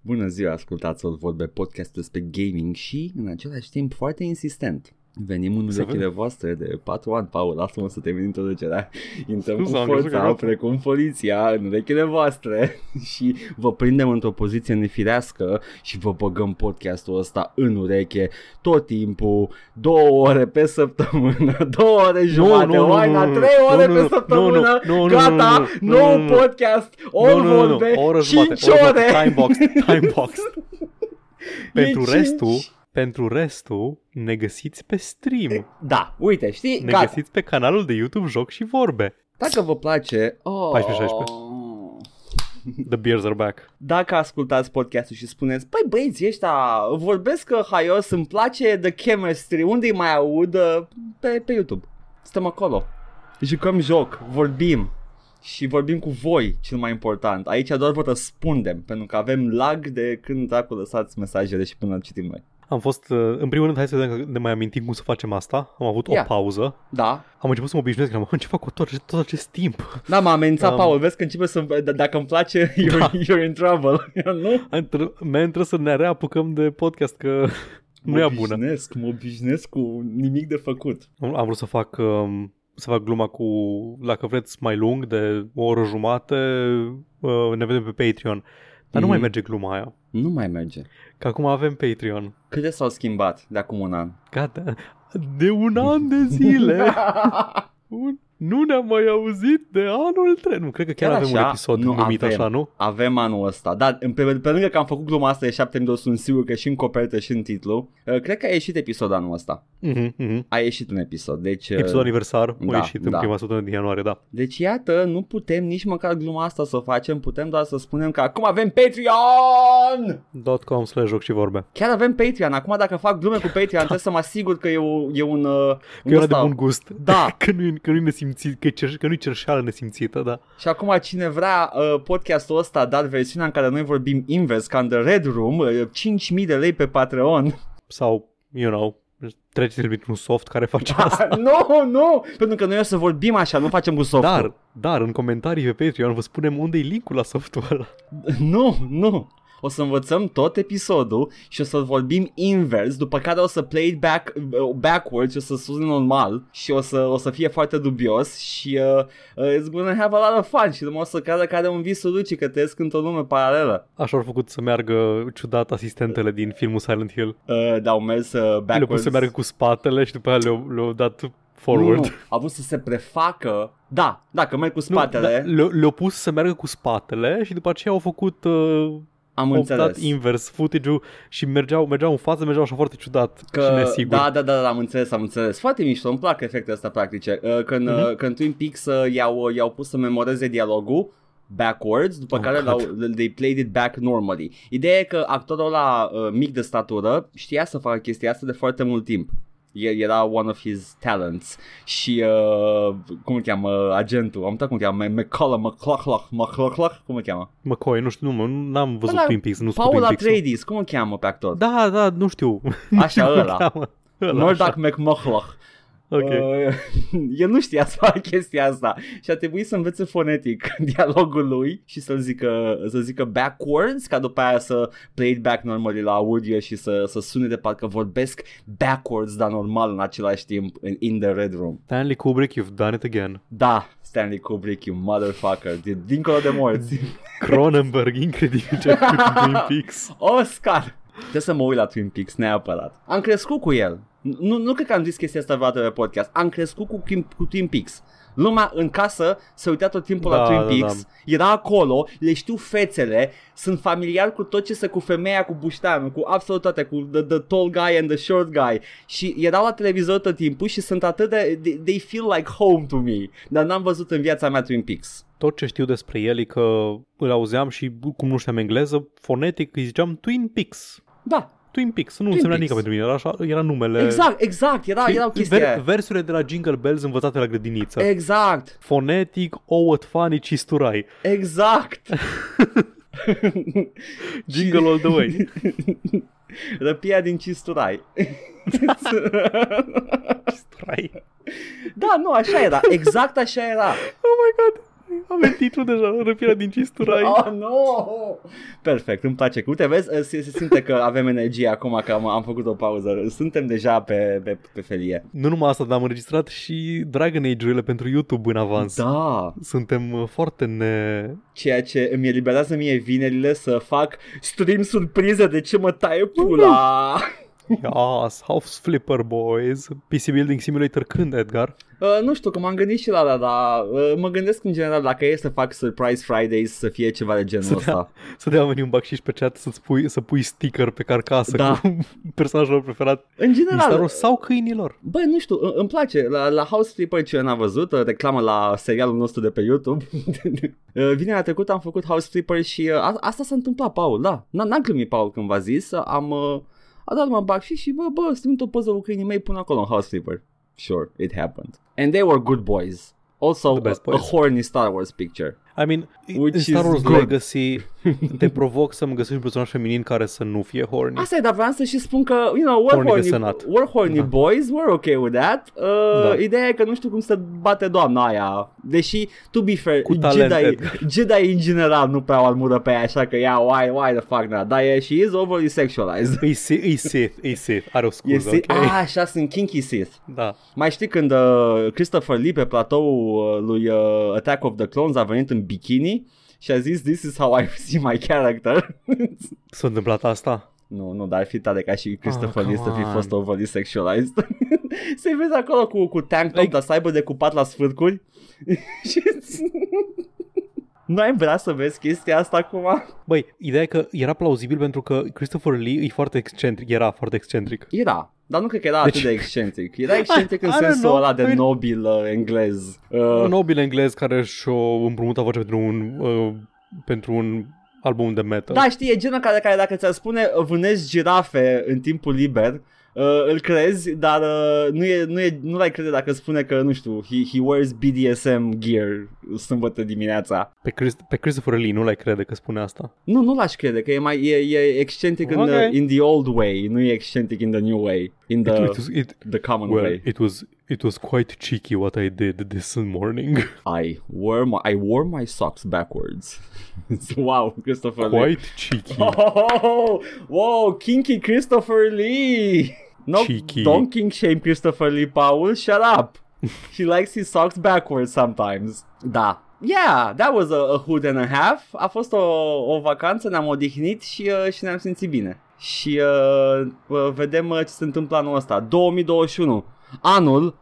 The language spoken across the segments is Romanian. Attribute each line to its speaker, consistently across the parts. Speaker 1: Bună ziua, ascultați-o vorbe podcast despre gaming și, în același timp, foarte insistent. Venim în
Speaker 2: Să
Speaker 1: urechile voastre de 4 ani, Paul, lasă-mă să termin introducerea. Intrăm cu
Speaker 2: Scuze, am crezut că
Speaker 1: forța,
Speaker 2: gata.
Speaker 1: precum poliția, în urechile voastre și vă prindem într-o poziție nefirească și vă băgăm podcastul ăsta în ureche tot timpul, două ore pe săptămână, două ore jumate,
Speaker 2: nu, nu,
Speaker 1: oai,
Speaker 2: nu,
Speaker 1: la
Speaker 2: nu,
Speaker 1: trei
Speaker 2: nu,
Speaker 1: ore
Speaker 2: nu,
Speaker 1: pe
Speaker 2: nu,
Speaker 1: săptămână,
Speaker 2: nu, nu, nu,
Speaker 1: gata,
Speaker 2: nu, nu, nu,
Speaker 1: nou
Speaker 2: nu, nu.
Speaker 1: podcast,
Speaker 2: Nu,
Speaker 1: all
Speaker 2: nu, nu,
Speaker 1: vorbe,
Speaker 2: nu, o oră jumate,
Speaker 1: 5
Speaker 2: o oră jumate.
Speaker 1: ore.
Speaker 2: Time box, time box. pentru
Speaker 1: cinci.
Speaker 2: restul, pentru restul, ne găsiți pe stream.
Speaker 1: Da, uite, știi,
Speaker 2: Ne
Speaker 1: gata.
Speaker 2: găsiți pe canalul de YouTube Joc și Vorbe.
Speaker 1: Dacă vă place... Oh,
Speaker 2: 14-16. The beers are back.
Speaker 1: Dacă ascultați podcastul și spuneți, păi băieți ăștia, vorbesc uh, haios, îmi place The Chemistry, unde mai aud? Uh, Pe, pe YouTube. Stăm acolo. Jucăm joc, vorbim și vorbim cu voi, cel mai important. Aici doar vă răspundem, pentru că avem lag de când dracu lăsați mesajele și până citim noi.
Speaker 2: Am fost, uh, în primul rând, hai să vedem că ne mai amintim cum să facem asta. Am avut
Speaker 1: Ia.
Speaker 2: o pauză.
Speaker 1: Da,
Speaker 2: Am început să mă obișnuiesc, că am ce fac cu tot, acest- tot acest timp.
Speaker 1: da, m-a amenințat
Speaker 2: Um.
Speaker 1: Paul, vezi că începe să... d- Dacă îmi place, you're,
Speaker 2: Da.
Speaker 1: you're in trouble, nu?
Speaker 2: Am tr- Man, trebuie să ne reapucăm de podcast, că nu e bună.
Speaker 1: obișnuiesc, mă obișnuiesc cu nimic de făcut.
Speaker 2: Am am vrut să fac um, să fac gluma cu, dacă vreți, mai lung, de o oră jumate, uh, ne vedem pe Patreon. Dar mm-hmm.
Speaker 1: Mhm.
Speaker 2: nu mai merge gluma aia.
Speaker 1: Nu mai merge.
Speaker 2: Că acum avem Patreon.
Speaker 1: Câte s-au schimbat de acum un an?
Speaker 2: Gata. De un an de zile un, nu ne-am mai auzit de anul trecut. Nu, cred că chiar,
Speaker 1: Chiar
Speaker 2: chiar avem
Speaker 1: așa?
Speaker 2: un episod
Speaker 1: Nu
Speaker 2: numit
Speaker 1: avem.
Speaker 2: așa, nu?
Speaker 1: Avem anul ăsta. Da, în- pe, pe lângă că am făcut gluma asta de 72, sunt sigur că și în copertă și în titlu. uh, Cred că a ieșit episod anul ăsta.
Speaker 2: Mm-hmm, mm-hmm.
Speaker 1: A ieșit un episod. Deci, uh,
Speaker 2: Episodul aniversar
Speaker 1: da,
Speaker 2: da, a ieșit
Speaker 1: da.
Speaker 2: în prima săptămână din ianuarie, da.
Speaker 1: deci iată, nu putem nici măcar gluma asta să o facem, putem doar să spunem că acum avem Patreon!
Speaker 2: Dot .com slash joc și vorbe.
Speaker 1: Chiar avem Patreon. Acum dacă fac glume cu Patreon, trebuie să mă asigur că e, o, e un... uh,
Speaker 2: Că e una de
Speaker 1: ăsta-
Speaker 2: bun gust.
Speaker 1: Da.
Speaker 2: că nu-i, că nu-i nesimțit, că, e cer, că nu-i cerșeală nesimțită, da.
Speaker 1: Și acum cine vrea uh, podcastul ăsta dat versiunea în care noi vorbim invers, ca în The Red Room, uh, 5.000 de lei pe Patreon.
Speaker 2: Sau, you know, treceți printr-un soft care face
Speaker 1: Da.
Speaker 2: asta.
Speaker 1: nu, nu! Da. Pentru că noi o să vorbim așa, nu facem cu softul.
Speaker 2: Dar, dar, în comentarii pe Patreon vă spunem unde e linkul la softul ăla.
Speaker 1: Nu, nu! O să învățăm tot episodul și o să vorbim invers, după care o să play it back, uh, backwards și o să sune normal și o să, o să fie foarte dubios și uh, uh, it's gonna have a lot of fun și lumea o să creadă că are un vis luci, că trăiesc într-o lume paralelă.
Speaker 2: Așa au făcut să meargă ciudat asistentele din filmul Silent Hill.
Speaker 1: Uh, dar au mers uh,
Speaker 2: Le-au pus
Speaker 1: backwards.
Speaker 2: să meargă cu spatele și după aia le-au, le-au dat forward.
Speaker 1: Nu, nu, a vrut să se prefacă. Da, da, că merg cu
Speaker 2: Nu,
Speaker 1: spatele.
Speaker 2: dar le-au, le-au pus să meargă cu spatele și după aceea au făcut uh,
Speaker 1: am
Speaker 2: au dat
Speaker 1: înțeles.
Speaker 2: invers footage-ul și mergeau, mergeau în față, mergeau așa foarte ciudat și
Speaker 1: Că,
Speaker 2: nesigur.
Speaker 1: da, da, da, da, am înțeles, am înțeles. Foarte mișto, îmi plac efectele astea practice. Uh, Când, uh-huh. când Twin Peaks uh, i-au, uh, i-au pus să memoreze dialogul backwards, după oh,
Speaker 2: Oh,
Speaker 1: care
Speaker 2: God.
Speaker 1: l-au, they played it back normally. Ideea e că actorul ăla uh, mic de statură știa să facă chestia asta de foarte mult timp. El era one of his talents și uh, cum îl cheamă agentul, am uitat cum îl cheamă, McCollum, McClocklock, McClocklock, cum îl cheamă?
Speaker 2: McCoy, nu știu, nu, mă, n-am văzut
Speaker 1: Ăla-
Speaker 2: Twin Peaks, nu sunt
Speaker 1: Paul
Speaker 2: Twin Peaks.
Speaker 1: Atreides, cum îl cheamă pe actor?
Speaker 2: Da, da, nu știu.
Speaker 1: Așa, ăla.
Speaker 2: Nordac.
Speaker 1: Murdoch McMurloch.
Speaker 2: Ok.
Speaker 1: Uh, el nu știa să facă chestia asta și a trebuit să învețe fonetic dialogul lui și să-l zică, să zică backwards, ca după aia să play it back normally la audio și să, să sune de parcă vorbesc backwards, dar normal în același timp în in the red room.
Speaker 2: Stanley Kubrick, you've done it again.
Speaker 1: Da, Stanley Kubrick, you motherfucker, din, dincolo de morți.
Speaker 2: Cronenberg, incredibil ce a făcut în Twin Peaks.
Speaker 1: Oscar! Trebuie să mă uit la Twin Peaks neapărat. Am crescut cu el. Nu, nu cred că am zis chestia asta vreodată pe podcast. Am crescut cu, Twin- cu Twin Peaks. Lumea în casă se uita tot timpul la
Speaker 2: Da,
Speaker 1: Twin
Speaker 2: da,
Speaker 1: Peaks,
Speaker 2: da.
Speaker 1: era acolo, le știu fețele, sunt familiar cu tot ce se cu femeia, cu bușteanul, cu absolut toate, cu the, the tall guy and the short guy și erau la televizor tot timpul și sunt atât de, they, they feel like home to me, dar n-am văzut în viața mea Twin Peaks.
Speaker 2: Tot ce știu despre el e că îl auzeam și cum nu știam engleză, fonetic îi ziceam Twin Peaks.
Speaker 1: Da,
Speaker 2: Twin Peaks, nu
Speaker 1: Twin
Speaker 2: însemna
Speaker 1: Peaks.
Speaker 2: nimic pentru mine, era, așa, era numele.
Speaker 1: exact, exact, era, erau chestia
Speaker 2: Deci- Păi, Ver, da.
Speaker 1: aia.
Speaker 2: versurile de la Jingle Bells învățate la grădiniță.
Speaker 1: Exact.
Speaker 2: Fonetic, oh what funny, cisturai.
Speaker 1: Exact!
Speaker 2: Jingle all the way.
Speaker 1: Răpia din cisturai.
Speaker 2: cisturai.
Speaker 1: da, nu, așa era. Exact așa era.
Speaker 2: Oh my god. Avem titlul deja, răpirea din cisturai.
Speaker 1: Oh, no! Perfect, îmi place. Uite, vezi, eh, se, se simte că avem energie acum că am, am făcut o pauză. Suntem deja pe, pe, pe felie.
Speaker 2: Nu numai asta, dar am înregistrat și Dragon Age-urile pentru YouTube în avans.
Speaker 1: Da!
Speaker 2: Suntem uh, foarte ne...
Speaker 1: Ceea ce îmi eliberează mie vinerile să fac stream surpriză de ce mă taie pula!
Speaker 2: Yes, House Flipper Boys. PC Building Simulator când, Edgar?
Speaker 1: Uh, nu știu, că m-am gândit și la la, dar uh, mă gândesc în general dacă e să fac Surprise Fridays să fie ceva de genul
Speaker 2: Să dea-
Speaker 1: ăsta.
Speaker 2: Să dea oamenii un bacșiș pe chat să-ți pui, să pui sticker pe carcasă
Speaker 1: Da.
Speaker 2: cu personajul lor preferat
Speaker 1: În
Speaker 2: din Star
Speaker 1: general,
Speaker 2: Wars sau câinilor.
Speaker 1: Băi, nu știu, î- îmi place. La, la House Flipper ce n-am văzut, uh, reclamă la serialul nostru de pe YouTube. Uh, Vinerea trecută am făcut House Flipper și uh, a- asta s-a întâmplat, Paul, da. N- N-am glumit, Paul, când v-a zis. uh, Am uh, a dat mă bag și și bă, bă, îți trimit o poză cu câinii mei până acolo în House Flipper. Sure, it happened. And they were good boys. Also,
Speaker 2: The best
Speaker 1: a, a
Speaker 2: boys.
Speaker 1: horny Star Wars picture.
Speaker 2: I mean,
Speaker 1: Which
Speaker 2: în Star
Speaker 1: is
Speaker 2: Wars
Speaker 1: good.
Speaker 2: Legacy te provoc să-mi găsești un personaj feminin care să nu fie horny.
Speaker 1: Asta e, dar vreau să și spun că, you know, we're
Speaker 2: Horny
Speaker 1: horny,
Speaker 2: desenat.
Speaker 1: we're horny
Speaker 2: Da.
Speaker 1: boys, we're okay with that. Uh,
Speaker 2: Da.
Speaker 1: Ideea e că nu știu cum să bate doamna aia, deși, to be fair,
Speaker 2: Cu talent,
Speaker 1: Jedi,
Speaker 2: Edgar.
Speaker 1: Jedi în general nu prea o almură pe ea, așa că ea, why, why the fuck not, dar e, she is overly sexualized.
Speaker 2: E Sith, e Sith, e Sith, are o
Speaker 1: E
Speaker 2: scuză,
Speaker 1: si-
Speaker 2: ok?
Speaker 1: ah, așa sunt kinky Sith.
Speaker 2: Da.
Speaker 1: Mai știi când uh, Christopher Lee pe platou uh, lui uh, Attack of the Clones a venit în bikini și a zis This is how I see my character
Speaker 2: S-a întâmplat asta?
Speaker 1: Nu, nu, dar ar fi tare ca și Christopher
Speaker 2: Ah,
Speaker 1: Lee să fi
Speaker 2: come
Speaker 1: fost overly sexualized. să-i vezi acolo cu, cu tank top,
Speaker 2: Like-
Speaker 1: dar să aibă decupat la sfârcuri. Și- nu ai vrea să vezi chestia asta acum?
Speaker 2: Băi, ideea e că era plauzibil pentru că Christopher Lee e foarte excentric, era foarte excentric.
Speaker 1: Era. Dar nu cred că era
Speaker 2: Deci-
Speaker 1: atât de excentric. Era excentric în
Speaker 2: I don't
Speaker 1: sensul
Speaker 2: know,
Speaker 1: ăla de
Speaker 2: I-
Speaker 1: nobil uh, englez.
Speaker 2: Un
Speaker 1: Uh,
Speaker 2: nobil englez care și-a împrumutat vocea pentru un, uh, pentru un album de metal.
Speaker 1: da, știi, e genul care, care dacă ți-ar spune uh, vânezi girafe în timpul liber, uh, îl crezi, dar uh, nu, e, nu, e, nu l-ai crede dacă spune că, nu știu, he, he wears BDSM gear sâmbătă dimineața.
Speaker 2: Pe, Chris, pe Christopher Lee nu l-ai crede că spune asta.
Speaker 1: Nu, nu l-aș crede, că e mai e, e excentric okay. in,
Speaker 2: Ok.
Speaker 1: the, in the old way, nu e excentric in the new way, in
Speaker 2: It,
Speaker 1: the,
Speaker 2: it, was, it,
Speaker 1: the common
Speaker 2: well,
Speaker 1: way.
Speaker 2: it, was, it was quite cheeky what I did this morning.
Speaker 1: I wore my, I wore my socks backwards. wow, Christopher Lee.
Speaker 2: quite cheeky.
Speaker 1: Oh, oh, oh, wow, kinky Christopher Lee. No,
Speaker 2: Cheeky.
Speaker 1: don't king shame Christopher Lee Powell. Shut up. he likes his socks backwards sometimes. Da. Yeah, that was a, a hood and a half. A fost o, o vacanță, ne-am odihnit și, uh, și ne-am simțit bine. Și uh, uh, vedem uh, ce se întâmplă anul ăsta. 2021, anul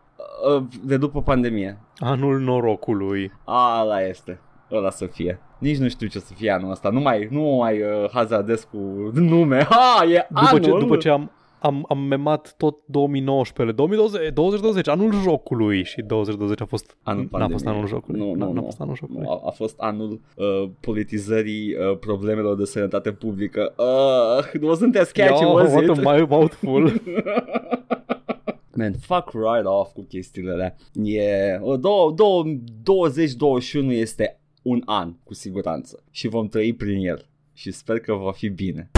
Speaker 1: uh, de după pandemie.
Speaker 2: Anul norocului.
Speaker 1: A, ăla este. Ăla să fie. Nici nu știu ce să fie anul ăsta. Nu mai, nu mai uh, hazardez cu nume. Ha, e
Speaker 2: După
Speaker 1: anul.
Speaker 2: ce, după ce am, am, am memat tot 2019, 2020, 2020, anul jocului și 2020 a fost
Speaker 1: Anul
Speaker 2: n-a fost
Speaker 1: pandemiei.
Speaker 2: anul jocului.
Speaker 1: Nu,
Speaker 2: N-a-
Speaker 1: nu,
Speaker 2: n-a
Speaker 1: nu.
Speaker 2: fost anul jocului.
Speaker 1: Nu, a, a fost anul uh, politizării uh, problemelor de sănătate publică. Uh, wasn't as catchy,
Speaker 2: Yo,
Speaker 1: was
Speaker 2: what
Speaker 1: it?
Speaker 2: a mou- mouthful.
Speaker 1: Man, fuck right off cu chestiile alea. E... o, dou- dou- 2021 este un an, cu siguranță. Și vom trăi prin el. Și sper că va fi bine.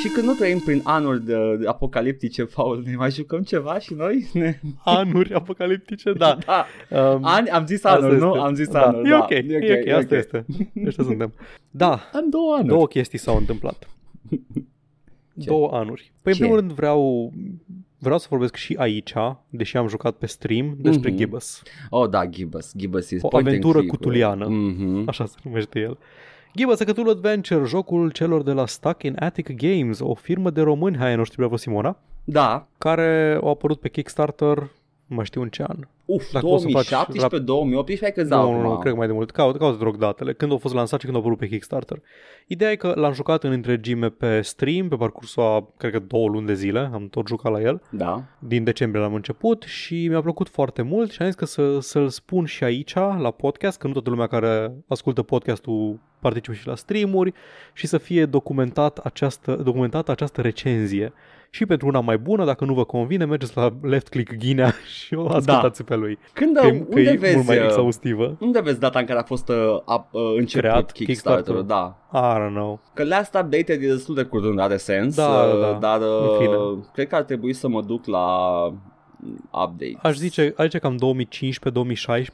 Speaker 1: Și când nu trăim prin anuri de, de apocaliptice, Paul, ne mai jucăm ceva și noi? Ne...
Speaker 2: Anuri apocaliptice, da.
Speaker 1: Da.
Speaker 2: Um,
Speaker 1: Ani, am zis
Speaker 2: asta
Speaker 1: anuri, nu?
Speaker 2: este.
Speaker 1: Am zis
Speaker 2: da.
Speaker 1: anuri,
Speaker 2: E
Speaker 1: da.
Speaker 2: ok, e ok, asta este. Ăștia suntem. Da,
Speaker 1: Am două anuri.
Speaker 2: două chestii s-au întâmplat.
Speaker 1: Ce?
Speaker 2: Două anuri. Păi
Speaker 1: Ce?
Speaker 2: în primul rând vreau vreau să vorbesc și aici, deși am jucat pe stream, despre
Speaker 1: Mhm.
Speaker 2: Gibbous.
Speaker 1: Oh, da, Gibbous. Gibbous is
Speaker 2: O
Speaker 1: point and
Speaker 2: aventură Da.
Speaker 1: click.
Speaker 2: cutuliană.
Speaker 1: Mhm.
Speaker 2: Așa se numește el. Gibbous Săcătul Adventure, jocul celor de la Stuck in Attic Games, o firmă de români, hai, nu știu, bravo Simona,
Speaker 1: Da.
Speaker 2: care au apărut pe Kickstarter, nu mai știu în ce an.
Speaker 1: Uf,
Speaker 2: Dacă o să faci
Speaker 1: 2017, 2018, hai că
Speaker 2: Da,
Speaker 1: da.
Speaker 2: nu, nu, nu,
Speaker 1: acum.
Speaker 2: cred că mai de mult. Caut, caut drog datele, când au fost lansat și când au apărut pe Kickstarter. Ideea e că l-am jucat în întregime pe stream, pe parcursul a, cred că două luni de zile, am tot jucat la el.
Speaker 1: Da.
Speaker 2: Din decembrie l-am început și mi-a plăcut foarte mult și am zis că să, să-l spun și aici, la podcast, că nu toată lumea care ascultă podcastul participă și la streamuri și să fie documentat această, documentată această recenzie. Și pentru una mai bună, dacă nu vă convine, mergeți la Left Click Ghinea și o ascultați da. lui.
Speaker 1: Când,
Speaker 2: Că,
Speaker 1: că,
Speaker 2: e- că
Speaker 1: unde
Speaker 2: e
Speaker 1: vezi...
Speaker 2: mult mai
Speaker 1: uh,
Speaker 2: exhaustivă.
Speaker 1: Unde vezi data în care a fost uh, a, uh, început
Speaker 2: Creat
Speaker 1: Kickstarter-ul?
Speaker 2: Kickstarter-ul.
Speaker 1: Da.
Speaker 2: I don't know.
Speaker 1: Că last updated e destul de curând, are sens,
Speaker 2: Da,
Speaker 1: uh,
Speaker 2: da, da.
Speaker 1: dar
Speaker 2: În fine.
Speaker 1: uh, cred că ar trebui să mă duc la mm, update.
Speaker 2: Aș zice, aș zice cam 2015-2016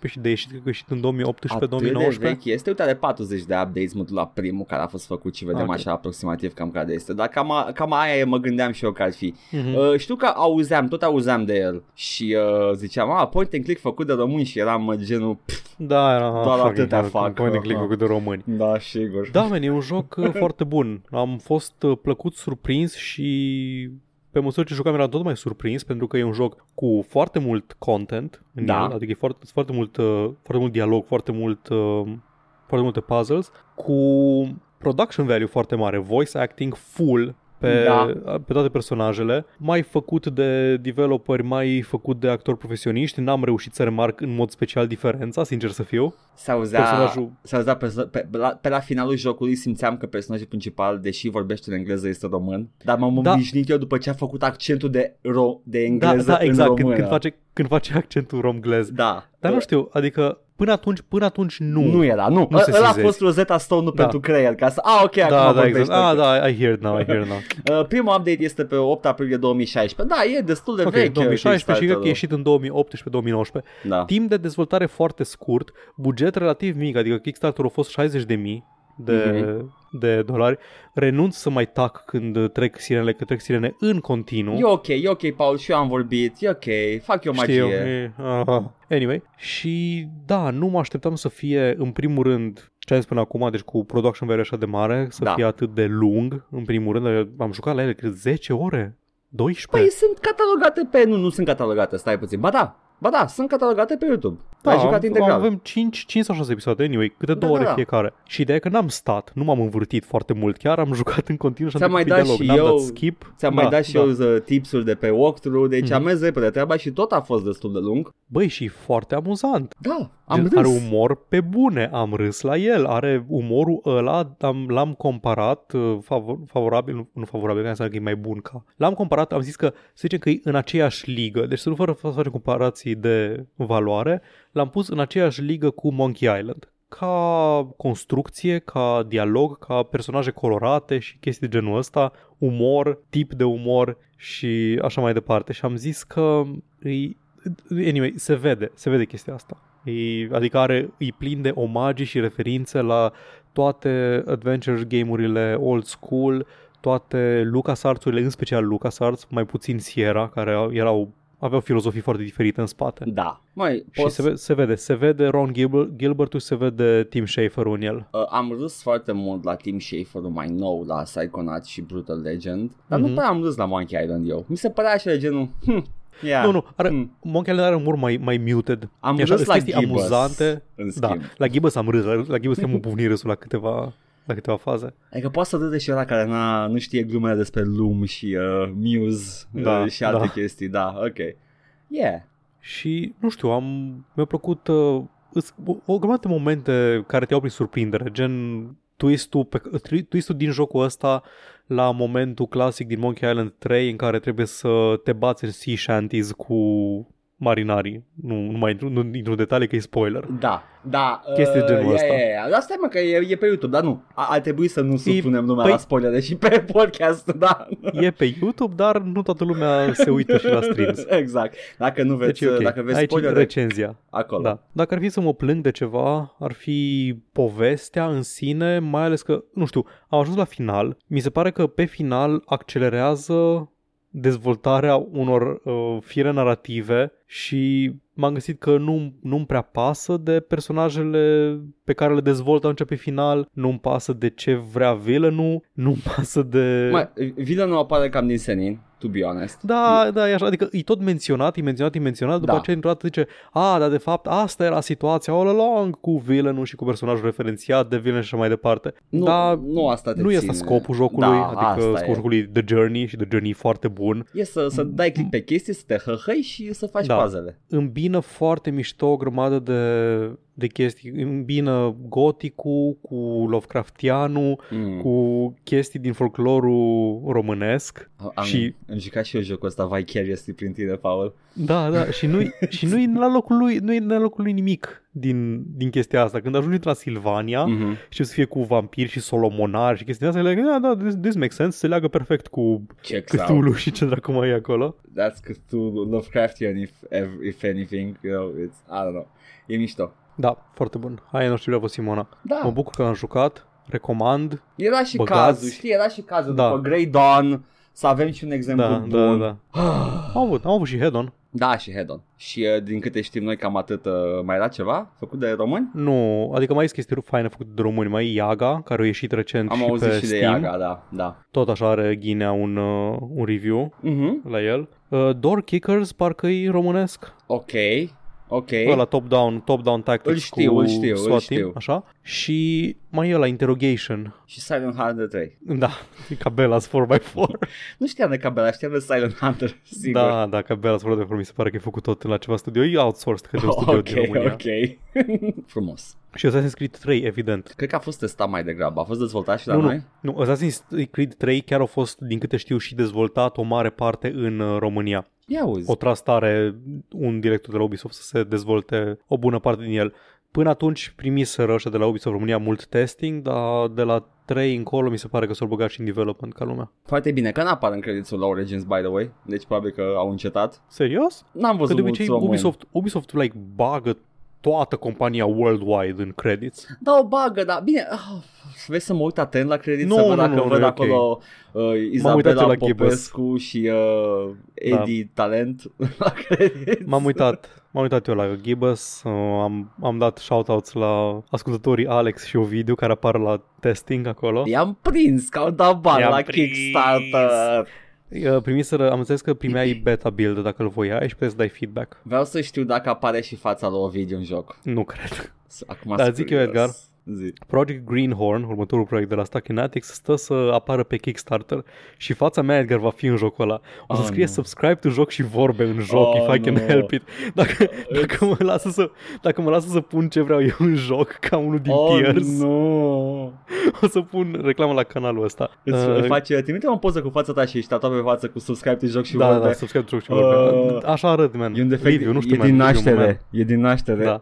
Speaker 2: și de ieșit, cred că a ieșit în 2018-2019.
Speaker 1: Atât de vechi este, uite, are 40 de updates, mă duc la primul care a fost făcut și vedem
Speaker 2: Ok.
Speaker 1: așa aproximativ cam care este, dar cam, a- cam aia e, mă gândeam și eu că ar fi.
Speaker 2: Mhm.
Speaker 1: Uh, știu că auzeam, tot auzeam de el și uh, ziceam, a, point and click făcut de români și eram uh, genul, "Pf,
Speaker 2: Da, era
Speaker 1: Doar
Speaker 2: fucking
Speaker 1: atâtea
Speaker 2: hell,
Speaker 1: fac,
Speaker 2: Point and
Speaker 1: aha.
Speaker 2: click-ul de români.
Speaker 1: da, sigur.
Speaker 2: Da, man, e un joc uh, foarte bun. Am fost uh, plăcut surprins și pe măsură ce jucam eram tot mai surprins pentru că e un joc cu foarte mult content în
Speaker 1: Da.
Speaker 2: el, adică e foarte, foarte, mult, uh, foarte mult dialog, foarte mult uh, foarte multe puzzles cu production value foarte mare, voice acting full pe,
Speaker 1: Da.
Speaker 2: pe toate personajele, mai făcut de developeri, mai făcut de actori profesioniști, n-am reușit să remarc în mod special diferența, sincer să fiu.
Speaker 1: Se auzea,
Speaker 2: Personajul-
Speaker 1: se auzea perso- pe, pe, la, pe la finalul jocului simțeam că personajul principal, deși vorbește în engleză, este român, dar m-am
Speaker 2: Da.
Speaker 1: obișnuit eu după ce a făcut accentul de, ro- de
Speaker 2: Da,
Speaker 1: engleză
Speaker 2: da, exact,
Speaker 1: în
Speaker 2: când,
Speaker 1: română.
Speaker 2: când, face, când face accentul romglez.
Speaker 1: Da.
Speaker 2: Dar nu știu, adică până atunci, până atunci nu.
Speaker 1: Nu era, nu.
Speaker 2: Nu
Speaker 1: nu
Speaker 2: se
Speaker 1: Ăla a
Speaker 2: sizezi.
Speaker 1: fost Rosetta Stone-ul
Speaker 2: Da.
Speaker 1: pentru creier, ca să... A, ok, acum
Speaker 2: da, da,
Speaker 1: vorbești.
Speaker 2: exact. Ah,
Speaker 1: ok.
Speaker 2: da, I hear it now, I hear it now.
Speaker 1: Uh, primul update este pe 8 aprilie 2016. Da, e destul de
Speaker 2: ok,
Speaker 1: vechi. uh,
Speaker 2: 2016 și cred că
Speaker 1: Kickstarter-ul.
Speaker 2: a ieșit în 2018-2019.
Speaker 1: Da.
Speaker 2: Timp de dezvoltare foarte scurt, buget relativ mic, adică Kickstarter-ul a fost 60 de mii de,
Speaker 1: Mhm.
Speaker 2: de dolari. Renunț să mai tac când trec sirenele, că trec sirene în continuu.
Speaker 1: E ok, e ok, Paul, și eu am vorbit, e ok, fac eu magie.
Speaker 2: Știu, e, aha. Anyway, și da, nu mă așteptam să fie, în primul rând, ce am spus până acum, deci cu production value așa de mare, să
Speaker 1: Da.
Speaker 2: fie atât de lung, în primul rând, am jucat la ele, cred, 10 ore, 12.
Speaker 1: Păi sunt catalogate pe... Nu, nu sunt catalogate, stai puțin. Ba da, ba da, sunt catalogate pe YouTube. Da, Ai jucat
Speaker 2: am-
Speaker 1: integral.
Speaker 2: Avem 5, 5 sau 6 episoade, anyway, câte
Speaker 1: Da,
Speaker 2: 2
Speaker 1: da,
Speaker 2: ore
Speaker 1: da.
Speaker 2: fiecare. Și ideea e că n-am stat, nu m-am învârtit foarte mult, chiar am jucat în continuu și am
Speaker 1: Ți-am
Speaker 2: trecut
Speaker 1: mai
Speaker 2: pe
Speaker 1: dat
Speaker 2: dialog,
Speaker 1: și
Speaker 2: n-am
Speaker 1: eu-
Speaker 2: dat skip. Da,
Speaker 1: Ți-am mai dat și eu uh, tipsuri de pe walkthrough, deci
Speaker 2: Mhm.
Speaker 1: am mers repede treaba și tot a fost destul de lung.
Speaker 2: Băi, și e foarte amuzant.
Speaker 1: Da, am
Speaker 2: Gen,
Speaker 1: râs.
Speaker 2: Are umor pe bune, am râs la el, are umorul ăla, am, l-am comparat uh, favor- favorabil, nu- nu favorabil, că înseamnă că e mai bun ca. L-am comparat, am zis că să zicem că e în aceeași ligă, deci să nu fără să facem comparații de valoare, l-am pus în aceeași ligă cu Monkey Island ca construcție, ca dialog, ca personaje colorate și chestii de genul ăsta, umor, tip de umor și așa mai departe. Și am zis că îi, anyway, se vede, se vede chestia asta. E, adică are, îi plin de omagii și referințe la toate adventure game-urile old school, toate LucasArts-urile, în special LucasArts, mai puțin Sierra, care erau, aveau filozofii foarte diferite în spate.
Speaker 1: Da. Mai,
Speaker 2: Și se, ve- se vede, se vede Ron Gilbert, Gilbertul, se vede Tim Schafer în el.
Speaker 1: Uh, am râs foarte mult la Tim Schafer-ul mai nou, la Psychonaut și Brutal Legend, dar
Speaker 2: Mhm.
Speaker 1: nu prea am râs la Monkey Island eu. Mi se părea așa de genul... Hm, yeah.
Speaker 2: Nu, nu, are,
Speaker 1: Hmm.
Speaker 2: Monkey Island are un mur mai, mai muted.
Speaker 1: Am
Speaker 2: E așa,
Speaker 1: râs
Speaker 2: sunt
Speaker 1: la
Speaker 2: chestii
Speaker 1: Gibbous,
Speaker 2: amuzante.
Speaker 1: în
Speaker 2: Da,
Speaker 1: schimb. Da.
Speaker 2: la Gibbous am râs, la, la Gibbous am împovnit râsul la câteva, la câteva faze.
Speaker 1: Adică poate să râde și ăla care n-a, nu știe glumele despre Loom și uh, Muse
Speaker 2: Da,
Speaker 1: da, uh, și alte
Speaker 2: da.
Speaker 1: da. chestii, da, ok. Yeah.
Speaker 2: Și, nu știu, am, mi-a plăcut uh, îs- o, o grămadă de momente care te iau prin surprindere, gen twist-ul, pe, uh, tri- twist-ul din jocul ăsta la momentul clasic din Monkey Island 3 în care trebuie să te bați în sea shanties cu marinarii. Nu, nu mai intru, nu intru în detalii că e spoiler.
Speaker 1: Da, da.
Speaker 2: Chestii de genul ăsta.
Speaker 1: Yeah, yeah. Dar stai mă că e, e pe YouTube, dar nu. A, ar trebui să nu supunem lumea
Speaker 2: păi-
Speaker 1: la spoilere și pe podcast, da.
Speaker 2: E pe YouTube, dar nu toată lumea se uită și la streams.
Speaker 1: exact. Dacă nu
Speaker 2: Deci
Speaker 1: veți,
Speaker 2: e ok.
Speaker 1: dacă vezi
Speaker 2: Aici e
Speaker 1: spoilere,
Speaker 2: recenzia.
Speaker 1: acolo.
Speaker 2: Da. Dacă ar fi să mă plâng de ceva, ar fi povestea în sine, mai ales că, nu știu, am ajuns la final. Mi se pare că pe final accelerează dezvoltarea unor uh, fire narrative și m-am găsit că nu, nu-mi prea pasă de personajele pe care le dezvoltă atunci pe final, nu-mi pasă de ce vrea villainul, nu-mi pasă de...
Speaker 1: Mă, vila nu apare cam din senin, to be honest.
Speaker 2: Da, da, e așa, adică e tot menționat, e menționat, e menționat, după
Speaker 1: Da.
Speaker 2: aceea într-o dată zice, a, dar de fapt asta era situația all along cu villainul și cu personajul referențiat de villain și așa mai departe.
Speaker 1: Nu,
Speaker 2: da,
Speaker 1: nu asta te
Speaker 2: nu e
Speaker 1: ține.
Speaker 2: asta scopul jocului,
Speaker 1: da,
Speaker 2: adică
Speaker 1: asta
Speaker 2: scopul
Speaker 1: e.
Speaker 2: jocului e The Journey și The Journey e foarte bun.
Speaker 1: E să, să dai click pe chestii, să te hăhăi și să faci
Speaker 2: Da.
Speaker 1: da. puzzle
Speaker 2: Îmbină foarte mișto o grămadă de, de chestii. Îmbină goticul cu Lovecraftianul,
Speaker 1: Mm.
Speaker 2: cu chestii din folclorul românesc.
Speaker 1: Am,
Speaker 2: și-
Speaker 1: și... am jucat și eu jocul ăsta Vicariously prin tine, Paul.
Speaker 2: Da, da, și nu și nu-i la locul lui, nu-i la locul lui nimic din, din chestia asta. Când ajungi în Transilvania,
Speaker 1: Mm-hmm.
Speaker 2: și să fie cu vampiri și solomonari și chestii astea, like, da, da, this, this makes sense, se leagă perfect cu
Speaker 1: Checks out.
Speaker 2: Cthulhu și ce dracu mai e acolo.
Speaker 1: That's Cthulhu, Lovecraftian, if, ev- if anything. You know, it's, I don't know. E mișto.
Speaker 2: Da, foarte bun. Aia nu știu, fost Simona.
Speaker 1: Da,
Speaker 2: Mă bucur că am jucat, recomand.
Speaker 1: era și
Speaker 2: băgați.
Speaker 1: cazul, știi, era și cazul
Speaker 2: Da.
Speaker 1: da. după Grey Dawn, să avem și un exemplu
Speaker 2: Da, da,
Speaker 1: bun.
Speaker 2: da. Am avut, am avut și head-on.
Speaker 1: Da, și Hedon. Și uh, din câte știm noi cam atât, uh, mai era ceva făcut de români?
Speaker 2: Nu, adică mai sunt chestii faine făcute de români. Mai e Iaga, care a ieșit recent
Speaker 1: Am
Speaker 2: și
Speaker 1: auzit
Speaker 2: pe
Speaker 1: și de
Speaker 2: Steam.
Speaker 1: Iaga, da, da.
Speaker 2: Tot așa are Ghinea un, uh, un review
Speaker 1: Mhm.
Speaker 2: la el. Uh, Door Kickers, parcă e românesc.
Speaker 1: Ok, ok.
Speaker 2: Ăla top-down, top-down tactics
Speaker 1: Îl știu,
Speaker 2: cu
Speaker 1: îl știu, îl
Speaker 2: SWAT team,
Speaker 1: știu.
Speaker 2: așa. Și mai e la Interrogation,
Speaker 1: Și Silent Hunter 3.
Speaker 2: Da, e ca Bella's 4x4.
Speaker 1: Nu știam de Cabela, știam de Silent Hunter, sigur.
Speaker 2: Da, da, ca Bella's 4x4 mi se pare că e făcut tot la ceva studio. E outsourced către un studio
Speaker 1: ok,
Speaker 2: din România.
Speaker 1: ok. Frumos.
Speaker 2: Și Assassin's Creed 3, evident.
Speaker 1: Cred că a fost testat mai degrabă. A fost dezvoltat și la
Speaker 2: nu,
Speaker 1: noi?
Speaker 2: nu, nu, Assassin's Creed 3 chiar a fost, din câte știu, și dezvoltat o mare parte în uh, România.
Speaker 1: Ia uzi.
Speaker 2: O tras tare un director de la Ubisoft să se dezvolte o bună parte din el. Până atunci primiseră ăștia de la Ubisoft România mult testing, dar de la 3 încolo mi se pare că s-au băgat și în development ca lumea.
Speaker 1: Foarte bine, că n-apar în creditul la Origins, by the way. Deci probabil că au încetat.
Speaker 2: Serios?
Speaker 1: N-am
Speaker 2: Că
Speaker 1: văzut
Speaker 2: de obicei
Speaker 1: mulți români.
Speaker 2: Ubisoft, Ubisoft like, bagă toată compania worldwide în credits.
Speaker 1: Da, o bagă, dar bine, ah, vezi să mă uit atent la credit
Speaker 2: Nu,
Speaker 1: să văd
Speaker 2: nu,
Speaker 1: dacă
Speaker 2: nu, nu,
Speaker 1: văd
Speaker 2: e ok.
Speaker 1: acolo uh,
Speaker 2: uitat eu
Speaker 1: Izabela
Speaker 2: la Da.
Speaker 1: Popescu și uh, Eddie Talent la credit.
Speaker 2: M-am uitat, m-am uitat eu la Gibbous, uh, am, am dat shoutouts la ascultătorii Alex și Ovidiu care apar la testing acolo.
Speaker 1: I-am prins că au dat bani
Speaker 2: I-am
Speaker 1: la
Speaker 2: prins.
Speaker 1: Kickstarter.
Speaker 2: Uh, Primiseră, am înțeles că primeai beta build dacă îl voiai și puteai să dai feedback.
Speaker 1: Vreau să știu dacă apare și fața lui Ovidiu în joc.
Speaker 2: Nu cred.
Speaker 1: S- Acum
Speaker 2: Da,
Speaker 1: sunt
Speaker 2: zic eu, Edgar.
Speaker 1: Zi.
Speaker 2: Project Greenhorn, următorul proiect de la Stakinetics, stă să apară pe Kickstarter și fața mea, Edgar, va fi în jocul ăla. O să
Speaker 1: Oh,
Speaker 2: scrie
Speaker 1: nu.
Speaker 2: subscribe to joc și vorbe în joc,
Speaker 1: Oh,
Speaker 2: if I can
Speaker 1: nu.
Speaker 2: help it. Dacă, dacă, mă lasă să, dacă mă lasă să pun ce vreau eu în joc, ca unul din
Speaker 1: oh,
Speaker 2: peers,
Speaker 1: nu.
Speaker 2: o să pun reclamă la canalul ăsta.
Speaker 1: Îți
Speaker 2: Uh,
Speaker 1: uh, face, trimite o poză cu fața ta și ești tatuat pe față cu subscribe to joc și
Speaker 2: da,
Speaker 1: vorbe.
Speaker 2: da, subscribe to joc și vorbe.
Speaker 1: Uh,
Speaker 2: Așa arăt, man.
Speaker 1: E un defect,
Speaker 2: Liviu, nu știu,
Speaker 1: e
Speaker 2: man,
Speaker 1: din
Speaker 2: Liviu,
Speaker 1: naștere,
Speaker 2: man.
Speaker 1: e din naștere.
Speaker 2: Da.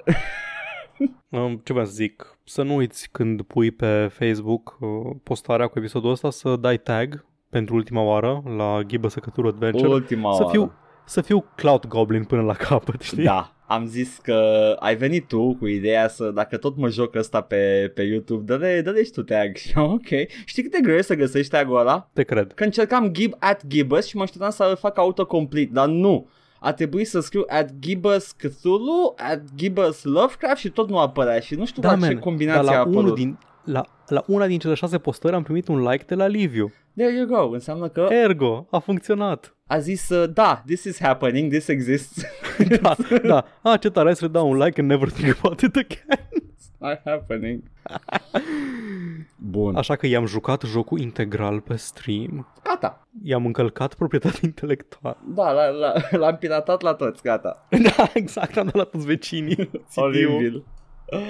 Speaker 2: Um, ce vreau să zic? Să nu uiți când pui pe Facebook uh, postarea cu episodul ăsta să dai tag pentru ultima oară la Ghibă Săcătură Adventure.
Speaker 1: Ultima
Speaker 2: să
Speaker 1: oară.
Speaker 2: fiu, să fiu Cloud Goblin până la capăt, știi?
Speaker 1: Da, am zis că ai venit tu cu ideea să, dacă tot mă joc ăsta pe, pe YouTube, dă-le, dă-le și tu tag și am, ok. Știi cât de greu e să găsești tagul ăla?
Speaker 2: Te cred.
Speaker 1: Că încercam Gib at Gibbous și mă așteptam să fac autocomplete, dar nu. A trebuit să scriu at Gibbous Cthulhu, at Gibbous Lovecraft și tot nu apărea și nu știu la ce
Speaker 2: Da, man,
Speaker 1: combinație
Speaker 2: dar
Speaker 1: a
Speaker 2: la,
Speaker 1: apărut.
Speaker 2: unul din, la, la una din cele șase postări am primit un like de la Liviu.
Speaker 1: There you go, înseamnă că
Speaker 2: Ergo, a funcționat.
Speaker 1: a zis, uh, da, this is happening, this exists.
Speaker 2: Da, da. A, ce tare, hai să le dau un like and never think about it again.
Speaker 1: not happening. Bun.
Speaker 2: Așa că i-am jucat jocul integral pe stream.
Speaker 1: Gata.
Speaker 2: I-am încălcat proprietatea intelectuală.
Speaker 1: Da, la, la, l-am piratat la toți, gata.
Speaker 2: Da, exact, am dat la toți vecinii. CD-ul.
Speaker 1: Oribil.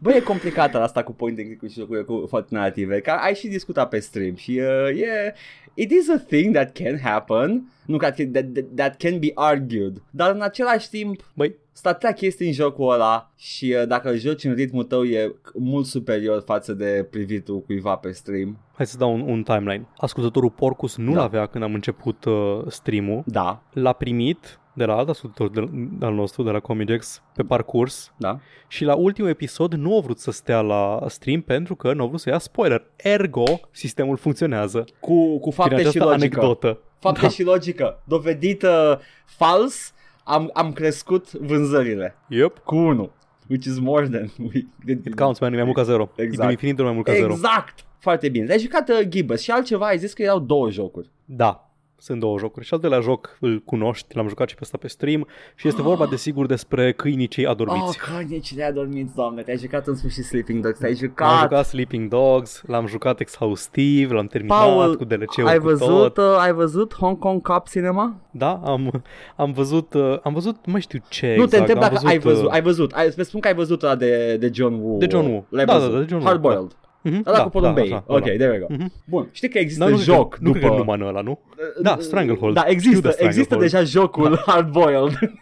Speaker 1: Băi, e complicată asta cu point and click și cu, cu făcut narrative, că ai și discutat pe stream și uh, e... It is a thing that can happen, nu că that, that, that can be argued, dar în același timp
Speaker 2: Băi,
Speaker 1: Statrac este în jocul ăla și uh, dacă îl joci în ritmul tău e mult superior față de privitul cuiva pe stream.
Speaker 2: hai să dau un, un timeline. Ascultătorul Porcus nu-l
Speaker 1: Da.
Speaker 2: avea când am început uh, stream-ul.
Speaker 1: Da,
Speaker 2: L-a primit de la alt ascultător de, al nostru, de la Comidex, pe parcurs.
Speaker 1: da.
Speaker 2: Și la ultimul episod nu a vrut să stea la stream pentru că nu a vrut să ia spoiler. Ergo, sistemul funcționează.
Speaker 1: Cu, cu
Speaker 2: Prin
Speaker 1: fapte și
Speaker 2: această
Speaker 1: logică.
Speaker 2: anecdotă.
Speaker 1: Fapte
Speaker 2: Da.
Speaker 1: da. și logică. Dovedită uh, fals, am, am crescut vânzările.
Speaker 2: Yep.
Speaker 1: Cu 1. Which is more than we did.
Speaker 2: It counts, man, e mai mult ca zero. E
Speaker 1: Exact.
Speaker 2: din infinit mai mult ca zero.
Speaker 1: Exact! Foarte bine. Ai jucat uh, Gibbous și altceva, ai zis că erau două jocuri.
Speaker 2: Da. Sunt două jocuri. Și al doilea joc îl cunoști, l-am jucat și pe asta pe stream și este vorba
Speaker 1: Ah.
Speaker 2: desigur despre câinii cei adormiți.
Speaker 1: Oh, câine, cine a dormit, doamne, te-ai jucat în sfârșit Sleeping Dogs, te-ai
Speaker 2: Am
Speaker 1: jucat.
Speaker 2: jucat Sleeping Dogs, l-am jucat exhaustiv, l-am terminat
Speaker 1: Paul,
Speaker 2: cu DLC-ul
Speaker 1: ai
Speaker 2: cu
Speaker 1: văzut,
Speaker 2: tot.
Speaker 1: uh, ai văzut Hong Kong Cup Cinema?
Speaker 2: Da, am, am văzut, uh, am văzut, mai știu ce
Speaker 1: nu
Speaker 2: exact,
Speaker 1: te întreb
Speaker 2: am
Speaker 1: dacă ai
Speaker 2: uh,
Speaker 1: văzut, ai văzut, ai, îți spun că ai văzut ăla de, de John Woo.
Speaker 2: De John Woo.
Speaker 1: L-ai
Speaker 2: Da,
Speaker 1: văzut.
Speaker 2: da, da, de John Woo,
Speaker 1: Hardboiled.
Speaker 2: mhm,
Speaker 1: Da, da, cu Paul Bay.
Speaker 2: așa,
Speaker 1: ok,
Speaker 2: ăla.
Speaker 1: there we go.
Speaker 2: Mhm.
Speaker 1: Bun, știi că există
Speaker 2: Dar nu cred că-
Speaker 1: joc
Speaker 2: Nu
Speaker 1: după...
Speaker 2: cred că numai în ăla, nu? Da, Stranglehold.
Speaker 1: Da,
Speaker 2: Știu de
Speaker 1: există, există
Speaker 2: Stranglehold. Da.
Speaker 1: deja jocul Hardboiled.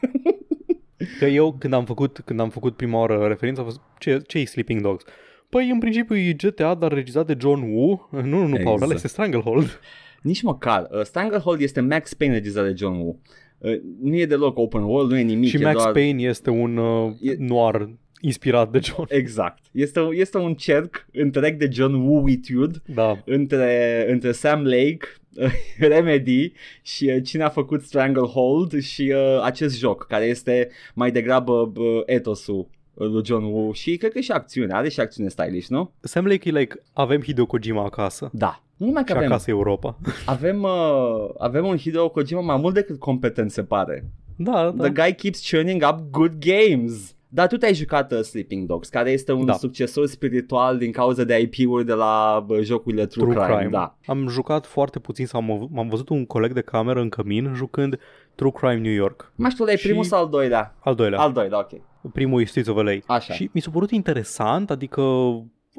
Speaker 2: Că eu când am făcut, când am făcut prima oară referința a fost ce, ce e Sleeping Dogs? Păi în principiu e GTA, dar regizat de John Woo. Nu, nu, nu, Paul,
Speaker 1: Exact.
Speaker 2: ăla este Stranglehold.
Speaker 1: Nici măcar. Uh, Stranglehold este Max Payne regizat de John Woo. Uh, nu e deloc open world, nu e nimic.
Speaker 2: și
Speaker 1: e
Speaker 2: Max
Speaker 1: doar...
Speaker 2: Payne este un uh,
Speaker 1: E-
Speaker 2: noir inspirat de John.
Speaker 1: Exact. Este, este un cerc întreg de John Woo-itude
Speaker 2: Da.
Speaker 1: între, între Sam Lake, Remedy și uh, cine a făcut Stranglehold și uh, acest joc, care este mai degrabă uh, etosul lui John Woo și cred că și acțiune, are și acțiune stylish, nu?
Speaker 2: Sam Lake e like, avem Hideo Kojima acasă.
Speaker 1: Da. Nu numai că
Speaker 2: Și
Speaker 1: avem,
Speaker 2: acasă e Europa.
Speaker 1: avem, uh, avem un Hideo Kojima mai mult decât competent, se pare.
Speaker 2: Da, da.
Speaker 1: The guy keeps churning up good games. Dar tu te-ai jucat uh, Sleeping Dogs, care este un
Speaker 2: Da.
Speaker 1: succesor spiritual din cauza de IP-uri de la bă, jocurile True,
Speaker 2: True
Speaker 1: Crime.
Speaker 2: Crime.
Speaker 1: Da.
Speaker 2: Am jucat foarte puțin sau am, am văzut un coleg de cameră în cămin jucând True Crime New York.
Speaker 1: Mai știu, e
Speaker 2: Și-
Speaker 1: primul sau al doilea?
Speaker 2: Al doilea.
Speaker 1: Al doilea, ok.
Speaker 2: primul e Streets of LA.
Speaker 1: Așa.
Speaker 2: Și mi s-a părut interesant, adică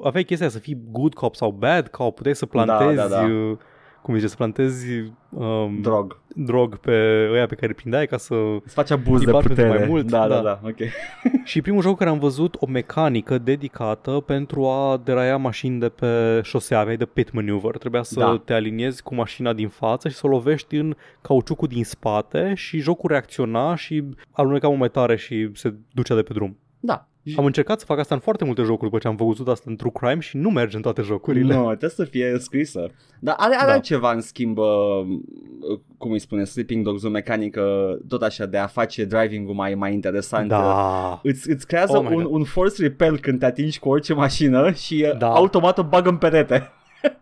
Speaker 2: aveai chestia aia să fii good cop sau bad cop, puteai să
Speaker 1: da,
Speaker 2: plantezi,
Speaker 1: da.
Speaker 2: uh, cum zice, să plantezi um, drog.
Speaker 1: Drog.
Speaker 2: drog pe ăia pe care îi prindeai ca să...
Speaker 1: Îți face abuz
Speaker 2: Îi
Speaker 1: de
Speaker 2: bagi pentru
Speaker 1: putere.
Speaker 2: mai mult,
Speaker 1: da, da,
Speaker 2: da.
Speaker 1: da, ok.
Speaker 2: și primul joc care am văzut o mecanică dedicată pentru a deraia mașini de pe șosea, aveai de pit maneuver, trebuia să
Speaker 1: Da.
Speaker 2: te aliniezi cu mașina din față și să o lovești în cauciucul din spate și jocul reacționa și aluneca mult mai tare și se ducea de pe drum.
Speaker 1: Da.
Speaker 2: Am încercat să fac asta în foarte multe jocuri după ce am văzut asta în True Crime și nu merge în toate jocurile.
Speaker 1: Nu, trebuie să fie scrisă. Dar are, are
Speaker 2: Da.
Speaker 1: da. ceva, în schimb, uh, cum îi spune, Sleeping Dogs, o mecanică tot așa de a face driving-ul mai, mai interesant. uh,
Speaker 2: Da.
Speaker 1: Îți, îți creează
Speaker 2: Oh
Speaker 1: oh
Speaker 2: my
Speaker 1: un,
Speaker 2: God.
Speaker 1: un force repel când te atingi cu orice mașină și da.
Speaker 2: Da.
Speaker 1: automat o bagă în perete.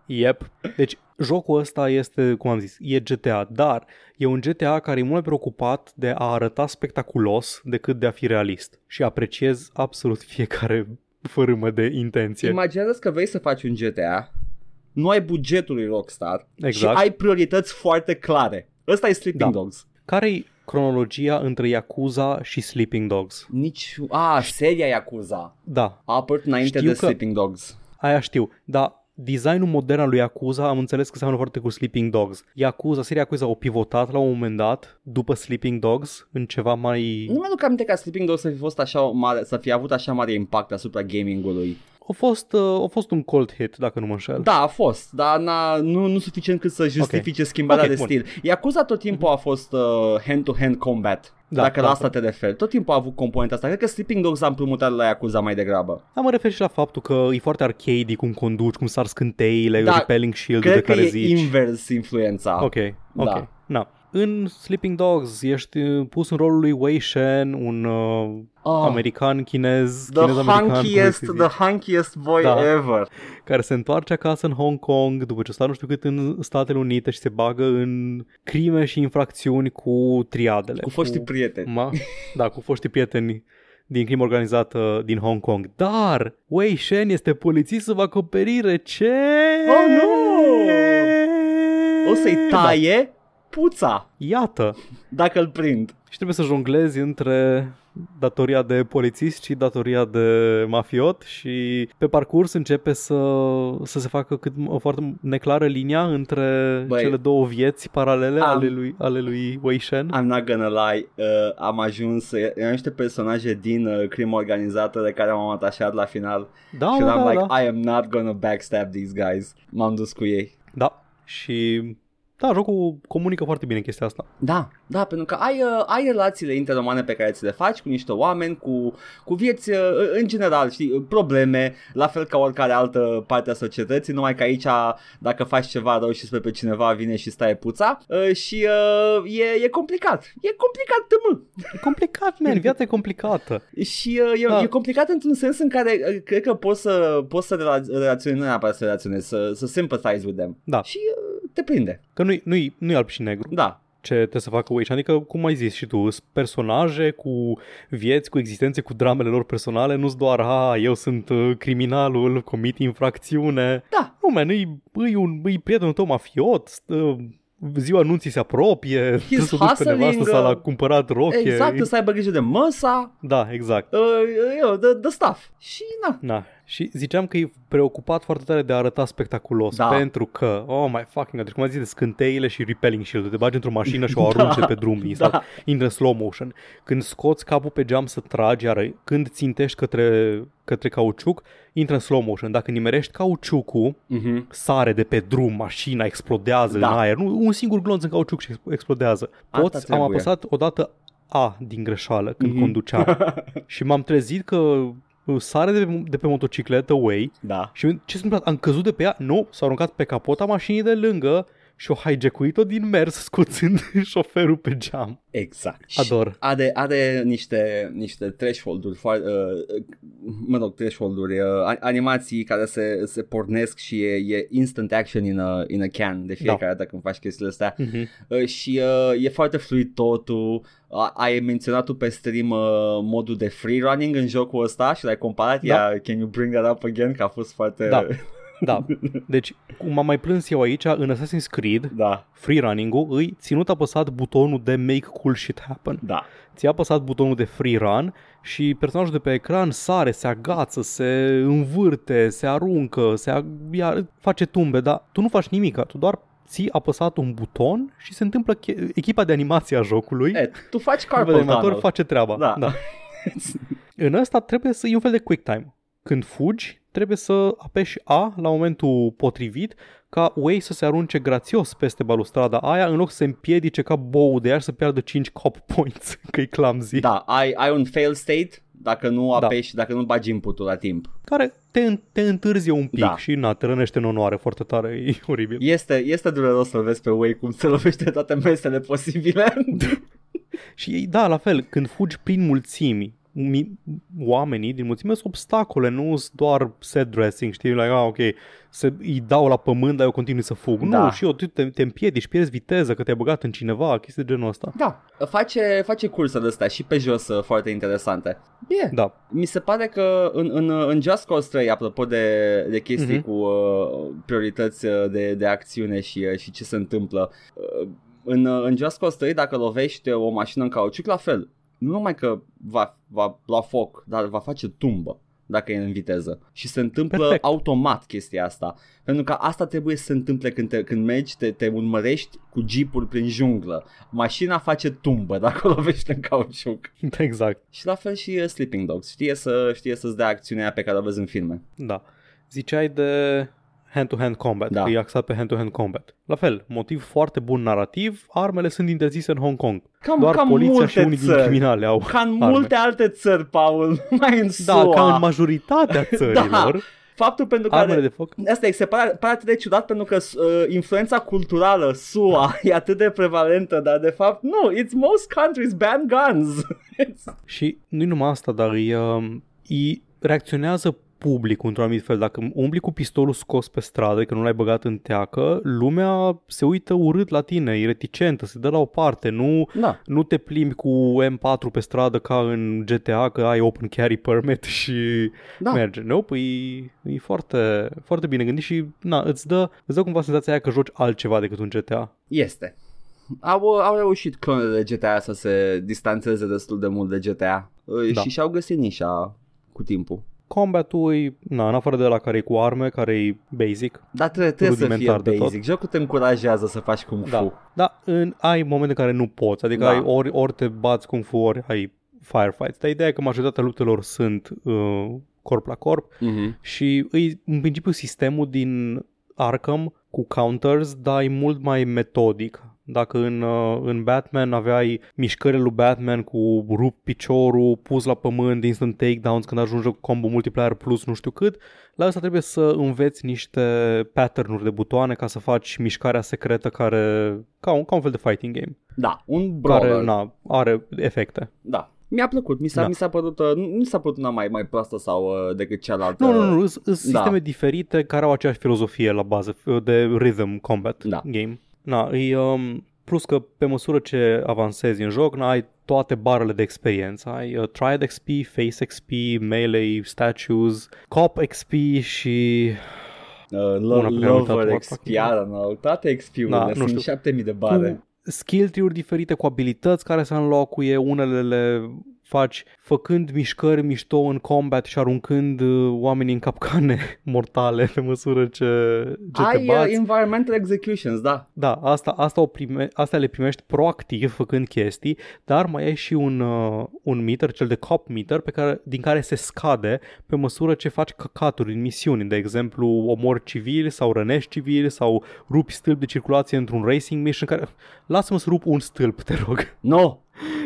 Speaker 2: Yep. Deci jocul ăsta este, cum am zis, e GTA, dar e un GTA care e mult mai preocupat de a arăta spectaculos decât de a fi realist. Și apreciez absolut fiecare fărâmă de intenție.
Speaker 1: Imaginează-ți că vrei să faci un GTA, nu ai bugetul lui Rockstar
Speaker 2: Exact.
Speaker 1: și ai priorități foarte clare. Ăsta e Sleeping
Speaker 2: Da.
Speaker 1: Dogs.
Speaker 2: Care-i cronologia între Yakuza și Sleeping Dogs?
Speaker 1: Nici... A, seria Yakuza
Speaker 2: Da,
Speaker 1: a apărut înainte
Speaker 2: Știu
Speaker 1: de
Speaker 2: că-
Speaker 1: Sleeping Dogs.
Speaker 2: Aia știu, dar designul modern al lui Yakuza am înțeles că seamănă foarte cu Sleeping Dogs. Yakuza, seria Yakuza au pivotat la un moment dat după Sleeping Dogs în ceva mai...
Speaker 1: Nu mi-aduc aminte ca Sleeping Dogs să fi, fost așa o mare, să fi avut așa mare impact asupra gamingului.
Speaker 2: A fost, uh, a fost un cold hit, dacă nu mă înșel.
Speaker 1: Da, a fost, dar n-a, nu, nu suficient cât să justifice schimbarea
Speaker 2: Ok,
Speaker 1: de
Speaker 2: bun.
Speaker 1: stil. Yakuza tot timpul a fost uh, hand-to-hand combat,
Speaker 2: Da,
Speaker 1: dacă la
Speaker 2: da,
Speaker 1: asta te referi. Tot timpul a avut componenta asta. Cred că Sleeping Dogs a împrumutat la Yakuza mai degrabă.
Speaker 2: Am mă refer și la faptul că e foarte arcade cum conduci, cum sar scânteile,
Speaker 1: Da,
Speaker 2: repelling shield-ul de
Speaker 1: Cred că
Speaker 2: care
Speaker 1: e
Speaker 2: zici.
Speaker 1: invers influența.
Speaker 2: Ok, ok.
Speaker 1: Da.
Speaker 2: Na. În Sleeping Dogs ești uh, pus în rolul lui Wei Shen, un uh,
Speaker 1: Ah,
Speaker 2: american chinez,
Speaker 1: The
Speaker 2: chinez-american, cum vrei
Speaker 1: hunkiest,
Speaker 2: să zici.
Speaker 1: the hunkiest boy
Speaker 2: Da.
Speaker 1: ever.
Speaker 2: care se întoarce acasă în Hong Kong după ce sta nu știu cât în Statele Unite și se bagă în crime și infracțiuni cu triadele.
Speaker 1: Cu foștii prieteni.
Speaker 2: ma, Da, cu foștii prieteni din crimă organizată din Hong Kong. Dar Wei Shen este polițist sub acoperire. Ce?
Speaker 1: Oh, nu! O să-i
Speaker 2: Da.
Speaker 1: taie puța
Speaker 2: Iată.
Speaker 1: dacă îl prind.
Speaker 2: Și trebuie să jonglezi între datoria de polițist și datoria de mafiot și pe parcurs începe să, să se facă cât m- foarte neclară linia între
Speaker 1: Băi,
Speaker 2: Băi, cele două vieți paralele
Speaker 1: am-
Speaker 2: ale lui, ale lui Wei Shen.
Speaker 1: I'm not gonna lie, uh, am ajuns să erau niște personaje din uh, crimă organizată de care m-am atașat la final
Speaker 2: da,
Speaker 1: și
Speaker 2: da,
Speaker 1: eram
Speaker 2: da,
Speaker 1: like,
Speaker 2: da.
Speaker 1: I am not gonna backstab these guys. M-am dus cu ei.
Speaker 2: da. Și da, jocul comunică foarte bine chestia asta.
Speaker 1: Da, da, pentru că ai, uh, ai relațiile interromane pe care ți le faci cu niște oameni, cu, cu vieți, uh, în general, știi, probleme, la fel ca oricare altă parte a societății, numai că aici, dacă faci ceva rău și spre pe cineva, vine și stai puța uh, și uh, e, e complicat. E complicat, tămâ.
Speaker 2: E complicat, man, viața e complicată.
Speaker 1: Și uh, e,
Speaker 2: Da.
Speaker 1: e complicat într-un sens în care uh, cred că poți să, poți să rela- relaționezi, nu neapărat să relaționezi, să, să sympathize with them.
Speaker 2: Da.
Speaker 1: Și uh, te prinde.
Speaker 2: Că nu-i, nu-i, nu-i alb și negru
Speaker 1: Da.
Speaker 2: ce trebuie să facă Witch. Adică, cum ai zis și tu, sunt personaje cu vieți, cu existențe, cu dramele lor personale, nu-s doar, a, eu sunt uh, criminalul, comit infracțiune.
Speaker 1: Da.
Speaker 2: Nu, man, îi, îi, un, îi prietenul tău mafiot, st- uh, ziua anunții se apropie, trebuie să duci pe
Speaker 1: hustling,
Speaker 2: nevastă
Speaker 1: uh,
Speaker 2: sa la cumpărat roche.
Speaker 1: Okay. Exact, să aibă grijă de măsa,
Speaker 2: Da, exact.
Speaker 1: uh, eu, de, de staff. Și na.
Speaker 2: Na. Și ziceam că e preocupat foarte tare de a arăta spectaculos,
Speaker 1: Da.
Speaker 2: pentru că, oh my fucking god, deci cum ai zis de scânteile și repelling shield, te bagi într-o mașină și o arunci
Speaker 1: Da.
Speaker 2: pe drum instant.
Speaker 1: Da.
Speaker 2: intră în slow motion. Când scoți capul pe geam să tragi, iar când țintești către, către cauciuc, intră în slow motion. Dacă nimerești cauciucul,
Speaker 1: Mm-hmm.
Speaker 2: sare de pe drum, mașina explodează
Speaker 1: Da.
Speaker 2: da. în aer, nu, un singur glonț în cauciuc și ex- explodează.
Speaker 1: Asta
Speaker 2: Poți, am
Speaker 1: trebuie.
Speaker 2: apăsat odată A din greșeală când
Speaker 1: Mhm.
Speaker 2: mm-hmm. conduceam și m-am trezit că uh, sare de pe, de pe motocicletă away
Speaker 1: Da.
Speaker 2: și ce s-a întâmplat? Am căzut de pe ea? Nu, s-a aruncat pe capota mașinii de lângă și o hijackuit-o din mers scoțând șoferul pe geam.
Speaker 1: Exact. Și
Speaker 2: Ador.
Speaker 1: Are, are niște, niște threshold-uri, foarte, uh, mă rog, threshold-uri, uh, a- animații care se, se pornesc și e, e instant action in a, in a can de fiecare da. dată când faci chestiile astea.
Speaker 2: Mm-hmm.
Speaker 1: Uh, și uh, e foarte fluid totul. A- ai menționat tu pe stream uh, modul de free running în jocul ăsta și l-ai comparat.
Speaker 2: Da.
Speaker 1: Yeah, can you bring that up again? Că a fost foarte...
Speaker 2: Da. Da. Deci, cum am mai plâns eu aici, în Assassin's Creed,
Speaker 1: da,
Speaker 2: free running-ul, îi ținut apăsat butonul de make cool shit happen.
Speaker 1: da.
Speaker 2: Ți-a apăsat butonul de free run și personajul de pe ecran sare, se agață, se învârte, se aruncă, se ag- iar, face tumbe, dar tu nu faci nimic, tu doar ții apăsat un buton și se întâmplă che- echipa de animație a jocului.
Speaker 1: E, tu faci carpal
Speaker 2: Animator
Speaker 1: tunnel.
Speaker 2: face treaba.
Speaker 1: Da.
Speaker 2: da. În ăsta trebuie să e un fel de quick time. Când fugi, trebuie să apeși A la momentul potrivit ca Way să se arunce grațios peste balustrada aia în loc să se împiedice ca bou de ea și să piardă 5 cop points, că e clumsy.
Speaker 1: da, ai, ai un fail state dacă nu
Speaker 2: Da.
Speaker 1: apeși, dacă nu bagi input-ul la timp.
Speaker 2: Care te, te întârzie un pic
Speaker 1: Da.
Speaker 2: și na, te rănește în onoare foarte tare, e oribil.
Speaker 1: Este, este dureros să vezi pe Way cum se lovește toate mesele posibile.
Speaker 2: Și ei, da, la fel, când fugi prin mulțimi, mi- oamenii din mulțime sunt obstacole, nu sunt doar set dressing, știi, like, ah, ok, se, îi dau la pământ, dar eu continui să fug.
Speaker 1: Da.
Speaker 2: Nu, și eu, tu te, te împiedici, pierzi viteză, că te-ai băgat în cineva, chestii de genul ăsta.
Speaker 1: da. Face, face cursele astea și pe jos uh, foarte interesante. Yeah.
Speaker 2: Da,
Speaker 1: Mi se pare că în, în, în Just Cause 3, apropo de, de chestii
Speaker 2: Mhm.
Speaker 1: cu uh, priorități uh, de, de acțiune și, uh, și ce se întâmplă, uh, în, uh, în Just Cause 3, dacă lovești o mașină în cauciuc, la fel, nu numai că va, va lua foc, dar va face tumbă dacă e în viteză și se întâmplă
Speaker 2: Perfect.
Speaker 1: automat chestia asta pentru că asta trebuie să se întâmple când, te, când mergi, te, te urmărești cu jeepuri prin junglă mașina face tumbă dacă o lovești în cauciuc
Speaker 2: exact,
Speaker 1: și la fel și uh, Sleeping Dogs. Știe, să, știe să-ți dea acțiunea pe care o vezi în filme.
Speaker 2: da. Ziceai de hand-to-hand combat,
Speaker 1: Da.
Speaker 2: da. că e axat pe hand-to-hand combat. La fel, motiv foarte bun narativ, armele sunt interzise în Hong Kong.
Speaker 1: Cam,
Speaker 2: Doar
Speaker 1: cam
Speaker 2: poliția
Speaker 1: multe
Speaker 2: și unii din
Speaker 1: țări.
Speaker 2: criminale au
Speaker 1: Ca în multe alte țări, Paul, mai în
Speaker 2: Da,
Speaker 1: SUA.
Speaker 2: ca în majoritatea
Speaker 1: Da.
Speaker 2: țărilor,
Speaker 1: Faptul pentru
Speaker 2: da, armele
Speaker 1: care...
Speaker 2: de foc
Speaker 1: Asta e, se pare, pare atât de ciudat pentru că uh, influența culturală SUA e atât de prevalentă, dar de fapt nu, it's most countries ban guns. It's-
Speaker 2: Și nu numai asta, dar îi, um, îi reacționează publicul într-un anumit fel. Dacă umbli cu pistolul scos pe stradă, că nu l-ai băgat în teacă, lumea se uită urât la tine, e reticentă, se dă la o parte, nu,
Speaker 1: da.
Speaker 2: nu te plimbi cu M4 pe stradă ca în GTA, că ai open carry permit și
Speaker 1: Da.
Speaker 2: da. merge. Nope, e, e foarte, foarte bine gândit și na, îți, dă, îți dă cumva senzația aia că joci altceva decât un GTA.
Speaker 1: Este. Au, uh, au reușit clonele de GTA să se distanțeze destul de mult de GTA uh,
Speaker 2: Da.
Speaker 1: și și-au găsit nișa cu timpul.
Speaker 2: Combat-ul, e, na, în afară de la care e cu arme, care e basic,
Speaker 1: Dar trebuie, trebuie să fie
Speaker 2: Rudimentar de
Speaker 1: basic.
Speaker 2: tot.
Speaker 1: Jocul te încurajează să faci kung fu.
Speaker 2: Da, da în, ai momente în care nu poți, adică
Speaker 1: Da.
Speaker 2: da. ai ori, ori te bați cum fu, ori ai firefights, dar ideea e că majoritatea luptelor sunt uh, corp la corp
Speaker 1: Mhm.
Speaker 2: și îi, în principiu sistemul din Arkham cu counters, dar e mult mai metodic. Dacă în, uh, în Batman aveai mișcările lui Batman cu rup piciorul, pus la pământ, instant takedowns când ajunge cu combo multiplayer plus nu știu cât, la asta trebuie să înveți niște pattern-uri de butoane ca să faci mișcarea secretă care, ca un, ca un fel de fighting game,
Speaker 1: da, un
Speaker 2: care
Speaker 1: brawler.
Speaker 2: na, are efecte.
Speaker 1: Da. Mi-a plăcut, mi s-a,
Speaker 2: Da.
Speaker 1: mi s-a părut, uh, nu mi s-a părut una mai, mai proastă sau uh, decât cealaltă.
Speaker 2: Nu, nu, nu, nu, sunt
Speaker 1: da.
Speaker 2: sisteme diferite care au aceeași filozofie la bază f- de rhythm combat
Speaker 1: Da.
Speaker 2: game. Na, e, um, plus că pe măsură ce avansezi în joc, na, ai toate barele de experiență. Ai uh, Triad XP, Face XP, Melee, Statues, Cop XP și
Speaker 1: Uh,
Speaker 2: Una
Speaker 1: lo-
Speaker 2: pe care am uitat-o,
Speaker 1: lover,
Speaker 2: mă,
Speaker 1: XP, no, toate XP-urile,
Speaker 2: Da,
Speaker 1: da,
Speaker 2: nu știu.
Speaker 1: sunt 7000 de bare.
Speaker 2: cu skill tree-uri diferite, cu abilități care se înlocuie, unele le faci făcând mișcări mișto în combat și aruncând uh, oamenii în capcane mortale pe măsură ce, ce te
Speaker 1: Ai uh,
Speaker 2: bați.
Speaker 1: environmental executions, da.
Speaker 2: Da, asta, asta o prime, astea le primești proactiv făcând chestii, dar mai ai și un, uh, un meter, cel de cop meter, pe care, din care se scade pe măsură ce faci căcaturi în misiuni. De exemplu, omori civili sau rănești civili sau rupi stâlp de circulație într-un racing mission care... Lasă-mă să rup un stâlp, te rog.
Speaker 1: No,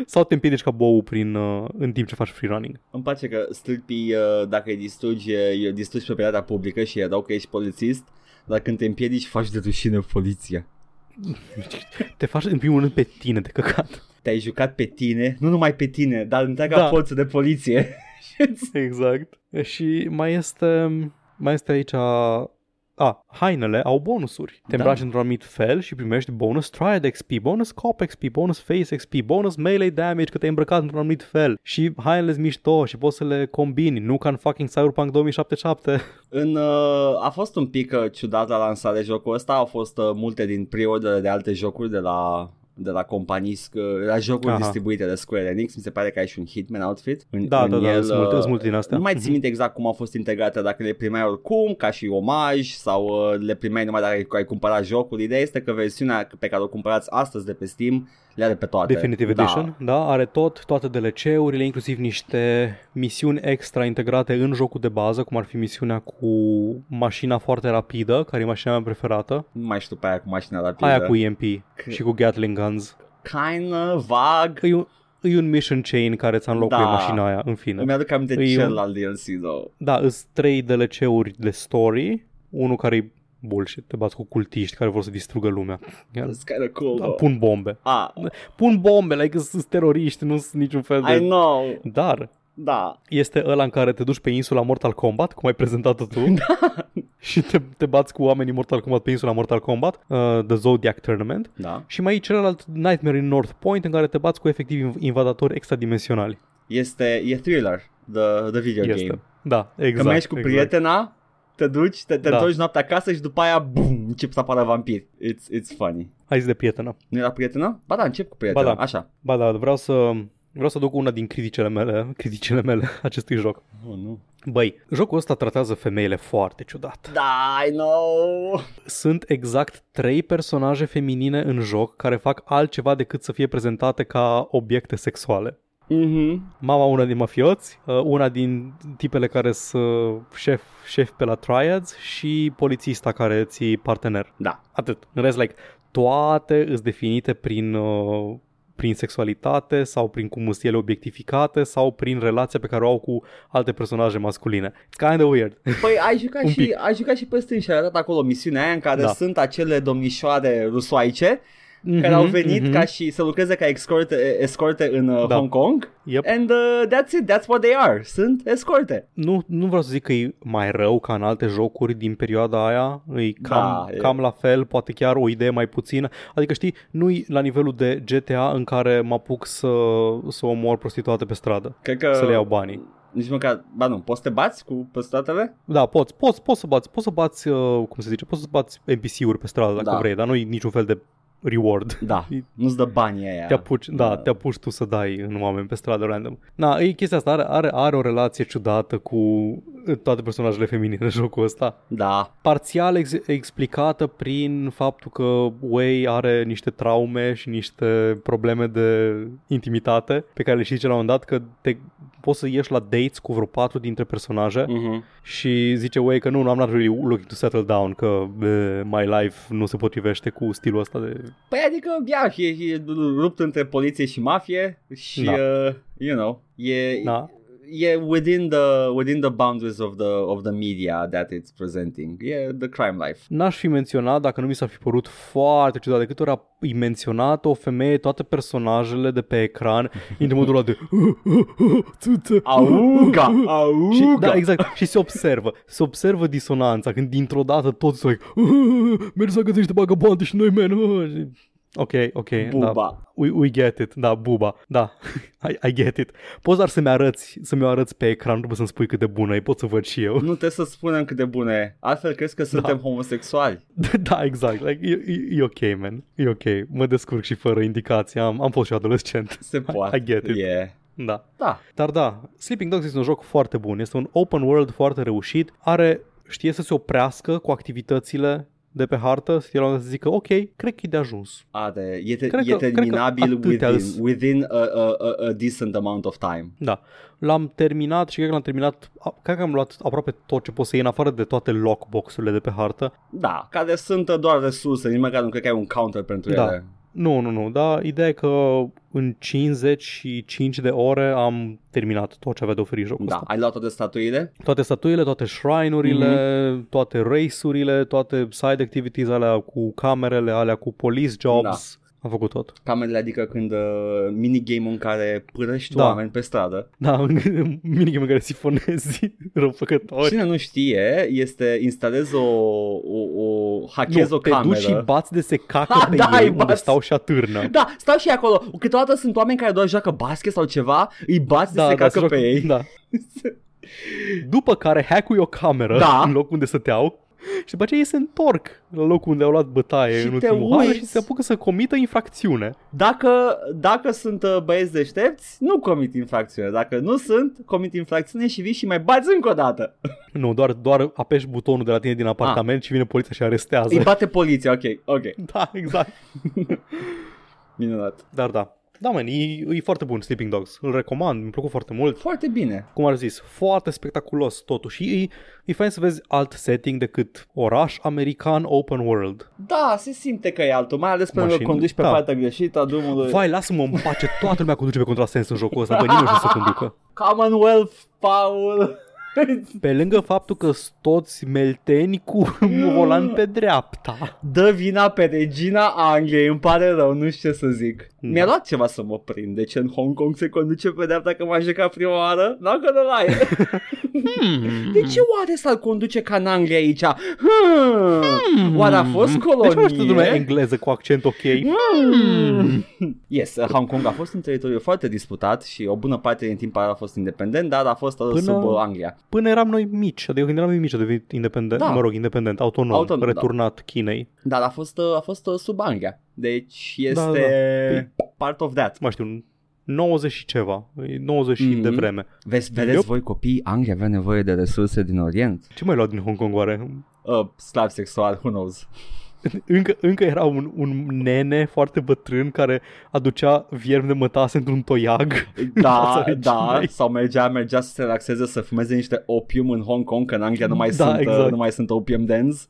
Speaker 2: Sau te împiedici ca bou prin, uh, în timp ce faci free running.
Speaker 1: Îmi place că stâlpii, uh, dacă îi distrugi, uh, îi distrugi pe piața publică și îi dau că ești polițist, dar când te împiedici, faci de rușine poliția.
Speaker 2: Te faci în primul rând pe tine de căcat.
Speaker 1: Te-ai jucat pe tine, nu numai pe tine, dar întreaga
Speaker 2: Da.
Speaker 1: da. forță de poliție.
Speaker 2: Exact. Și mai este, mai este aici... A, hainele au bonusuri.
Speaker 1: Da.
Speaker 2: Te îmbraci într-un anumit fel și primești bonus Triad XP, bonus Cop XP, bonus Face XP, bonus Melee Damage că te-ai îmbrăcat într-un anumit fel. Și hainele sunt mișto și poți să le combini, nu ca în fucking Cyberpunk 2077.
Speaker 1: În, uh, a fost un pic uh, ciudat la lansare jocul ăsta, au fost uh, multe din preordere de alte jocuri de la de la companii, sc- de la jocuri
Speaker 2: Aha.
Speaker 1: Aha. distribuite de Square Enix, mi se pare că ai și un Hitman outfit. În,
Speaker 2: Da,
Speaker 1: în
Speaker 2: da, da,
Speaker 1: el,
Speaker 2: sunt multe,
Speaker 1: uh,
Speaker 2: sunt multe din astea.
Speaker 1: Nu mai
Speaker 2: Mhm.
Speaker 1: țin minte exact cum au fost integrate, dacă le primeai oricum, ca și omaj, sau uh, le primeai numai dacă ai- ai cumpărat jocul. Ideea este că versiunea pe care o cumpărați astăzi de pe Steam le are pe toate.
Speaker 2: Definitive
Speaker 1: Da.
Speaker 2: Edition, da. are tot, toate DLC-urile, inclusiv niște misiuni extra integrate în jocul de bază, cum ar fi misiunea cu mașina foarte rapidă, care e mașina mea preferată,
Speaker 1: Nu mai știu pe aia cu mașina rapidă.
Speaker 2: aia cu EMP și cu Gatling Guns.
Speaker 1: Kinda vag.
Speaker 2: E un, e un mission chain care ți înlocuie
Speaker 1: Da.
Speaker 2: mașina aia, în fine.
Speaker 1: Îmi aduc aminte
Speaker 2: E un-
Speaker 1: celălalt DLC, though.
Speaker 2: Da, îs trei DLC-uri de story, unul care e bullshit, te bați cu cultiști care vor să distrugă lumea. Iar-
Speaker 1: It's kinda cool,
Speaker 2: Da,
Speaker 1: though.
Speaker 2: pun bombe.
Speaker 1: Ah,
Speaker 2: Pun bombe, like sunt teroriști, nu sunt niciun
Speaker 1: I
Speaker 2: fel de...
Speaker 1: know,
Speaker 2: Dar
Speaker 1: da.
Speaker 2: este ăla în care te duci pe insula Mortal Kombat, cum ai prezentat-o tu, da. și te, te bați cu oamenii Mortal Kombat pe insula Mortal Kombat, uh, The Zodiac Tournament,
Speaker 1: Da.
Speaker 2: și mai e celălalt Nightmare in North Point, în care te bați cu efectiv inv- invadatori extradimensionali.
Speaker 1: Este, e thriller, the, the video
Speaker 2: Este.
Speaker 1: game.
Speaker 2: Da, exact.
Speaker 1: Când mai ești cu
Speaker 2: exact.
Speaker 1: prietena, te duci, te, te
Speaker 2: Da.
Speaker 1: întorci noaptea acasă și după aia, bum, încep să apară vampiri. It's, it's funny.
Speaker 2: Hai zis de prietena.
Speaker 1: Nu era prietena? Ba da, încep cu prietena,
Speaker 2: Ba
Speaker 1: ba
Speaker 2: da.
Speaker 1: da. așa.
Speaker 2: Ba da, vreau să, vreau să aduc una din criticele mele, criticele mele acestui joc.
Speaker 1: Oh, nu.
Speaker 2: Băi, jocul ăsta tratează femeile foarte ciudat.
Speaker 1: Da, I know.
Speaker 2: Sunt exact trei personaje feminine în joc care fac altceva decât să fie prezentate ca obiecte sexuale.
Speaker 1: Mhm.
Speaker 2: Mama una din mafioți, uh, una din tipele care sunt șef, șef pe la Triads și polițista care ți partener.
Speaker 1: Da.
Speaker 2: Atât. În rest, like, toate îs definite prin, uh, prin sexualitate sau prin cum sunt ele obiectificate sau prin relația pe care o au cu alte personaje masculine. It's kind of weird.
Speaker 1: Păi ai jucat,
Speaker 2: Un
Speaker 1: și,
Speaker 2: pic.
Speaker 1: ai jucat și pe stângi și ai arătat acolo misiunea aia în care
Speaker 2: Da.
Speaker 1: da. sunt acele domnișoare rusoaice care
Speaker 2: Mhm, Mm-hmm,
Speaker 1: au venit ca și să lucreze ca escorte, escorte în uh,
Speaker 2: Da.
Speaker 1: Hong Kong.
Speaker 2: Yep.
Speaker 1: And uh, that's it, that's what they are. Sunt escorte.
Speaker 2: nu, nu vreau să zic că e mai rău ca în alte jocuri din perioada aia, e
Speaker 1: Da,
Speaker 2: cam,
Speaker 1: e-
Speaker 2: cam la fel, poate chiar o idee mai puțină. Adică știi, nu e la nivelul de GTA în care mă apuc să, să omor prostituate pe stradă,
Speaker 1: Cred că...
Speaker 2: să le iau banii.
Speaker 1: Nici măcar, ba nu, poți să te bați cu păstratele?
Speaker 2: Da, poți, poți, poți să bați, poți să bați, uh, cum se zice, poți să bați NPC-uri pe stradă dacă
Speaker 1: Da.
Speaker 2: vrei, dar nu e niciun fel de reward.
Speaker 1: Da, nu-ți dă banii aia.
Speaker 2: Te apuci, da, te apuci tu să dai în oameni pe stradă random. Na, e chestia asta, are, are, are o relație ciudată cu toate personajele feminine în jocul ăsta.
Speaker 1: Da,
Speaker 2: parțial ex- explicată prin faptul că Wei are niște traume și niște probleme de intimitate pe care le știi la un moment dat că te, poți să ieși la dates cu vreo patru dintre personaje
Speaker 1: uh-huh.
Speaker 2: și zice Wei că nu, I'm not really looking to settle down, că eh, my life nu se potrivește cu stilul ăsta de...
Speaker 1: Păi adică, ia, e, e rupt între poliție și mafie și,
Speaker 2: Da.
Speaker 1: uh, you know, e,
Speaker 2: Da.
Speaker 1: e within the within the boundaries of the of the media that it's presenting. E the crime life.
Speaker 2: N-aș fi menționat dacă nu mi s-ar fi părut foarte ciudat de câte ori a îi menționat o femeie toate personajele de pe ecran în modul ăla de
Speaker 1: Auga, auga.
Speaker 2: și, da, exact, și se observă, se observă disonanța când dintr-o dată toți sunt like, mergi să găsești bagabante și noi, man, uh, și- Ok, ok, da.
Speaker 1: Buba.
Speaker 2: We, we get it, da, buba, da, I, I get it. Poți doar să-mi arăți, să-mi o arăți pe ecran, nu trebuie să-mi spui cât de bună e, pot să văd și eu.
Speaker 1: Nu trebuie să spunem cât de bune e. Altfel crezi că suntem homosexuali.
Speaker 2: Da, exact. Like, e, e, e ok, man. E ok. Mă descurc și fără indicații. Am, am fost și adolescent.
Speaker 1: Se poate.
Speaker 2: I get it.
Speaker 1: E.
Speaker 2: Da.
Speaker 1: Da.
Speaker 2: Dar da, Sleeping Dogs este un joc foarte bun. Este un open world foarte reușit. Are, știe să se oprească cu activitățile de pe hartă, să fie la un moment dat să zică, ok, cred că e de ajuns.
Speaker 1: A, de, e, te,
Speaker 2: Cred că-
Speaker 1: e
Speaker 2: cred că
Speaker 1: terminabil
Speaker 2: atâtea
Speaker 1: within,
Speaker 2: sunt.
Speaker 1: within a, a, a, a decent amount of time.
Speaker 2: Da. L-am terminat și cred că l-am terminat, a- cred că am luat aproape tot ce poți să iei, în afară de toate lockbox-urile de pe hartă.
Speaker 1: Da, care sunt uh, doar resurse, nici măcar nu cred că ai un counter pentru
Speaker 2: Da.
Speaker 1: ele.
Speaker 2: Nu, nu, nu, dar ideea e că în 55 de ore am terminat tot ce avea de oferit jocul
Speaker 1: Da,
Speaker 2: ăsta.
Speaker 1: ai luat toate statuile?
Speaker 2: toate statuile, toate shrine-urile,
Speaker 1: Mhm.
Speaker 2: mm-hmm. toate race-urile, toate side activities alea cu camerele, alea cu police jobs. Da. Am făcut tot.
Speaker 1: Camerele, adică când uh, minigame-ul în care pârăști
Speaker 2: Da.
Speaker 1: oameni pe stradă.
Speaker 2: Da, în minigame în care sifonezi răufăcători.
Speaker 1: Cine nu știe, este instalezi o, o, o hackezi o
Speaker 2: te
Speaker 1: cameră.
Speaker 2: duci și bați de se cacă
Speaker 1: Ha,
Speaker 2: pe
Speaker 1: da,
Speaker 2: ei
Speaker 1: îi
Speaker 2: unde
Speaker 1: bați.
Speaker 2: stau și atârnă.
Speaker 1: Da, stau și acolo. Câteodată sunt oameni care doar joacă basket sau ceva, îi bați da, se cacă
Speaker 2: joacă-
Speaker 1: pe ei.
Speaker 2: Da. După care hackui o cameră
Speaker 1: Da.
Speaker 2: în locul unde stăteau și după aceea ei se întorc la locul unde au luat bătaie
Speaker 1: Și
Speaker 2: în
Speaker 1: te
Speaker 2: ultimul har
Speaker 1: uiți.
Speaker 2: și se apucă să comită infracțiune.
Speaker 1: Dacă, dacă sunt uh, băieți deștepți, nu comit infracțiune. Dacă nu sunt, comit infracțiune și vii și mai bați încă o dată.
Speaker 2: Nu, doar, doar apeși butonul de la tine din apartament și vine poliția și arestează.
Speaker 1: Îi bate poliția, ok, ok.
Speaker 2: Da, exact.
Speaker 1: Minunat.
Speaker 2: Dar da. Da, man, e, e foarte bun Sleeping Dogs. Îl recomand, mi-a plăcut foarte mult.
Speaker 1: Foarte bine.
Speaker 2: Cum am zis, foarte spectaculos totuși. E, e fain să vezi alt setting decât oraș american open world.
Speaker 1: Da, se simte că e altul, mai ales pentru că
Speaker 2: Mașini.
Speaker 1: conduci pe
Speaker 2: Da.
Speaker 1: partea greșită a drumului.
Speaker 2: Vai, lasă-mă în pace, toată lumea conduce pe contrasens în jocul ăsta, bă, nimeni nu știe să conducă.
Speaker 1: Commonwealth, Paul.
Speaker 2: Pe lângă faptul că sunt toți melteni cu un volan pe dreapta.
Speaker 1: Dă vina pe regina Angliei, îmi pare rău, nu știu ce să zic.
Speaker 2: Da.
Speaker 1: Mi-a luat ceva să mă prind, de ce în Hong Kong se conduce pe dreapta că m-a jucat prima oară? N-am că nu l
Speaker 2: Hmm.
Speaker 1: De ce oare s-ar conduce ca în Anglia aici? Hmm. Oare a fost
Speaker 2: De ce Deci nu știu lumea
Speaker 1: colonie?
Speaker 2: engleză cu accent ok?
Speaker 1: Hmm. Yes, Hong Kong a fost un teritoriu foarte disputat și o bună parte din timp a fost independent, dar a fost Până... sub uh, Anglia.
Speaker 2: Până eram noi mici, adică când eram noi mici a devenit independent,
Speaker 1: Da.
Speaker 2: da. mă rog, independent, autonom,
Speaker 1: Autonom, da.
Speaker 2: autonom returnat da. Chinei.
Speaker 1: Dar a fost, uh, a fost uh, sub Anglia. Deci
Speaker 2: Da, da,
Speaker 1: este part of that.
Speaker 2: Mai știu, 90 și ceva, e 90 mm-hmm.
Speaker 1: Mhm.
Speaker 2: de vreme.
Speaker 1: Vezi, vedeți
Speaker 2: Yup.
Speaker 1: voi copii, Anglia avea nevoie de resurse din Orient.
Speaker 2: Ce mai luat din Hong Kong oare?
Speaker 1: Uh, slav sexual, who knows.
Speaker 2: Încă, încă era un, un nene foarte bătrân care aducea viermi de mătase într-un toiag.
Speaker 1: Da,
Speaker 2: Fața
Speaker 1: da,
Speaker 2: reginei.
Speaker 1: sau mergea, mergea să se relaxeze, să fumeze niște opium în Hong Kong, că în Anglia nu mai,
Speaker 2: Da,
Speaker 1: sunt, uh,
Speaker 2: exact.
Speaker 1: nu mai sunt opium dens.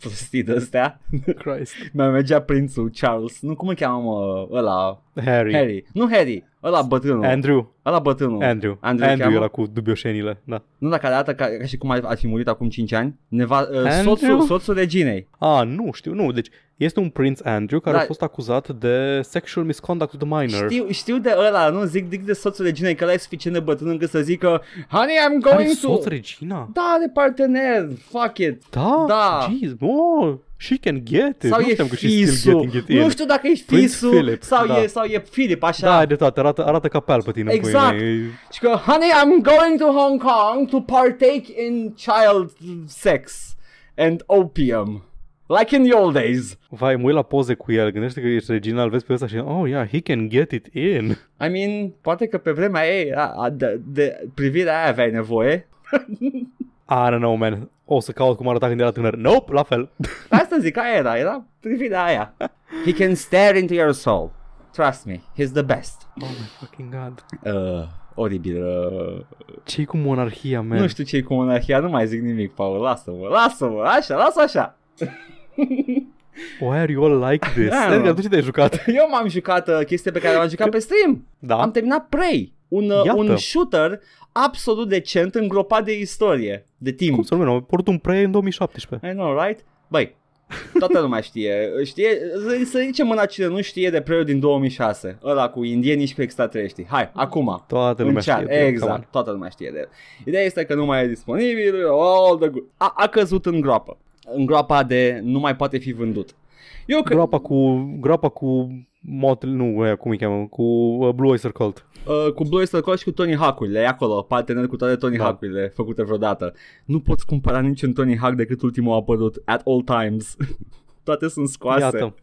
Speaker 1: Prostii de astea.
Speaker 2: Christ.
Speaker 1: Mai mergea prințul Charles, nu cum îl cheamă mă, ăla,
Speaker 2: Harry. Harry.
Speaker 1: Harry. Nu Harry, ăla bătrânul, And-
Speaker 2: Andrew.
Speaker 1: ăla bătrânul. And-
Speaker 2: Andrew.
Speaker 1: Andrew
Speaker 2: Andrew, Andrew
Speaker 1: cheamă?
Speaker 2: era cu dubioșenile, da.
Speaker 1: nu dacă arată ca, ca și cum ar, ar fi murit acum 5 ani. Neva, uh,
Speaker 2: Andrew?
Speaker 1: soțul, soțul reginei.
Speaker 2: A, nu, știu, nu, deci este un prinț Andrew care
Speaker 1: Da.
Speaker 2: da. a fost acuzat de sexual misconduct with a minor.
Speaker 1: Știu, știu de ăla, nu zic, zic de soțul reginei că ăla e suficient de bătrân încât să zică Honey, I'm
Speaker 2: Care
Speaker 1: going to...
Speaker 2: soț regina?
Speaker 1: Da, are partener, fuck it.
Speaker 2: Da,
Speaker 1: Da.
Speaker 2: Jeez, oh, she can get it.
Speaker 1: Sau
Speaker 2: nu
Speaker 1: e
Speaker 2: știam că she's still
Speaker 1: fisul.
Speaker 2: getting it in.
Speaker 1: Nu știu dacă e
Speaker 2: Prince
Speaker 1: fisul
Speaker 2: Philip,
Speaker 1: sau,
Speaker 2: da.
Speaker 1: e, sau e Philip, așa.
Speaker 2: Da, ai dreptate, arată, arată ca Palpatine
Speaker 1: Exact.
Speaker 2: în pâine. E-
Speaker 1: Și că, honey, I'm going to Hong Kong to partake in child sex and opium. Like in the old days.
Speaker 2: Vai, mă uit la poze cu el, gândește că ești regina, îl vezi pe ăsta și oh, yeah, he can get it in.
Speaker 1: I mean, poate că pe vremea ei, a, a, de, de privirea aia aveai nevoie.
Speaker 2: I don't know, man. O să caut cum arăta când era tânăr. Nope, la fel.
Speaker 1: Asta zic, aia era, era privirea aia. He can stare into your soul. Trust me, he's the best.
Speaker 2: Oh my fucking god.
Speaker 1: Uh, oribil. Uh,
Speaker 2: ce cu monarhia, man?
Speaker 1: nu știu ce cu monarhia, nu mai zic nimic, Paul, lasă-mă, lasă-mă, așa, lasă așa.
Speaker 2: Why are you all like this?
Speaker 1: Da, mă.
Speaker 2: Edgar, tu ce te-ai jucat?
Speaker 1: Eu m-am jucat uh, chestia pe care am jucat pe stream.
Speaker 2: Da.
Speaker 1: Am terminat Prey. un, uh,
Speaker 2: Iată.
Speaker 1: un shooter absolut decent îngropat de istorie, de timp.
Speaker 2: Cum să nu numim? Am apărut un pre în 2017.
Speaker 1: I know, right? Băi, toată lumea știe. știe să, să zicem mâna cine nu știe de preiul din 2006. Ăla cu indienii și cu extraterestrii. Hai, acum.
Speaker 2: Toată
Speaker 1: În
Speaker 2: lumea
Speaker 1: chat,
Speaker 2: știe. de-
Speaker 1: exact,
Speaker 2: Cam-
Speaker 1: toată lumea știe de el. Ideea este că nu mai e disponibil, all the good. A, a căzut în groapă. În groapa de nu mai poate fi vândut. Eu cred,
Speaker 2: Groapa cu, groapa cu Mot, nu, aia, cum îi cheamă, cu uh, Blue Oyster Cult.
Speaker 1: uh, cu Blue Oyster Cult și cu Tony Hawk-urile, e acolo, partener cu toate Tony
Speaker 2: Da.
Speaker 1: Hawk-urile făcute vreodată. Nu poți cumpăra niciun Tony Hawk decât ultimul apărut, at all times. toate sunt scoase.
Speaker 2: Iată.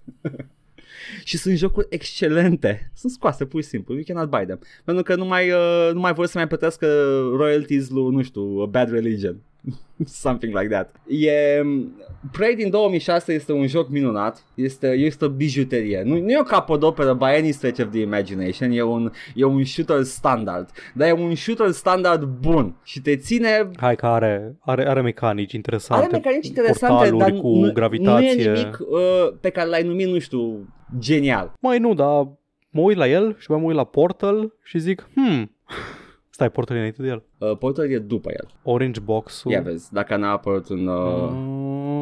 Speaker 1: Și sunt jocuri excelente. Sunt scoase, pur și simplu. You cannot buy them. Pentru că nu mai, uh, nu mai vor să mai plătească royalties lui, nu știu, uh, Bad Religion. Something like that. E, um, Prey din 2006 este un joc minunat. Este, este o bijuterie. Nu, nu e o capodoperă by any stretch of the imagination. E un, e un shooter standard. Dar e un shooter standard bun. Și te ține
Speaker 2: Hai că are, are, are mecanici interesante.
Speaker 1: are mecanici interesante,
Speaker 2: portaluri
Speaker 1: dar
Speaker 2: cu
Speaker 1: nu, nu
Speaker 2: gravitație.
Speaker 1: e nimic uh, pe care l-ai numit, nu știu, genial.
Speaker 2: Mai nu, dar mă uit la el și mă uit la Portal și zic, hmm, stai, Portal e înainte de el.
Speaker 1: Uh, Portal e după el.
Speaker 2: Orange Box-ul.
Speaker 1: Ia vezi, dacă n-a apărut în... Uh...
Speaker 2: Mm,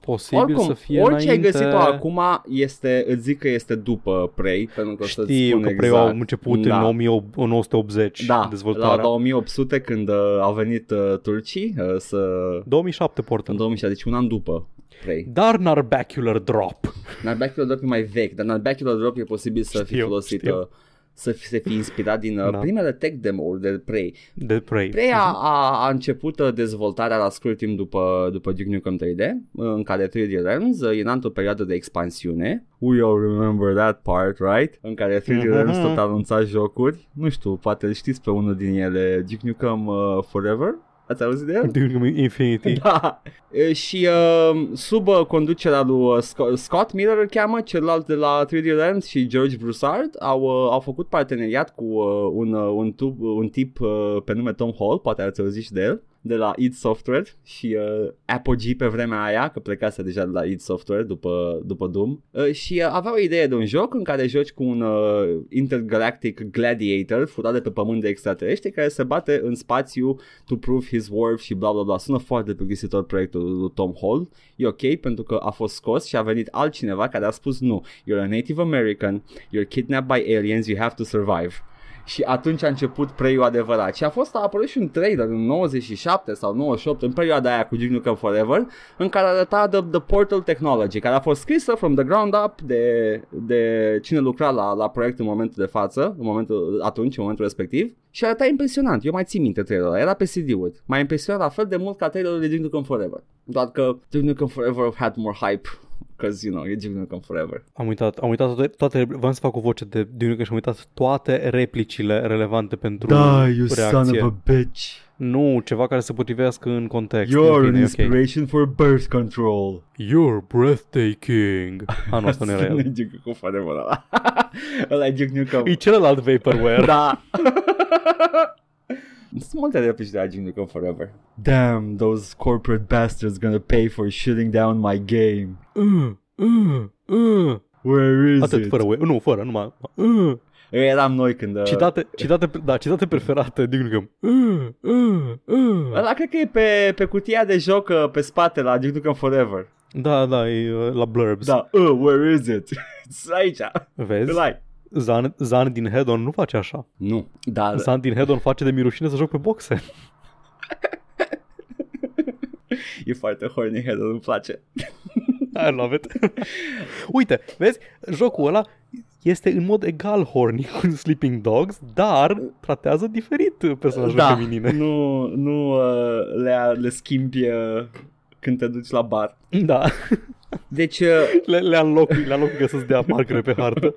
Speaker 2: Posibil
Speaker 1: Oricum,
Speaker 2: să fie
Speaker 1: orice ai
Speaker 2: înainte.
Speaker 1: găsit-o acum, este, îți zic că este după Prey, pentru că o să
Speaker 2: Știu că
Speaker 1: spun
Speaker 2: exact. au început
Speaker 1: Da.
Speaker 2: da. în 1980
Speaker 1: da, la,
Speaker 2: dezvoltarea.
Speaker 1: la 1800 când uh, au venit uh, turcii uh, să...
Speaker 2: 2007
Speaker 1: În
Speaker 2: Portal.
Speaker 1: 2006, deci un an după Prey.
Speaker 2: Dar Narbacular Drop.
Speaker 1: Narbacular Drop e mai vechi, dar Narbacular Drop e posibil să fi
Speaker 2: Știu,
Speaker 1: folosit,
Speaker 2: știu.
Speaker 1: uh, să fi, să fi inspirat din uh,
Speaker 2: Da.
Speaker 1: primele tech demo-uri de Prey.
Speaker 2: De Prey.
Speaker 1: Prey Păi, a, a, a început uh, dezvoltarea la scurt timp după, după Duke Nukem 3D, în care 3D Realms uh, era într-o perioadă de expansiune. We all remember that part, right? În care 3D
Speaker 2: Mhm.
Speaker 1: Realms tot anunța jocuri. Nu știu, poate îl știți pe unul din ele, Duke Nukem uh, Forever? Ați auzit de el?
Speaker 2: Duke Nukem Infinity.
Speaker 1: Da. E, Și uh, sub uh, conducerea lui uh, Sco- Scott Miller îl cheamă, celălalt de la 3D Realms și George Broussard au, uh, au făcut parteneriat cu uh, un, uh, un, tub, un tip uh, pe nume Tom Hall, poate ați auzit și de el de la id Software și uh, Apogee pe vremea aia, că plecase deja de la id Software după, după Doom uh, și uh, avea o idee de un joc în care joci cu un uh, intergalactic gladiator furat de pe pământ de extraterestri care se bate în spațiu to prove his worth și bla bla bla. Sună foarte plictisitor proiectul lui Tom Hall. E ok pentru că a fost scos și a venit altcineva care a spus nu, you're a Native American, you're kidnapped by aliens, you have to survive. Și atunci a început preiul adevărat. Și a fost a apărut și un trailer în 97 sau 98, în perioada aia cu Duke Nukem Forever, în care arăta The, the Portal Technology, care a fost scrisă from the ground up de, de cine lucra la, la proiect în momentul de față, în momentul, atunci, în momentul respectiv, și arăta impresionant. Eu mai țin minte trailerul ăla, era pe CD-uri. M-a impresionat la fel de mult ca trailerul de Duke Nukem Forever. Doar că Duke Nukem Forever had more hype, because, you know, e Duke Nukem Forever.
Speaker 2: Am uitat, am uitat toate, toate vreau să fac o voce de Duke Nukem și am uitat toate replicile relevante pentru
Speaker 1: Da,
Speaker 2: reacție.
Speaker 1: bitch.
Speaker 2: Nu, ceva care se potrivească în context.
Speaker 1: You're an
Speaker 2: în fine, e ok.
Speaker 1: inspiration for birth control.
Speaker 2: You're breathtaking. Ah, nu, asta nu era
Speaker 1: Nu e
Speaker 2: el.
Speaker 1: Duke Nukem Forever ăla. Ăla e Duke Nukem.
Speaker 2: E celălalt vaporware.
Speaker 1: Da. Sunt multe replici de la Duke Nukem Forever. Damn, those corporate bastards gonna pay for shutting down my game.
Speaker 2: Uh, uh, uh.
Speaker 1: Where is
Speaker 2: Atât, fără, we- nu, fără, numai. Uh.
Speaker 1: Eram noi când... uh,
Speaker 2: Citate, citate, da, citate preferate Duke Nukem. Uh, uh, uh.
Speaker 1: Ăla cred că e pe, pe cutia de joc uh, pe spate la Duke Nukem Forever.
Speaker 2: Da, da, e uh, la blurbs.
Speaker 1: Da, uh, where is it? It's aici,
Speaker 2: Vezi?
Speaker 1: îl ai.
Speaker 2: Zan, Zan din Hedon nu face așa.
Speaker 1: Nu, Da, dar...
Speaker 2: Zan din Hedon face de mirușine să joc pe boxe.
Speaker 1: E foarte horny head, îmi place.
Speaker 2: I love it. Uite, vezi, jocul ăla este în mod egal horny cu Sleeping Dogs, dar tratează diferit personajele
Speaker 1: da,
Speaker 2: feminine.
Speaker 1: nu, nu uh, le, le schimbi uh, când te duci la bar.
Speaker 2: Da,
Speaker 1: Deci, uh,
Speaker 2: le, le înlocui, le înlocui ca să-ți dea marcăre pe hartă.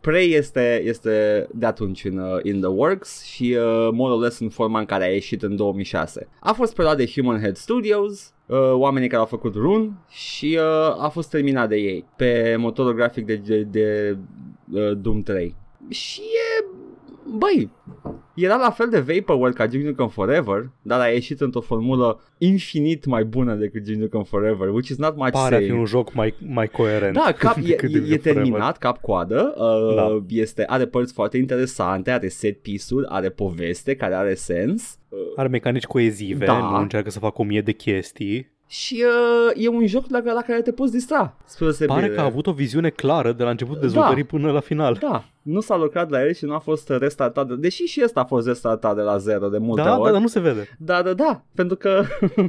Speaker 1: Prey este, este de atunci în, uh, in the works și uh, more or less în forma în care a ieșit în 2006. A fost preluat de Human Head Studios, uh, oamenii care au făcut Rune și uh, a fost terminat de ei pe motorul grafic de, de, de uh, Doom 3. Și e băi, era la fel de vaporware ca Duke Nukem Forever, dar a ieșit într-o formulă infinit mai bună decât Duke Nukem Forever, which is not much
Speaker 2: Pare a fi
Speaker 1: saying.
Speaker 2: un joc mai, mai coerent.
Speaker 1: Da, cap, e,
Speaker 2: decât
Speaker 1: e,
Speaker 2: Duke
Speaker 1: e
Speaker 2: Nukem Forever.
Speaker 1: terminat, cap coadă, uh,
Speaker 2: Da.
Speaker 1: este, are părți foarte interesante, are set piece-uri, are poveste care are sens. Uh,
Speaker 2: Are mecanici coezive,
Speaker 1: Da.
Speaker 2: nu încearcă să facă o mie de chestii.
Speaker 1: și uh, e un joc la, la care te poți distra. Spre deosebire.
Speaker 2: Pare că a avut o viziune clară de la începutul dezvoltării până la final.
Speaker 1: Da, nu s-a lucrat la el și nu a fost restartat, de- deși și ăsta a fost restartat de la zero de multe
Speaker 2: Da, da,
Speaker 1: ori.
Speaker 2: dar nu se vede.
Speaker 1: Da, da, da, pentru că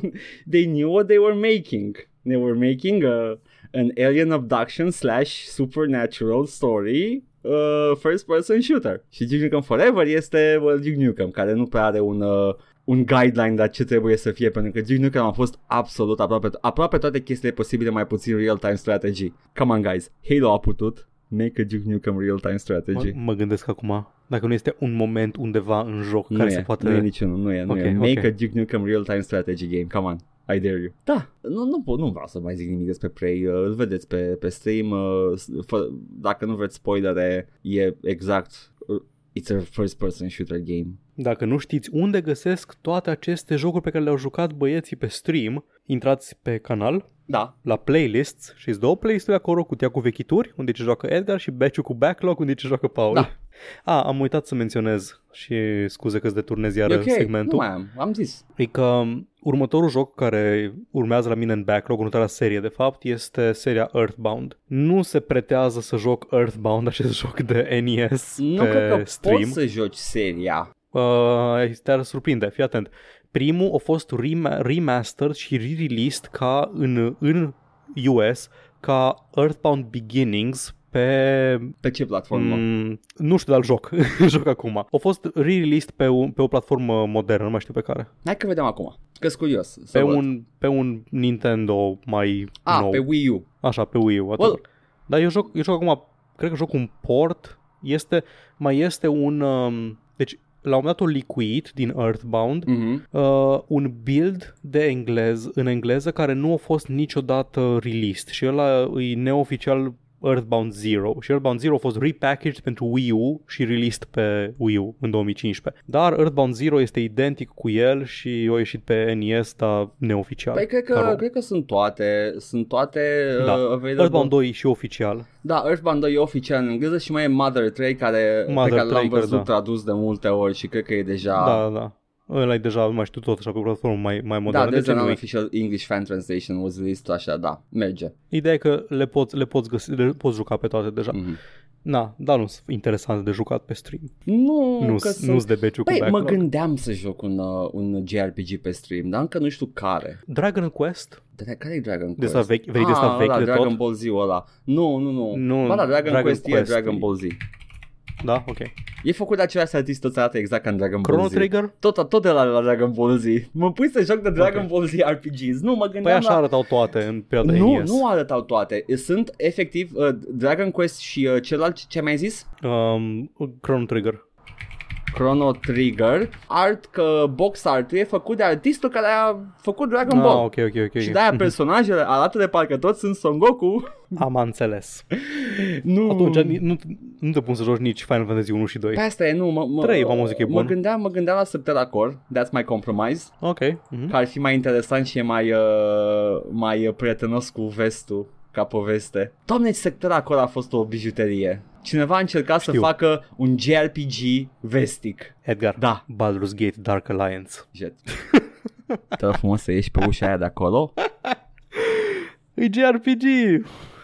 Speaker 1: they knew what they were making. They were making a, an alien abduction slash supernatural story uh, first person shooter. Și Duke Nukem Forever este well, Duke Nukem, care nu prea are un, uh, un guideline la ce trebuie să fie, pentru că Duke Nukem a fost absolut aproape, aproape toate chestiile posibile, mai puțin real-time strategy. Come on, guys, Halo a putut. Make a Duke Nukem real-time strategy.
Speaker 2: Mă, mă gândesc acum, dacă nu este un moment undeva în joc
Speaker 1: Nu
Speaker 2: care
Speaker 1: e,
Speaker 2: se poate...
Speaker 1: nu e niciunul, nu e, nu
Speaker 2: Ok,
Speaker 1: e. Make
Speaker 2: ok.
Speaker 1: a Duke Nukem real-time strategy game, come on. I dare you. Da, nu, nu, pot, nu vreau să mai zic nimic despre Prey, uh, îl vedeți pe, pe stream, uh, s- fă, dacă nu vreți spoilere, e exact, uh, it's a first person shooter game.
Speaker 2: Dacă nu știți unde găsesc toate aceste jocuri pe care le-au jucat băieții pe stream, intrați pe canal,
Speaker 1: Da,
Speaker 2: la playlists și două playlist-uri acolo, cutia cu vechituri, unde ce joacă Edgar și Beciu cu Backlog, unde ce joacă Paul.
Speaker 1: Da.
Speaker 2: A, am uitat să menționez și scuze că-ți deturnez
Speaker 1: e
Speaker 2: iar
Speaker 1: ok,
Speaker 2: segmentul.
Speaker 1: nu mai am, am zis.
Speaker 2: E că următorul joc care urmează la mine în backlog, următoarea serie de fapt, este seria Earthbound. Nu se pretează să joc Earthbound, acest joc de NES
Speaker 1: Nu
Speaker 2: pe
Speaker 1: cred că
Speaker 2: stream.
Speaker 1: poți să joci seria.
Speaker 2: Uh, te-ar surprinde, fii atent. Primul a fost rema- remastered și re-released ca în, în US ca Earthbound Beginnings pe
Speaker 1: Pe ce platformă?
Speaker 2: Mm, nu știu, dar îl joc. Îl joc acum. A fost re-released pe, un, pe o platformă modernă, nu mai știu pe care.
Speaker 1: Hai că vedem acum, că curios. să
Speaker 2: Pe
Speaker 1: văd.
Speaker 2: un, pe un Nintendo mai
Speaker 1: A,
Speaker 2: nou.
Speaker 1: pe Wii U.
Speaker 2: Așa, pe Wii U.
Speaker 1: Well-
Speaker 2: Well. Dar eu joc, eu joc acum, cred că joc un port, este, mai este un, um, deci la un moment dat o licuit din Earthbound,
Speaker 1: Mhm.
Speaker 2: uh, un build de englez, în engleză care nu a fost niciodată released și ăla e neoficial Earthbound Zero și Earthbound Zero a fost repackaged pentru Wii U și released pe Wii U în 2015. Dar Earthbound Zero este identic cu el și a ieșit pe NES, dar neoficial.
Speaker 1: Păi cred
Speaker 2: Mă
Speaker 1: că,
Speaker 2: rog.
Speaker 1: cred că sunt toate, sunt toate
Speaker 2: Da.
Speaker 1: uh, available.
Speaker 2: Earthbound 2 e și oficial.
Speaker 1: Da, Earthbound 2 e oficial în engleză și mai e Mother 3 care,
Speaker 2: Mother
Speaker 1: pe care l-am
Speaker 2: 3,
Speaker 1: văzut
Speaker 2: cred, da.
Speaker 1: tradus de multe ori și cred că e deja...
Speaker 2: Da, da. da. Ăla e deja, nu mai știu tot așa, pe o platformă mai, mai
Speaker 1: da,
Speaker 2: modernă. Deci,
Speaker 1: there's
Speaker 2: ce
Speaker 1: an
Speaker 2: nu e?
Speaker 1: unofficial English fan translation was released așa, da, merge.
Speaker 2: Ideea e că le poți, le poți, găsi, le poți juca pe toate deja.
Speaker 1: Mhm.
Speaker 2: Na, dar nu sunt interesante de jucat pe stream.
Speaker 1: Nu,
Speaker 2: Nu,
Speaker 1: că
Speaker 2: s-
Speaker 1: sunt...
Speaker 2: nu-s de beciu cu
Speaker 1: Păi, mă
Speaker 2: backlog.
Speaker 1: gândeam să joc un, uh, un JRPG pe stream, dar încă nu știu care.
Speaker 2: Dragon Quest?
Speaker 1: Dar care e Dragon Quest?
Speaker 2: De asta vechi, vei de asta
Speaker 1: Ah,
Speaker 2: vechi
Speaker 1: ăla,
Speaker 2: de
Speaker 1: Dragon
Speaker 2: tot?
Speaker 1: Ball Z ăla. Nu, nu, nu.
Speaker 2: Nu,
Speaker 1: ba, da, Dragon,
Speaker 2: Dragon
Speaker 1: Quest,
Speaker 2: Quest
Speaker 1: e Dragon
Speaker 2: e-
Speaker 1: Ball Z.
Speaker 2: Da, ok.
Speaker 1: E făcut de același artist, tot arată exact ca în Dragon
Speaker 2: Chrono
Speaker 1: Ball Z.
Speaker 2: Trigger?
Speaker 1: Tot, tot de la, la Dragon Ball Z. Mă pui să joc de Dragon Ball Z RPGs. Nu, mă gândeam
Speaker 2: Păi
Speaker 1: la...
Speaker 2: așa arătau toate în perioada
Speaker 1: Nu,
Speaker 2: NES.
Speaker 1: nu arătau toate. Sunt efectiv uh, Dragon Quest și uh, celălalt, ce ai mai zis?
Speaker 2: Um, Chrono Trigger.
Speaker 1: Chrono Trigger. Art, că box art e făcut de artistul care a făcut Dragon
Speaker 2: Ah,
Speaker 1: Ball.
Speaker 2: ok, Mhm. ok, ok.
Speaker 1: Și da-
Speaker 2: ok.
Speaker 1: de-aia personajele arată de parcă toți sunt Son Goku.
Speaker 2: Am înțeles.
Speaker 1: Mm. Nu.
Speaker 2: Atunci ni- nu, nu te pun să joci nici Final Fantasy 1 și 2.
Speaker 1: Pe asta e, nu, mă, mă,
Speaker 2: Trei, v-am zis că e
Speaker 1: mă
Speaker 2: bun.
Speaker 1: gândeam, mă gândeam la Septera Core, That's My Compromise,
Speaker 2: Ok. mhm.
Speaker 1: că ar fi mai interesant și e mai, uh, mai uh, prietenos cu vestul ca poveste. Doamne, sectorul acolo a fost o bijuterie. Cineva a încercat să
Speaker 2: Știu.
Speaker 1: facă un JRPG vestic.
Speaker 2: Edgar.
Speaker 1: Da.
Speaker 2: Baldur's Gate Dark Alliance.
Speaker 1: Jet. Te rog frumos să ieși pe ușa aia de acolo.
Speaker 2: E JRPG!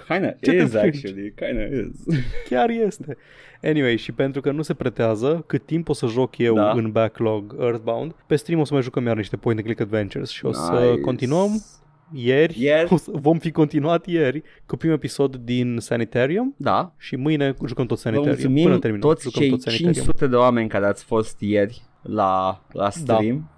Speaker 1: Kinda
Speaker 2: Ce te
Speaker 1: is,
Speaker 2: plângi?
Speaker 1: actually. Kinda is.
Speaker 2: Chiar este. Anyway, și pentru că nu se pretează cât timp o să joc eu
Speaker 1: Da.
Speaker 2: da. în backlog Earthbound, pe stream o să mai jucăm iar niște point-and-click adventures și o să
Speaker 1: Nice.
Speaker 2: continuăm ieri.
Speaker 1: Ieri.
Speaker 2: O să- Vom fi continuat ieri cu primul episod din Sanitarium
Speaker 1: Da.
Speaker 2: și mâine jucăm tot
Speaker 1: Vă
Speaker 2: Sanitarium.
Speaker 1: mulțumim
Speaker 2: până terminăm.
Speaker 1: toți
Speaker 2: jucăm
Speaker 1: cei
Speaker 2: tot Sanitarium.
Speaker 1: 500 de oameni care ați fost ieri la, la stream.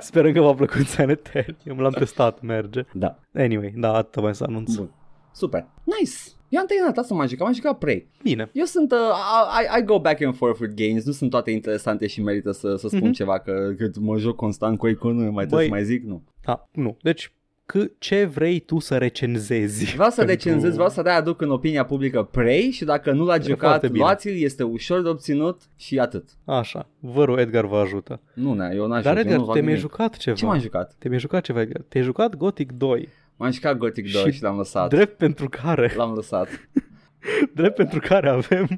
Speaker 2: Sperăm că v-a plăcut Sanitarium. L-am testat, merge.
Speaker 1: Da.
Speaker 2: Anyway, da, atât mai să anunț.
Speaker 1: Bun. Super. Nice. Eu am terminat asta magică, am jucat Prey.
Speaker 2: Bine.
Speaker 1: Eu sunt, uh, I, I go back and forth with games, nu sunt toate interesante și merită să, să spun
Speaker 2: Mhm.
Speaker 1: ceva, că, că mă joc constant cu Econo, mai trebuie
Speaker 2: Băi.
Speaker 1: să mai zic, nu.
Speaker 2: Da, nu. Deci, c- ce vrei tu să recenzezi.
Speaker 1: Vreau să
Speaker 2: pentru-
Speaker 1: recenzez, vreau să de-aia aduc în opinia publică Prey și dacă nu l-a
Speaker 2: foarte
Speaker 1: jucat,
Speaker 2: bine.
Speaker 1: luați-l, este ușor de obținut și atât.
Speaker 2: Așa, vă rog, Edgar vă ajută.
Speaker 1: Nu, ne, eu n-aș
Speaker 2: Dar
Speaker 1: eu
Speaker 2: Edgar,
Speaker 1: nu fac
Speaker 2: te-mi-ai
Speaker 1: nimic.
Speaker 2: jucat ceva.
Speaker 1: Ce m-am jucat?
Speaker 2: Te-mi-ai jucat ceva, Edgar. Te-ai jucat Gothic 2.
Speaker 1: M-am jucat Gothic 2 și,
Speaker 2: Și
Speaker 1: l-am lăsat.
Speaker 2: Drept pentru care,
Speaker 1: L-am lăsat.
Speaker 2: drept pentru care
Speaker 1: Da.
Speaker 2: avem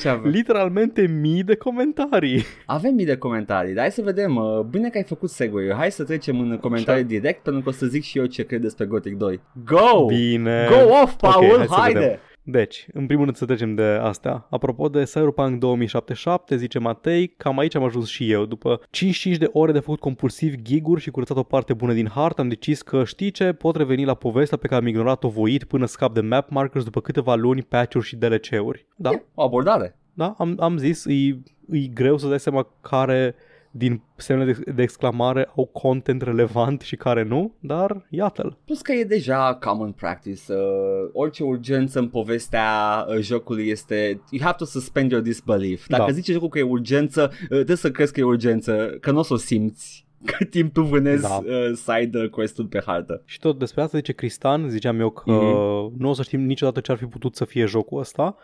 Speaker 1: Ce avem?
Speaker 2: literalmente mii de comentarii.
Speaker 1: Avem mii de comentarii, dar hai să vedem. uh, Bine că ai făcut segue Hai să trecem în comentarii direct, pentru că o să zic și eu ce cred despre Gothic 2. Go!
Speaker 2: Bine.
Speaker 1: Go off, Paul!
Speaker 2: hai să
Speaker 1: Haide!
Speaker 2: vedem. Deci, în primul rând să trecem de astea. Apropo de Cyberpunk 2077, zice Matei, cam aici am ajuns și eu. După 55 de ore de făcut compulsiv giguri și curățat o parte bună din hartă, am decis că știi ce, pot reveni la povestea pe care am ignorat-o voit până scap de map markers după câteva luni, patch-uri și DLC-uri. Da,
Speaker 1: E O abordare.
Speaker 2: da, am, am zis, e, e greu să dai seama care din semnele de, de exclamare au content relevant și care nu, dar iată-l.
Speaker 1: Plus că e deja common practice. Uh, orice urgență în povestea uh, jocului este... You have to suspend your disbelief. Dacă
Speaker 2: Da.
Speaker 1: zice jocul că e urgență, uh, trebuie să crezi că e urgență, că nu o să o simți cât timp tu vânezi
Speaker 2: Da.
Speaker 1: uh, side quest-ul pe hartă.
Speaker 2: Și tot despre asta zice Cristian, ziceam eu că mm-hmm. nu o să știm niciodată ce ar fi putut să fie jocul ăsta.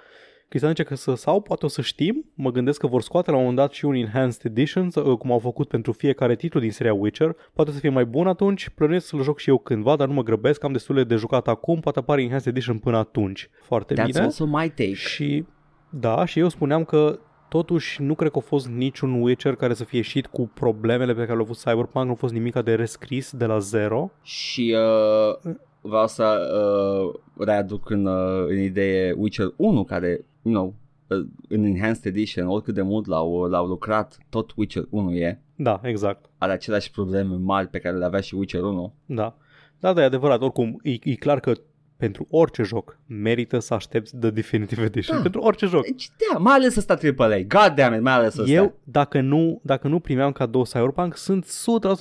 Speaker 2: Cristian zice că să, sau poate o să știm, mă gândesc că vor scoate la un moment dat și un Enhanced Edition, sau, cum au făcut pentru fiecare titlu din seria Witcher, poate o să fie mai bun atunci, plănuiesc să-l joc și eu cândva, dar nu mă grăbesc, am destule de jucat acum, poate apare Enhanced Edition până atunci. Foarte
Speaker 1: That's
Speaker 2: bine.
Speaker 1: also my take.
Speaker 2: Și da, și eu spuneam că totuși nu cred că a fost niciun Witcher care să fie ieșit cu problemele pe care le-au avut Cyberpunk, nu a fost nimic de rescris de la zero.
Speaker 1: Și uh, vreau să uh, readuc în, uh, în idee Witcher 1 care, you know, uh, în Enhanced Edition, oricât de mult l-au, l-au lucrat, tot Witcher 1 e,
Speaker 2: Da, exact.
Speaker 1: are aceleași probleme mari pe care le avea și Witcher 1.
Speaker 2: Da, da, da, e adevărat. Oricum, e, e clar că pentru orice joc merită să aștepți The Definitive Edition.
Speaker 1: Da.
Speaker 2: Da. Pentru orice joc.
Speaker 1: Deci, da, mai ales ăsta AAA, god damn it, mai ales ăsta.
Speaker 2: Eu, dacă nu, dacă nu primeam cadou Cyberpunk, sunt 100%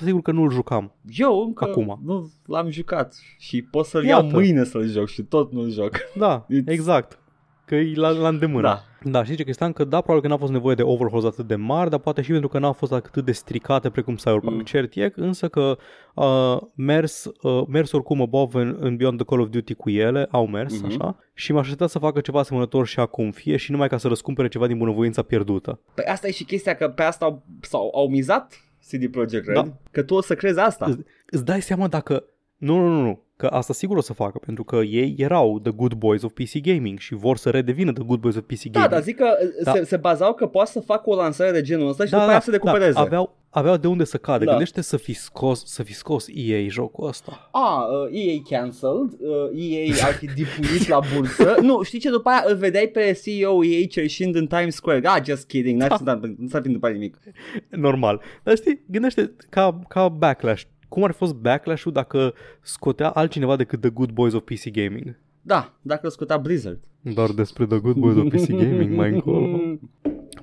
Speaker 2: sigur că nu-l jucam.
Speaker 1: eu încă
Speaker 2: Acum.
Speaker 1: nu l-am jucat și pot să-l
Speaker 2: Iată.
Speaker 1: iau mâine să-l joc și tot nu-l joc.
Speaker 2: Da,
Speaker 1: It's-
Speaker 2: exact. Că e la, la îndemână.
Speaker 1: Da.
Speaker 2: Da, și zice Cristian că da, probabil că n-a fost nevoie de overhauls atât de mari, dar poate și pentru că n-a fost atât de stricate precum Cyberpunk.
Speaker 1: Mm.
Speaker 2: Mm. Cert e, însă că uh, mers, uh, mers oricum above în, în Beyond the Call of Duty cu ele, au mers,
Speaker 1: Mhm.
Speaker 2: mm-hmm. așa, și m-aș aștepta să facă ceva asemănător și acum, fie și numai ca să răscumpere ceva din bunăvoința pierdută.
Speaker 1: Păi asta e și chestia că pe asta au, sau, au mizat CD Projekt Red,
Speaker 2: Da.
Speaker 1: că tu o să crezi asta.
Speaker 2: Îți dai seama dacă... Nu, nu, nu, nu, că asta sigur o să facă, pentru că ei erau the good boys of PC Gaming și vor să redevină the good boys of PC
Speaker 1: Da,
Speaker 2: Gaming.
Speaker 1: dar zic că da.
Speaker 2: Da.
Speaker 1: se, se bazau că poate să facă o lansare de genul ăsta și da, după aia să recupereze. Da, avea...
Speaker 2: aveau, aveau de unde să cadă.
Speaker 1: Da.
Speaker 2: Da. Gândește să fi scos, să fi scos EA jocul ăsta.
Speaker 1: A, uh, EA cancelled, uh, EA ar fi dipuit la bursă. nu, știi ce? După aia îl vedeai pe CEO EA cerșind în Times Square. Ah, just kidding, n-ar fi- nu s-ar fi întâmplat nimic.
Speaker 2: Normal. Dar știi, gândește ca, ca backlash. Cum ar fi fost backlash-ul dacă scotea altcineva decât The Good Boys of PC Gaming?
Speaker 1: Da, dacă îl scuta Blizzard.
Speaker 2: Doar despre The Good Boys of PC Gaming mai încolo.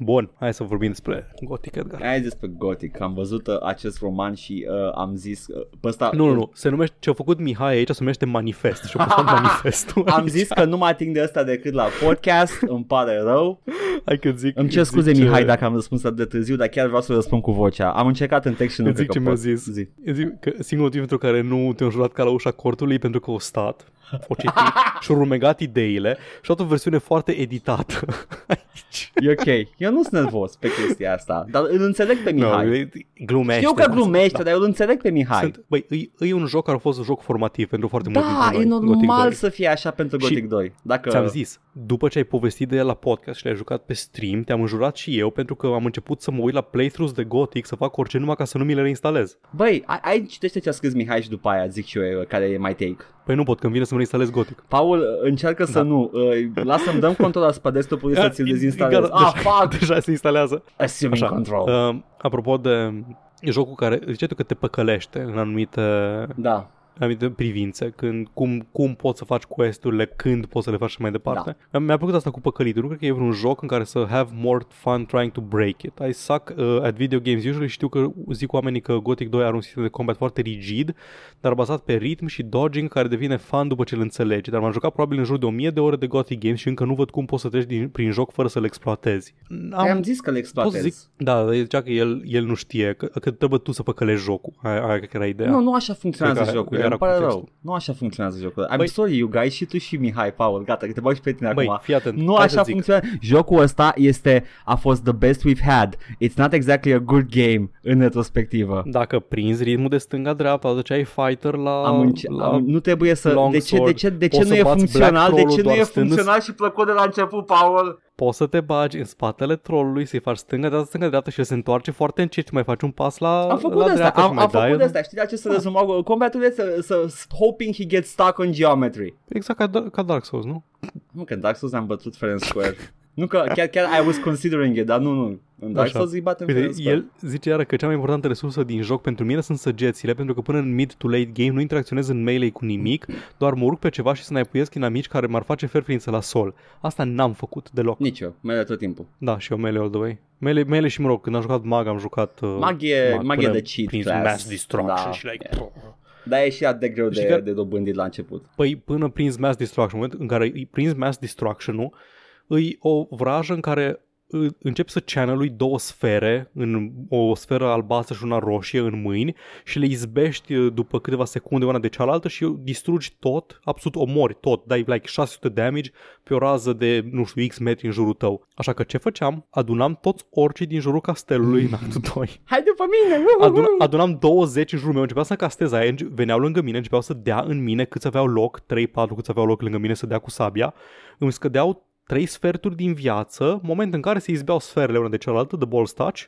Speaker 2: Bun, hai să vorbim despre Gothic Edgar.
Speaker 1: Aia e despre Gothic, am văzut uh, acest roman și uh, am zis uh, pe ăsta...
Speaker 2: Nu, nu, nu. Se numește, ce-a făcut Mihai aici se numește Manifest. Și-a postat manifestul.
Speaker 1: Am zis că nu mă ating de ăsta decât la podcast, îmi pare rău.
Speaker 2: Hai că zic.
Speaker 1: Îmi cer
Speaker 2: zic
Speaker 1: scuze,
Speaker 2: ce-
Speaker 1: Mihai, dacă am răspuns atât de târziu, dar chiar vreau să răspund cu vocea. Am încercat în text și nu
Speaker 2: Îți
Speaker 1: cred
Speaker 2: zic
Speaker 1: că
Speaker 2: ce mi-a
Speaker 1: pot.
Speaker 2: zis.
Speaker 1: Zi.
Speaker 2: Eu Zic că singurul motiv pentru care nu te-am jurat ca la ușa cortului e pentru că o stat, o citit și-o rumegat ideile și o versiune foarte editată aici.
Speaker 1: E ok. Eu nu sunt nervos pe chestia asta, dar îl înțeleg pe Mihai.
Speaker 2: No, e- glumește.
Speaker 1: Știu că
Speaker 2: lasă,
Speaker 1: glumește,
Speaker 2: da.
Speaker 1: dar eu îl înțeleg pe Mihai.
Speaker 2: Sunt, băi, e, e, un joc care a fost un joc formativ pentru foarte mult
Speaker 1: da, e
Speaker 2: dintre noi, Gothic
Speaker 1: normal
Speaker 2: 2.
Speaker 1: să fie așa pentru
Speaker 2: Și
Speaker 1: Gothic 2. Dacă...
Speaker 2: Ți-am zis, după ce ai povestit de el la podcast și le-ai jucat pe stream, te-am înjurat și eu pentru că am început să mă uit la playthroughs de Gothic să fac orice numai ca să nu mi le reinstalez.
Speaker 1: Băi, ai, ai citește ce a scris Mihai și după aia zic și eu uh, care e mai take.
Speaker 2: Păi nu pot, când vine să mă reinstalez Gothic.
Speaker 1: Paul, uh, încearcă
Speaker 2: Da.
Speaker 1: să nu. Uh, Lasă-mi dăm contul la spadestu până să ți-l
Speaker 2: Ah,
Speaker 1: dezinstalez.
Speaker 2: gata,
Speaker 1: Ah,
Speaker 2: deja,
Speaker 1: fuck!
Speaker 2: deja se instalează.
Speaker 1: Assuming control.
Speaker 2: Uh, apropo de jocul care ziceai tu că te păcălește în anumite,
Speaker 1: Da.
Speaker 2: în anumite privințe, când, cum, cum poți să faci quest-urile, când poți să le faci și mai departe. Da. Mi-a plăcut asta cu păcălitul. Nu cred că e vreun joc în care să have more fun trying to break it. I suck uh, at video games usually. Știu că zic oamenii că Gothic 2 are un sistem de combat foarte rigid, dar bazat pe ritm și dodging care devine fun după ce îl înțelegi. Dar m-am jucat probabil în jur de 1000 de ore de Gothic Games și încă nu văd cum poți să treci din, prin joc fără să-l exploatezi.
Speaker 1: Am, am zis că le
Speaker 2: Pot să
Speaker 1: exploatez.
Speaker 2: zic, da, dar el zicea că el, el nu știe, că, că trebuie tu să păcălești jocul. Aia, aia cred că era ideea.
Speaker 1: Nu, nu așa funcționează
Speaker 2: Cred că
Speaker 1: jocul.
Speaker 2: era era
Speaker 1: îmi pare
Speaker 2: contextul.
Speaker 1: rău. Nu așa funcționează jocul ăla. I'm
Speaker 2: Băi-
Speaker 1: sorry, you guys, și tu și Mihai, Paul, gata, că te bagi pe tine
Speaker 2: Băi,
Speaker 1: acum.
Speaker 2: fii atent.
Speaker 1: Nu
Speaker 2: hai
Speaker 1: așa
Speaker 2: să-ți zic.
Speaker 1: funcționează. Jocul ăsta este, a fost the best we've had. It's not exactly a good game în retrospectivă.
Speaker 2: Dacă prinzi ritmul de stânga-dreapta, deci ai fighter la...
Speaker 1: Am înce-
Speaker 2: la...
Speaker 1: am, nu trebuie să...
Speaker 2: long
Speaker 1: De ce, de
Speaker 2: sword.
Speaker 1: ce, de ce
Speaker 2: Poți
Speaker 1: nu
Speaker 2: să
Speaker 1: e
Speaker 2: bați
Speaker 1: funcțional?
Speaker 2: Black
Speaker 1: De ce
Speaker 2: Troll-ul
Speaker 1: nu e
Speaker 2: doar stând-
Speaker 1: funcțional și plăcut de la început, Paul?
Speaker 2: Poți să te bagi în spatele trollului, să-i faci stânga-dreapta, stânga-dreapta și el se întoarce foarte încet și mai faci un pas la,
Speaker 1: Am făcut
Speaker 2: la
Speaker 1: asta,
Speaker 2: dreapta și
Speaker 1: am,
Speaker 2: mai
Speaker 1: am
Speaker 2: dai.
Speaker 1: făcut asta. Știi de ce să rezumau combatul? e Să, să, hoping he gets stuck on geometry.
Speaker 2: Exact ca, ca Dark Souls, nu?
Speaker 1: Nu că în Dark Souls am bătut fair and square. nu că chiar, chiar I was considering it, dar nu, nu. În Dark
Speaker 2: Așa.
Speaker 1: Souls îi batem fair
Speaker 2: Uite,
Speaker 1: and square.
Speaker 2: el zice iară că cea mai importantă resursă din joc pentru mine sunt săgețile, pentru că până în mid to late game nu interacționez în melee cu nimic, doar mă urc pe ceva și să naipuiesc inamici care m-ar face ferfrință la sol. Asta n-am făcut deloc.
Speaker 1: Nici eu, mereu tot timpul.
Speaker 2: Da, și eu melee all the way. Melee, melee și mă rog, când am jucat mag, am jucat... Uh,
Speaker 1: Mag e, mag e
Speaker 2: până
Speaker 1: de cheat
Speaker 2: prins
Speaker 1: class.
Speaker 2: Mass Destruction
Speaker 1: Da.
Speaker 2: și like... păi,
Speaker 1: Yeah. Dar e și atât de greu
Speaker 2: Știi
Speaker 1: de,
Speaker 2: că-
Speaker 1: de dobândit la început.
Speaker 2: Păi până prins Mass Destruction, în momentul în care îi prins Mass Destruction-ul, îi o vrajă în care î- începi să channelui două sfere, în o sferă albastră și una roșie în mâini și le izbești uh, după câteva secunde una de cealaltă și distrugi tot, absolut omori tot, dai like 600 damage pe o rază de, nu știu, X metri în jurul tău. Așa că ce făceam? Adunam toți orcii din jurul castelului în actul 2.
Speaker 1: Hai după mine!
Speaker 2: Adun, adunam 20 în jurul meu, începeam să castez aia, înce- veneau lângă mine, începeau să dea în mine câți aveau loc, 3-4 câți aveau loc lângă mine să dea cu sabia, îmi scădeau 3 sferturi din viață, moment în care se izbeau sferele una de cealaltă, the balls touch,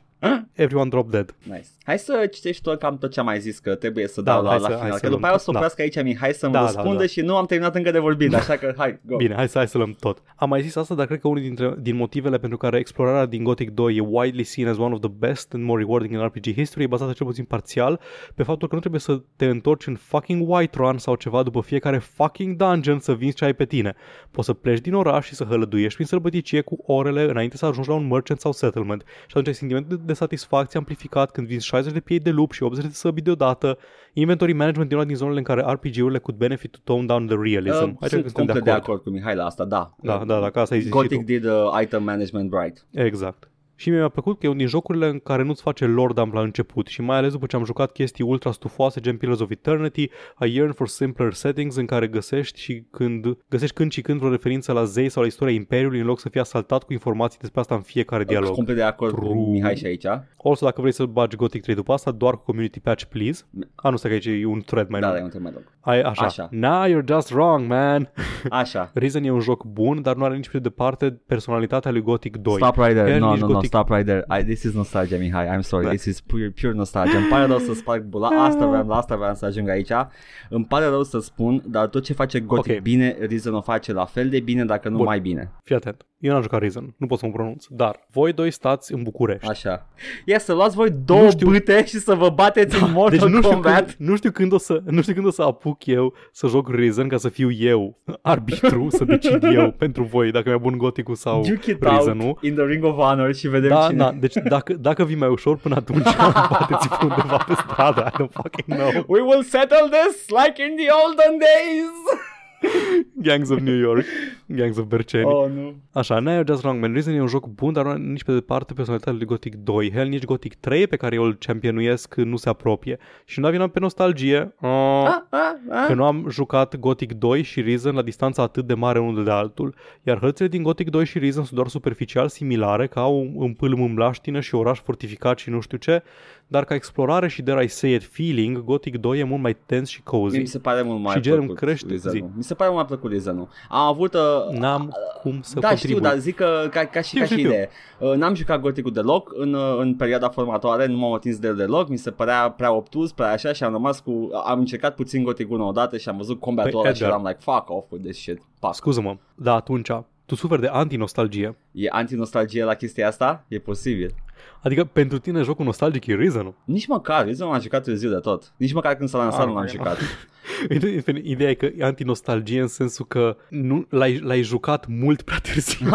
Speaker 2: everyone drop dead.
Speaker 1: Nice. Hai să citești tot cam tot ce am mai zis că trebuie să
Speaker 2: Da,
Speaker 1: dau la,
Speaker 2: hai
Speaker 1: la
Speaker 2: să- hai
Speaker 1: final.
Speaker 2: să
Speaker 1: Că
Speaker 2: luăm
Speaker 1: după aia o să
Speaker 2: tot. Da.
Speaker 1: oprească aici Mihai să-mi
Speaker 2: Da, da,
Speaker 1: răspundă
Speaker 2: da.
Speaker 1: și nu am terminat încă de vorbit, așa că hai, go.
Speaker 2: Bine, hai să, hai să luăm tot. Am mai zis asta, dar cred că unul dintre, din motivele pentru care explorarea din Gothic 2 e widely seen as one of the best and more rewarding in RPG history e bazată cel puțin parțial pe faptul că nu trebuie să te întorci în fucking white run sau ceva după fiecare fucking dungeon să vinzi ce ai pe tine. Poți să pleci din oraș și să hălăduiești prin sălbăticie cu orele înainte să ajungi la un merchant sau settlement și atunci ai sentimentul de satisfacție amplificat când vinzi 60 de piei de lup și 80 de săbi deodată. Inventory management e una din zonele în care RPG-urile could benefit to tone down the realism. Hai,
Speaker 1: Uh,
Speaker 2: cred că
Speaker 1: sunt
Speaker 2: suntem
Speaker 1: complet de acord. de acord cu Mihai la asta, da.
Speaker 2: da, da, dacă asta ai zis și
Speaker 1: Gothic
Speaker 2: tu.
Speaker 1: did uh, item management right.
Speaker 2: Exact. Și mi-a plăcut că e unul din jocurile în care nu-ți face lord dump la început și mai ales după ce am jucat chestii ultra stufoase gen Pillars of Eternity, I Yearn for Simpler Settings în care găsești și când găsești când și când vreo referință la zei sau la istoria Imperiului în loc să fie asaltat cu informații despre asta în fiecare dialog.
Speaker 1: Complet de acord cu
Speaker 2: True.
Speaker 1: Mihai și aici. Da,
Speaker 2: Also, dacă vrei să bagi Gothic 3 după asta, doar cu Community Patch, please. A, nu stai că aici e un thread mai
Speaker 1: Da, da,
Speaker 2: lung.
Speaker 1: e un termen lung.
Speaker 2: Ai, așa.
Speaker 1: Așa.
Speaker 2: așa. Nah, you're just wrong, man.
Speaker 1: Așa.
Speaker 2: Risen e un joc bun, dar nu are nici pe departe personalitatea lui Gothic 2.
Speaker 1: Stop right there.
Speaker 2: Chiar
Speaker 1: No,
Speaker 2: nici
Speaker 1: no, no,
Speaker 2: Gothic-
Speaker 1: stop right there. I, this is nostalgia, Mihai. I'm sorry.
Speaker 2: Da. Ah.
Speaker 1: This is pure, pure nostalgia. Îmi pare rău să sparg bula. Asta vreau, la asta vreau să ajung aici. Îmi pare rău să spun, dar tot ce face Gothic
Speaker 2: Ok.
Speaker 1: bine, Reason o face la fel de bine, dacă nu
Speaker 2: Bun.
Speaker 1: mai bine.
Speaker 2: Fii atent. Eu n-am jucat Risen, nu pot să mă pronunț, dar voi doi stați în București.
Speaker 1: Așa. Ia să luați voi două
Speaker 2: știu-
Speaker 1: bâte și să vă bateți în Mortal
Speaker 2: Deci nu știu,
Speaker 1: Kombat.
Speaker 2: când, nu, știu când o să, nu știu când o să apuc eu să joc Risen ca să fiu eu arbitru, să decid eu pentru voi dacă mi-a bun Gothicul sau
Speaker 1: Duke it
Speaker 2: Risen-ul.
Speaker 1: out in the Ring of Honor și vedem
Speaker 2: Da,
Speaker 1: cine...
Speaker 2: da, deci dacă, dacă vii mai ușor până atunci, bateți pe undeva pe stradă, I don't fucking know.
Speaker 1: We will settle this like in the olden days!
Speaker 2: Gangs of New York, Gangs of Berceni.
Speaker 1: Oh, nu.
Speaker 2: Așa, Neo Just Wrong Man Reason e un joc bun, dar nu are nici pe departe personalitatea lui Gothic 2. Hell, nici Gothic 3, pe care eu îl championuiesc, nu se apropie. Și nu avem pe nostalgie, uh,
Speaker 1: Ah, ah, ah.
Speaker 2: că nu am jucat Gothic 2 și Reason la distanța atât de mare unul de altul. Iar hărțile din Gothic 2 și Reason sunt doar superficial similare, ca au un pâlm în blaștină și oraș fortificat și nu știu ce, dar ca explorare și, dare I say it, feeling, Gothic 2 e mult mai tens și
Speaker 1: Mie Mi
Speaker 2: cozy.
Speaker 1: se pare mult mai
Speaker 2: Și Jerem
Speaker 1: plăcut
Speaker 2: crește,
Speaker 1: Lizanul. Mi se pare mult mai plăcut Lizanul. Am avut... Uh,
Speaker 2: N-am cum să
Speaker 1: da,
Speaker 2: contribui.
Speaker 1: știu, dar zic că ca, ca și,
Speaker 2: Știu,
Speaker 1: ca și
Speaker 2: știu,
Speaker 1: idee. Uh, N-am jucat Gothic-ul deloc în, uh, în perioada formatoare, nu m-am atins de el deloc, mi se părea prea obtuz, prea așa și am rămas cu... Am încercat puțin Gothic 1 odată și am văzut combatul
Speaker 2: Păi,
Speaker 1: ăla și
Speaker 2: Edgar.
Speaker 1: am like, fuck off with this shit. Pac.
Speaker 2: Scuză-mă, dar atunci tu suferi de antinostalgie.
Speaker 1: E antinostalgie la chestia asta? E posibil.
Speaker 2: Adică pentru tine jocul nostalgic e Risen.
Speaker 1: Nici măcar, eu nu l-am jucat târziu de tot. Nici măcar când s-a lansat
Speaker 2: Ah,
Speaker 1: nu l-am
Speaker 2: bine.
Speaker 1: jucat.
Speaker 2: Ideea e că e antinostalgie în sensul că nu, l-ai, l-ai jucat mult prea târziu.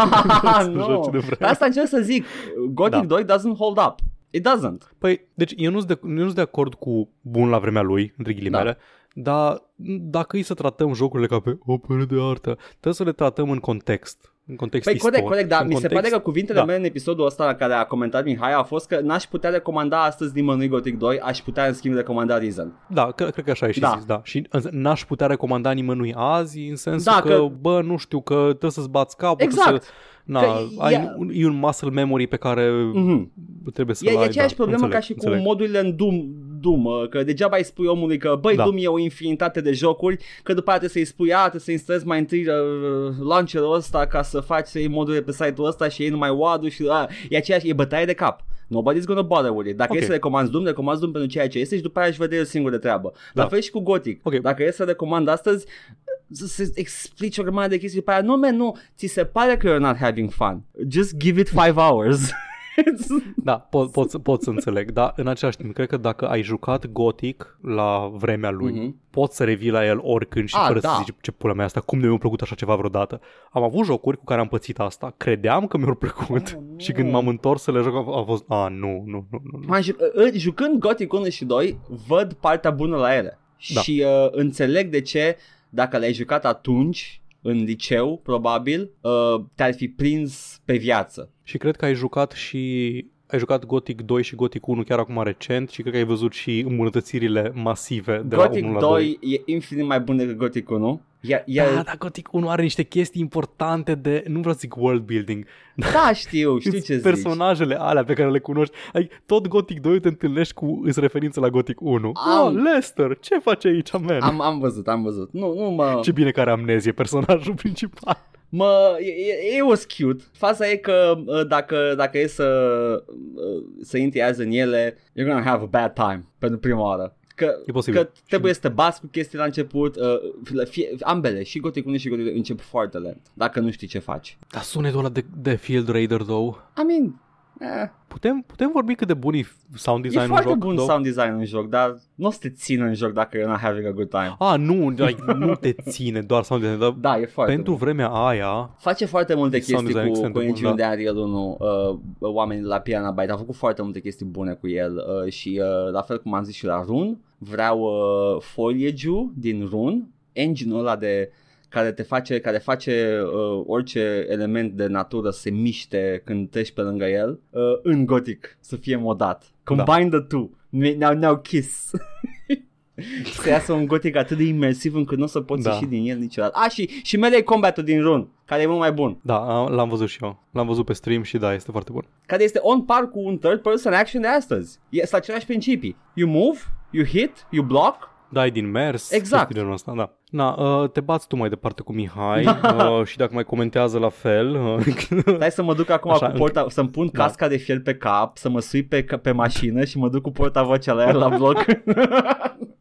Speaker 2: Să
Speaker 1: nu.
Speaker 2: joci de vreme.
Speaker 1: Dar asta încerc să zic. Gothic
Speaker 2: Da.
Speaker 1: 2 doesn't hold up. It doesn't.
Speaker 2: Păi, deci eu nu sunt de, eu nu sunt de acord cu bun la vremea lui, între ghilimele,
Speaker 1: Da.
Speaker 2: dar dacă e să tratăm jocurile ca pe o părere de artă, trebuie să le tratăm în context. în context
Speaker 1: Păi
Speaker 2: istoric.
Speaker 1: corect, corect, dar
Speaker 2: în
Speaker 1: mi se
Speaker 2: context-
Speaker 1: pare că cuvintele
Speaker 2: da.
Speaker 1: mele în episodul ăsta la care a comentat Mihai a fost că n-aș putea recomanda astăzi nimănui Gothic 2, aș putea în schimb recomanda Reason.
Speaker 2: Da, cred, cred că așa ai și
Speaker 1: Da.
Speaker 2: da. zis, da. Și în- n-aș putea recomanda nimănui azi, în sensul
Speaker 1: Da,
Speaker 2: da, că,
Speaker 1: că-
Speaker 2: că, bă, nu știu, că trebuie să-ți bați capul, trebuie
Speaker 1: Exact.
Speaker 2: să... Na,
Speaker 1: Că
Speaker 2: ai,
Speaker 1: ea-
Speaker 2: un, e un muscle memory pe care
Speaker 1: Mhm.
Speaker 2: trebuie să-l
Speaker 1: E, e
Speaker 2: ai.
Speaker 1: aceeași
Speaker 2: da,
Speaker 1: problemă
Speaker 2: înțeleg,
Speaker 1: ca și cu
Speaker 2: înțeleg.
Speaker 1: modurile în Doom, Doom, uh, că degeaba îi spui omului că băi,
Speaker 2: Da.
Speaker 1: Doom e o infinitate de jocuri, că după aia trebuie să-i spui, a, trebuie să instalezi mai întâi uh, launcherul ăsta ca să faci să iei modurile pe site-ul ăsta și iei numai wad și uh, e aceeași, e bătaie de cap. Nobody's gonna bother with it. Dacă
Speaker 2: Ok.
Speaker 1: e să recomanzi Doom, recomanzi Doom pentru ceea ce este și după aia își vede el singur de treabă. La
Speaker 2: Da.
Speaker 1: fel și cu Gothic.
Speaker 2: Ok.
Speaker 1: Dacă e să recomand astăzi, să se explici o grămadă de chestii după aia. Nu, man, nu, ți se pare că you're not having fun. Just give it five hours.
Speaker 2: Da, pot, pot, să- pot să înțeleg, dar în același timp, cred că dacă ai jucat Gothic la vremea lui,
Speaker 1: Mhm.
Speaker 2: mm-hmm. poți să revii la el oricând și
Speaker 1: A,
Speaker 2: fără
Speaker 1: da.
Speaker 2: să zici ce pula mea asta, cum de mi-a plăcut așa ceva vreodată. Am avut jocuri cu care am pățit asta, credeam că mi-au plăcut
Speaker 1: Oh, nu.
Speaker 2: și când m-am întors să le joc am- am fost, a, nu, nu, nu, nu. nu.
Speaker 1: Mai juc, uh, jucând Gothic 1 și 2, văd partea bună la ele.
Speaker 2: Da.
Speaker 1: Și uh, înțeleg de ce, dacă le-ai jucat atunci, în liceu, probabil, uh, te-ar fi prins pe viață.
Speaker 2: Și cred că ai jucat și ai jucat Gothic 2 și Gothic 1 chiar acum recent și cred că ai văzut și îmbunătățirile masive de
Speaker 1: Gothic
Speaker 2: la 1 la 2.
Speaker 1: 2 e infinit mai bun decât Gothic 1. Iar, iar,
Speaker 2: Da, dar Gothic 1 are niște chestii importante de, nu vreau să zic world building,
Speaker 1: da. știu, știu ce zici.
Speaker 2: personajele alea pe care le cunoști. Ai, tot Gothic 2 te întâlnești cu îți referință la Gothic 1.
Speaker 1: Am-
Speaker 2: Am... Oh, Lester, ce face aici, man? Am...
Speaker 1: Am, am văzut, am văzut. Nu, nu mă...
Speaker 2: Ce bine că are amnezie personajul principal.
Speaker 1: Mă, e, e, e was cute. Faza e că uh, dacă, dacă e să, uh, să intri azi în ele, you're gonna have a bad time pentru prima oară. Că,
Speaker 2: E posibil.
Speaker 1: că trebuie să te bați cu chestii la început, uh, fie, ambele, și Gothic 1 și Gothic 2 încep foarte lent, dacă nu știi ce faci.
Speaker 2: Dar sunetul ăla de, de Field Raider 2.
Speaker 1: I mean, eh,
Speaker 2: Putem, putem vorbi cât de bun e sound
Speaker 1: e
Speaker 2: design-ul
Speaker 1: foarte
Speaker 2: joc,
Speaker 1: bun
Speaker 2: două?
Speaker 1: sound design în joc, dar nu o să te țină în joc dacă you're not having a good time.
Speaker 2: A, Ah, nu, like, nu te ține doar sound design, dar
Speaker 1: Da, e foarte
Speaker 2: pentru
Speaker 1: bun.
Speaker 2: vremea aia,
Speaker 1: Face foarte multe
Speaker 2: Sound
Speaker 1: chestii
Speaker 2: design
Speaker 1: cu,
Speaker 2: extrem
Speaker 1: cu
Speaker 2: de bun,
Speaker 1: engine de Unreal 1, uh, oamenii de la Piranha Byte au făcut foarte multe chestii bune cu el uh, și uh, la fel cum am zis și la Run, vreau uh, foliage-ul din Run, engine-ul ăla de care te face, care face uh, orice element de natură se miște când treci pe lângă el, uh, în gotic, să fie modat. Combine the two. Ne- Ne-au, ne-au kiss. să iasă un gotic atât de imersiv încât nu o să poți da.
Speaker 2: Da.
Speaker 1: ieși din el niciodată. A, și, și melee combat din Run, care e mult mai bun.
Speaker 2: da, a- l-am văzut și eu. L-am văzut pe stream și da, este foarte bun.
Speaker 1: care este on par cu un third person action de astăzi. Este același principii. You move, you hit, you block.
Speaker 2: Dai din mers,
Speaker 1: Exact.
Speaker 2: chestii de genul ăsta, da. Na, uh, te bați tu mai departe cu Mihai uh, și dacă mai comentează la fel. Uh,
Speaker 1: Stai să mă duc acum
Speaker 2: Așa,
Speaker 1: cu porta, să-mi pun
Speaker 2: Da.
Speaker 1: casca de fier pe cap, să mă sui pe, pe mașină și mă duc cu porta vocea la el la bloc.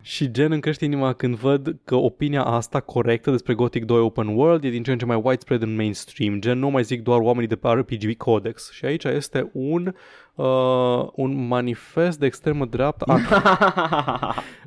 Speaker 2: și gen îmi crește inima când văd că opinia asta corectă despre Gothic 2 Open World e din ce în ce mai widespread în mainstream. Gen, nu mai zic doar oamenii de pe RPG Codex. Și aici este un, uh, un manifest de extremă dreaptă.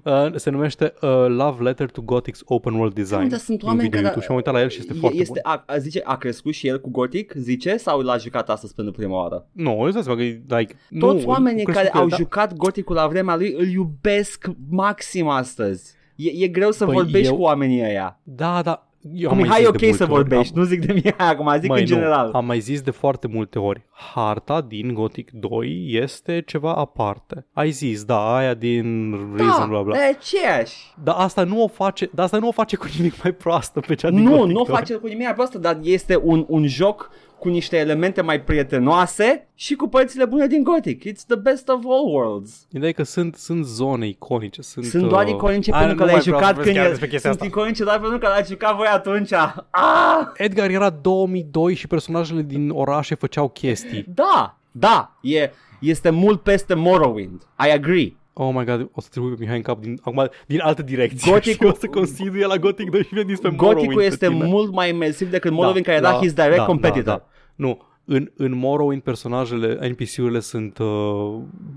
Speaker 2: Ah, uh, se numește uh, Love Letter to Gothic's Open World Design.
Speaker 1: Dar sunt
Speaker 2: E un
Speaker 1: oameni
Speaker 2: video
Speaker 1: care-
Speaker 2: YouTube și am uitat la el și este foarte
Speaker 1: este a, a, zice, a crescut și el cu Gothic, zice, sau l-a jucat astăzi pentru prima oară?
Speaker 2: bun. Nu, îți dai seama că e, like,
Speaker 1: Toți
Speaker 2: nu,
Speaker 1: oamenii
Speaker 2: cred
Speaker 1: care
Speaker 2: că-
Speaker 1: au
Speaker 2: da.
Speaker 1: jucat Gothicul la vremea lui îl iubesc maxim astăzi. E, e greu să
Speaker 2: Păi
Speaker 1: vorbești
Speaker 2: eu-
Speaker 1: cu oamenii ăia.
Speaker 2: Da, da. Eu
Speaker 1: Cu
Speaker 2: am mai
Speaker 1: Mihai e
Speaker 2: zis
Speaker 1: ok
Speaker 2: de multe
Speaker 1: să
Speaker 2: ori,
Speaker 1: vorbești,
Speaker 2: am-
Speaker 1: nu zic de Mihai acum, zic
Speaker 2: mai
Speaker 1: în general.
Speaker 2: Nu, am mai zis de foarte multe ori. Harta din Gothic 2 este ceva aparte. Ai zis, da, aia din
Speaker 1: Da.
Speaker 2: Reason, bla bla.
Speaker 1: e aceeași.
Speaker 2: Dar asta nu o face, dar asta nu o face cu nimic mai proastă pe cea din
Speaker 1: Nu,
Speaker 2: Gothic
Speaker 1: nu o
Speaker 2: 2.
Speaker 1: face cu nimic proastă, dar este un, un joc cu niște elemente mai prietenoase și cu părțile bune din Gothic. It's the best of all worlds.
Speaker 2: Ideea e că sunt, sunt zone iconice. Sunt,
Speaker 1: Sunt doar
Speaker 2: uh,
Speaker 1: iconice
Speaker 2: Ai,
Speaker 1: pentru că
Speaker 2: nu
Speaker 1: le-ai
Speaker 2: mai vreau să
Speaker 1: jucat
Speaker 2: vorbesc
Speaker 1: când
Speaker 2: chiar
Speaker 1: el...
Speaker 2: despre chestia
Speaker 1: Sunt
Speaker 2: asta.
Speaker 1: iconice doar pentru că l-ai jucat voi atunci. Ah!
Speaker 2: Edgar era 2002 și personajele din orașe făceau chestii.
Speaker 1: Da, da, e, este mult peste Morrowind. I agree.
Speaker 2: Oh my god, o să trebuie pe Mihai în cap din, acum, din altă direcție.
Speaker 1: Gothic-ul-
Speaker 2: Și o să considuie la Gothic 2 și vine dinspre Morrowind
Speaker 1: Gothic-ul
Speaker 2: pe
Speaker 1: este
Speaker 2: tine.
Speaker 1: mult mai imersiv decât Morrowind care era his direct competitor.
Speaker 2: Da, da. Nu, în, în Morrowind personajele, NPC-urile sunt, uh,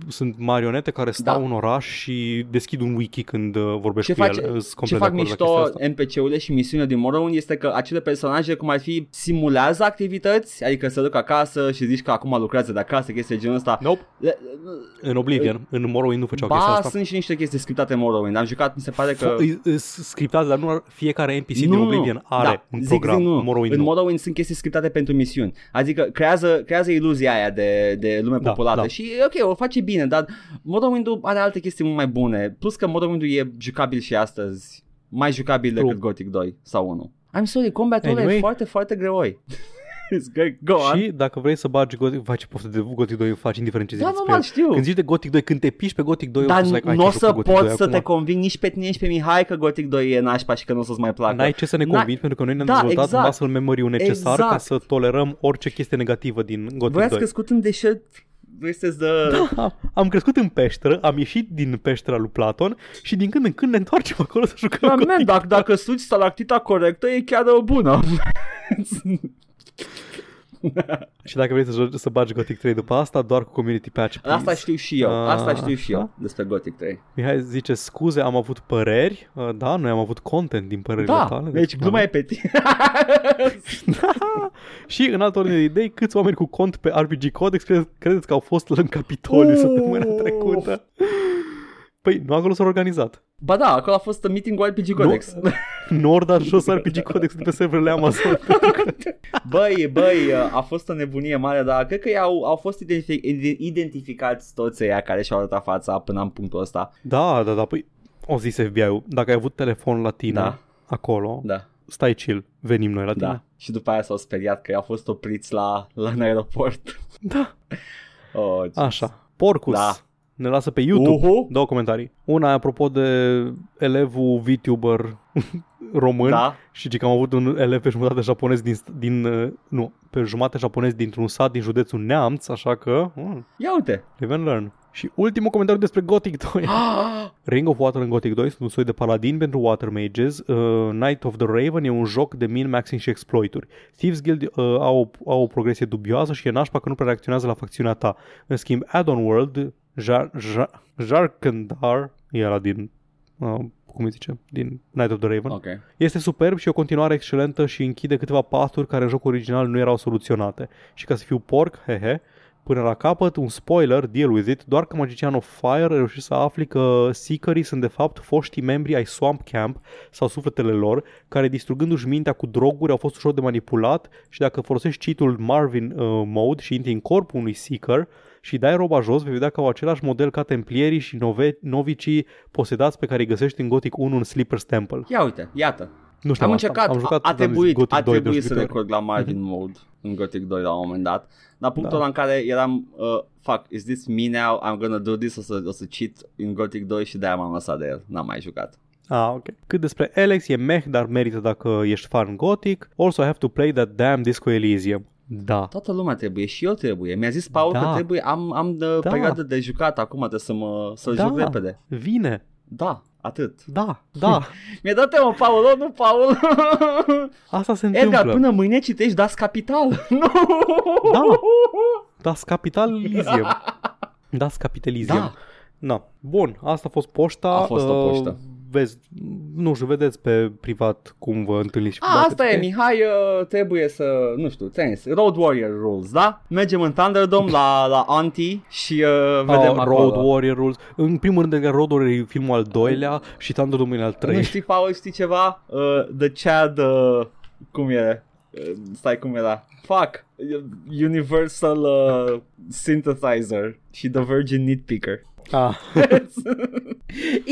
Speaker 2: sunt marionete care stau
Speaker 1: Da.
Speaker 2: în oraș și deschid un wiki când uh, vorbești
Speaker 1: Ce
Speaker 2: cu
Speaker 1: face-
Speaker 2: ele. Îs complet
Speaker 1: Ce
Speaker 2: de
Speaker 1: fac
Speaker 2: acord la chestia
Speaker 1: mișto
Speaker 2: asta.
Speaker 1: NPC-urile și misiunea din Morrowind este că acele personaje cum ar fi simulează activități, adică se duc acasă și zici că acum lucrează de acasă, chestii de genul ăsta.
Speaker 2: Nope.
Speaker 1: Le-
Speaker 2: În Oblivion, în Morrowind nu făceau Da. chestia
Speaker 1: Ba,
Speaker 2: asta.
Speaker 1: sunt și niște chestii scriptate în Morrowind. Am jucat, mi se pare că...
Speaker 2: Fo- îi- îi- Scriptați, dar nu ar- fiecare NPC din Oblivion are un
Speaker 1: Da, zic,
Speaker 2: program.
Speaker 1: Zic, nu.
Speaker 2: Morrowind
Speaker 1: în
Speaker 2: nu.
Speaker 1: Morrowind sunt chestii scriptate pentru misiuni. Adică creează, creează iluzia aia de, de lume
Speaker 2: Da,
Speaker 1: populată
Speaker 2: da.
Speaker 1: și ok, o face bine, dar Morrowind are alte chestii mult mai bune. Plus că Morrowind e jucabil și astăzi, mai jucabil
Speaker 2: True.
Speaker 1: decât Gothic 2 sau 1. I'm sorry, combatul ăla
Speaker 2: Anyway.
Speaker 1: e foarte, foarte greoi. It's great. Go on.
Speaker 2: Și dacă vrei să bagi Gothic, faci poftă de Gothic 2, faci indiferent ce zici
Speaker 1: Da,
Speaker 2: despre
Speaker 1: normal,
Speaker 2: el.
Speaker 1: știu.
Speaker 2: Când zici de Gothic 2, când te piși pe Gothic 2,
Speaker 1: Dar
Speaker 2: o să, like, ai
Speaker 1: nu o
Speaker 2: ce joc
Speaker 1: să
Speaker 2: cu Gothic
Speaker 1: pot
Speaker 2: 2
Speaker 1: să te
Speaker 2: acum.
Speaker 1: conving nici pe tine, nici pe Mihai că Gothic 2 e nașpa și că nu o să-ți mai placă.
Speaker 2: N-ai ce să ne
Speaker 1: N-ai-
Speaker 2: convingi pentru că noi ne-am
Speaker 1: Da,
Speaker 2: dezvoltat
Speaker 1: exact.
Speaker 2: muscle memory-ul necesar
Speaker 1: Exact.
Speaker 2: ca să tolerăm orice chestie negativă din Gothic
Speaker 1: Voi ați
Speaker 2: 2.
Speaker 1: crescut în deșert este the...
Speaker 2: Da, am crescut în peșteră, am ieșit din peștera lui Platon și din când în când ne întoarcem acolo să jucăm
Speaker 1: Da,
Speaker 2: Gothic.
Speaker 1: man, dacă, dacă suci stalactita corectă, e chiar o bună.
Speaker 2: Și dacă vrei să, joci, să bagi Gothic 3 după asta, doar cu community patch, please.
Speaker 1: Asta știu și eu, asta
Speaker 2: Ah,
Speaker 1: știu și eu
Speaker 2: așa.
Speaker 1: despre Gothic 3.
Speaker 2: Mihai zice, scuze, am avut păreri. Uh, Da, noi am avut content din părerile
Speaker 1: Da,
Speaker 2: tale.
Speaker 1: deci gluma e pe tine.
Speaker 2: Ah. Și în altă ordine de idei, câți oameni cu cont pe RPG Codex crede- credeți că au fost în Capitoliu
Speaker 1: Uf.
Speaker 2: săptămâna trecută? Păi, nu acolo s-au organizat.
Speaker 1: ba da, acolo a fost meeting RPG Codex.
Speaker 2: Nu ori dat jos RPG Codex de pe serverele Amazon.
Speaker 1: Băi, băi, a fost o nebunie mare, dar cred că i-au, au fost identific- ide- identificați toți ăia care și-au arătat fața până în punctul ăsta.
Speaker 2: da, da, da, păi, o zis FBI-ul, dacă ai avut telefon la tine
Speaker 1: Da.
Speaker 2: acolo,
Speaker 1: Da,
Speaker 2: stai chill, venim noi la tine.
Speaker 1: da. Și după aia s-au speriat că au fost opriți la, la în aeroport.
Speaker 2: Da.
Speaker 1: Oh, ce-
Speaker 2: Așa, Porcus
Speaker 1: Da.
Speaker 2: ne lasă pe YouTube.
Speaker 1: Uhu.
Speaker 2: Două comentarii. Una apropo de elevul VTuber român
Speaker 1: Da,
Speaker 2: și zice că am avut un elev pe jumătate japonez din, st- din uh, nu, pe jumătate japonez dintr-un sat din județul Neamț, așa că mm,
Speaker 1: ia uite.
Speaker 2: live and learn. Și ultimul comentariu despre Gothic 2. Ring of Water în Gothic 2 sunt un soi de paladin pentru Water Mages. Uh, Night of the Raven e un joc de min-maxing și exploituri. Thieves Guild uh, au, au o progresie dubioasă și e nașpa că nu prea reacționează la facțiunea ta. În schimb, Add-on World, Jar, Jar, Jarkandar, e ăla din, uh, cum îi zice, din Night of the Raven.
Speaker 1: Ok.
Speaker 2: Este superb și o continuare excelentă și închide câteva paturi care în jocul original nu erau soluționate. Și ca să fiu porc, hehe, până la capăt, un spoiler, deal with it, doar că magicianul Fire a reușit să afli că Seekerii sunt de fapt foștii membri ai Swamp Camp sau sufletele lor, care distrugându-și mintea cu droguri au fost ușor de manipulat și dacă folosești cheat-ul Marvin uh, Mode și intri în corpul unui Seeker și dai roba jos, vei vedea că au același model ca templierii și nove- novicii posedați pe care îi găsești în Gothic 1 în Sleeper's Temple.
Speaker 1: Ia uite, iată.
Speaker 2: Nu știu,
Speaker 1: am
Speaker 2: Da, am,
Speaker 1: încercat,
Speaker 2: am jucat,
Speaker 1: a
Speaker 2: am zis,
Speaker 1: trebuit,
Speaker 2: Gothic
Speaker 1: a
Speaker 2: 2 de
Speaker 1: trebuit să
Speaker 2: jucători. Mhm.
Speaker 1: recurg la Marvin Mode în Gothic 2 la un moment dat, dar punctul
Speaker 2: Da.
Speaker 1: ăla în care eram, uh, fuck, is this me now, I'm gonna do this, o să, o să cheat în Gothic 2 și de-aia m-am lăsat de el, n-am mai jucat.
Speaker 2: Ah, ok. Cât despre Alex, e meh, dar merită dacă ești fan gotic. Also have to play that damn Disco Elysium. Da.
Speaker 1: Toată lumea trebuie și eu trebuie, mi-a zis Paul
Speaker 2: Da.
Speaker 1: că trebuie, am, am de
Speaker 2: Da.
Speaker 1: perioadă de jucat acum, trebuie să mă, să
Speaker 2: Da.
Speaker 1: joc repede.
Speaker 2: Vine.
Speaker 1: Da, atât.
Speaker 2: Da, da.
Speaker 1: Mi-a dat teamă, Paul, oh, nu, Paul.
Speaker 2: Asta se întâmplă.
Speaker 1: Edgar, până mâine citești Das Capital. Nu!
Speaker 2: Da. Das Capital Elysium. Das Capital Elysium.
Speaker 1: Da.
Speaker 2: Na. Bun, asta a fost poșta.
Speaker 1: A fost o
Speaker 2: Uh,
Speaker 1: poștă.
Speaker 2: Vezi, nu știu, vedeți pe privat cum vă întâlniți. și
Speaker 1: A,
Speaker 2: cum dați
Speaker 1: asta e,
Speaker 2: pe-
Speaker 1: Mihai uh, trebuie să, nu știu, ți-am zis, Road Warrior Rules, da? Mergem în Thunderdome la, la Anti și uh,
Speaker 2: Ah,
Speaker 1: vedem acolo.
Speaker 2: Road Warrior Rules. În primul rând, Edgar, Road Warrior e filmul al doilea și Thunderdome e al
Speaker 1: Nu
Speaker 2: treilea.
Speaker 1: știi, Paul, știi ceva? Uh, the Chad, uh, cum e? Uh, stai, cum era? Fuck! Universal uh, Synthesizer și The Virgin Nitpicker.
Speaker 2: Ah,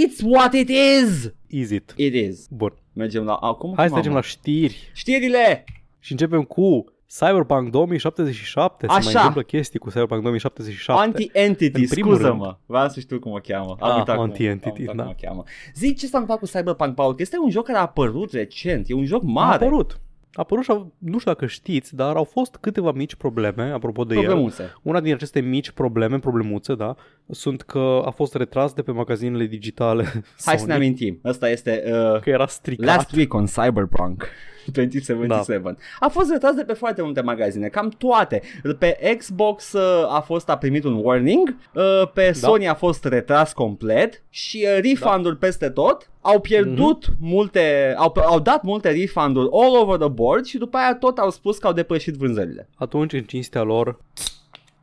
Speaker 1: It's what it is!
Speaker 2: is it.
Speaker 1: It is.
Speaker 2: Bun.
Speaker 1: Mergem la... Acum?
Speaker 2: Hai să mergem la știri
Speaker 1: Știrile!
Speaker 2: și începem cu Cyberpunk 2077. Se mai
Speaker 1: Așa.
Speaker 2: întâmplă chestii cu Cyberpunk 2077.
Speaker 1: Anti-entity,
Speaker 2: În primul
Speaker 1: scuză-mă. Vreau să știu cum o cheamă. Am
Speaker 2: Ah,
Speaker 1: uitat cum-
Speaker 2: anti-entity,
Speaker 1: am uitat
Speaker 2: da.
Speaker 1: cum o cheamă. Zic ce s-a întâmplat cu Cyberpunk, Paul, că este un joc care a apărut recent. E un joc
Speaker 2: a
Speaker 1: mare.
Speaker 2: apărut. A apărut și au- nu știu dacă știți, dar au fost câteva mici probleme, apropo de el.
Speaker 1: Problemuțe.
Speaker 2: Una din aceste mici probleme, problemuțe, da, sunt că a fost retras de pe magazinele digitale
Speaker 1: Hai
Speaker 2: Sony,
Speaker 1: să ne amintim. Asta este... Uh,
Speaker 2: că era stricat.
Speaker 1: Last week on Cyberpunk. 2077. Da. A fost retras de pe foarte multe magazine, cam toate. Pe Xbox uh, a fost a primit un warning, uh,
Speaker 2: Da.
Speaker 1: pe Sony a fost retras complet și uh,
Speaker 2: Da.
Speaker 1: refund-uri peste tot. Au pierdut
Speaker 2: Mhm.
Speaker 1: mm-hmm. multe, au, au dat multe refund-uri all over the board și după aia tot au spus că au depășit vânzările.
Speaker 2: Atunci, în cinstea lor,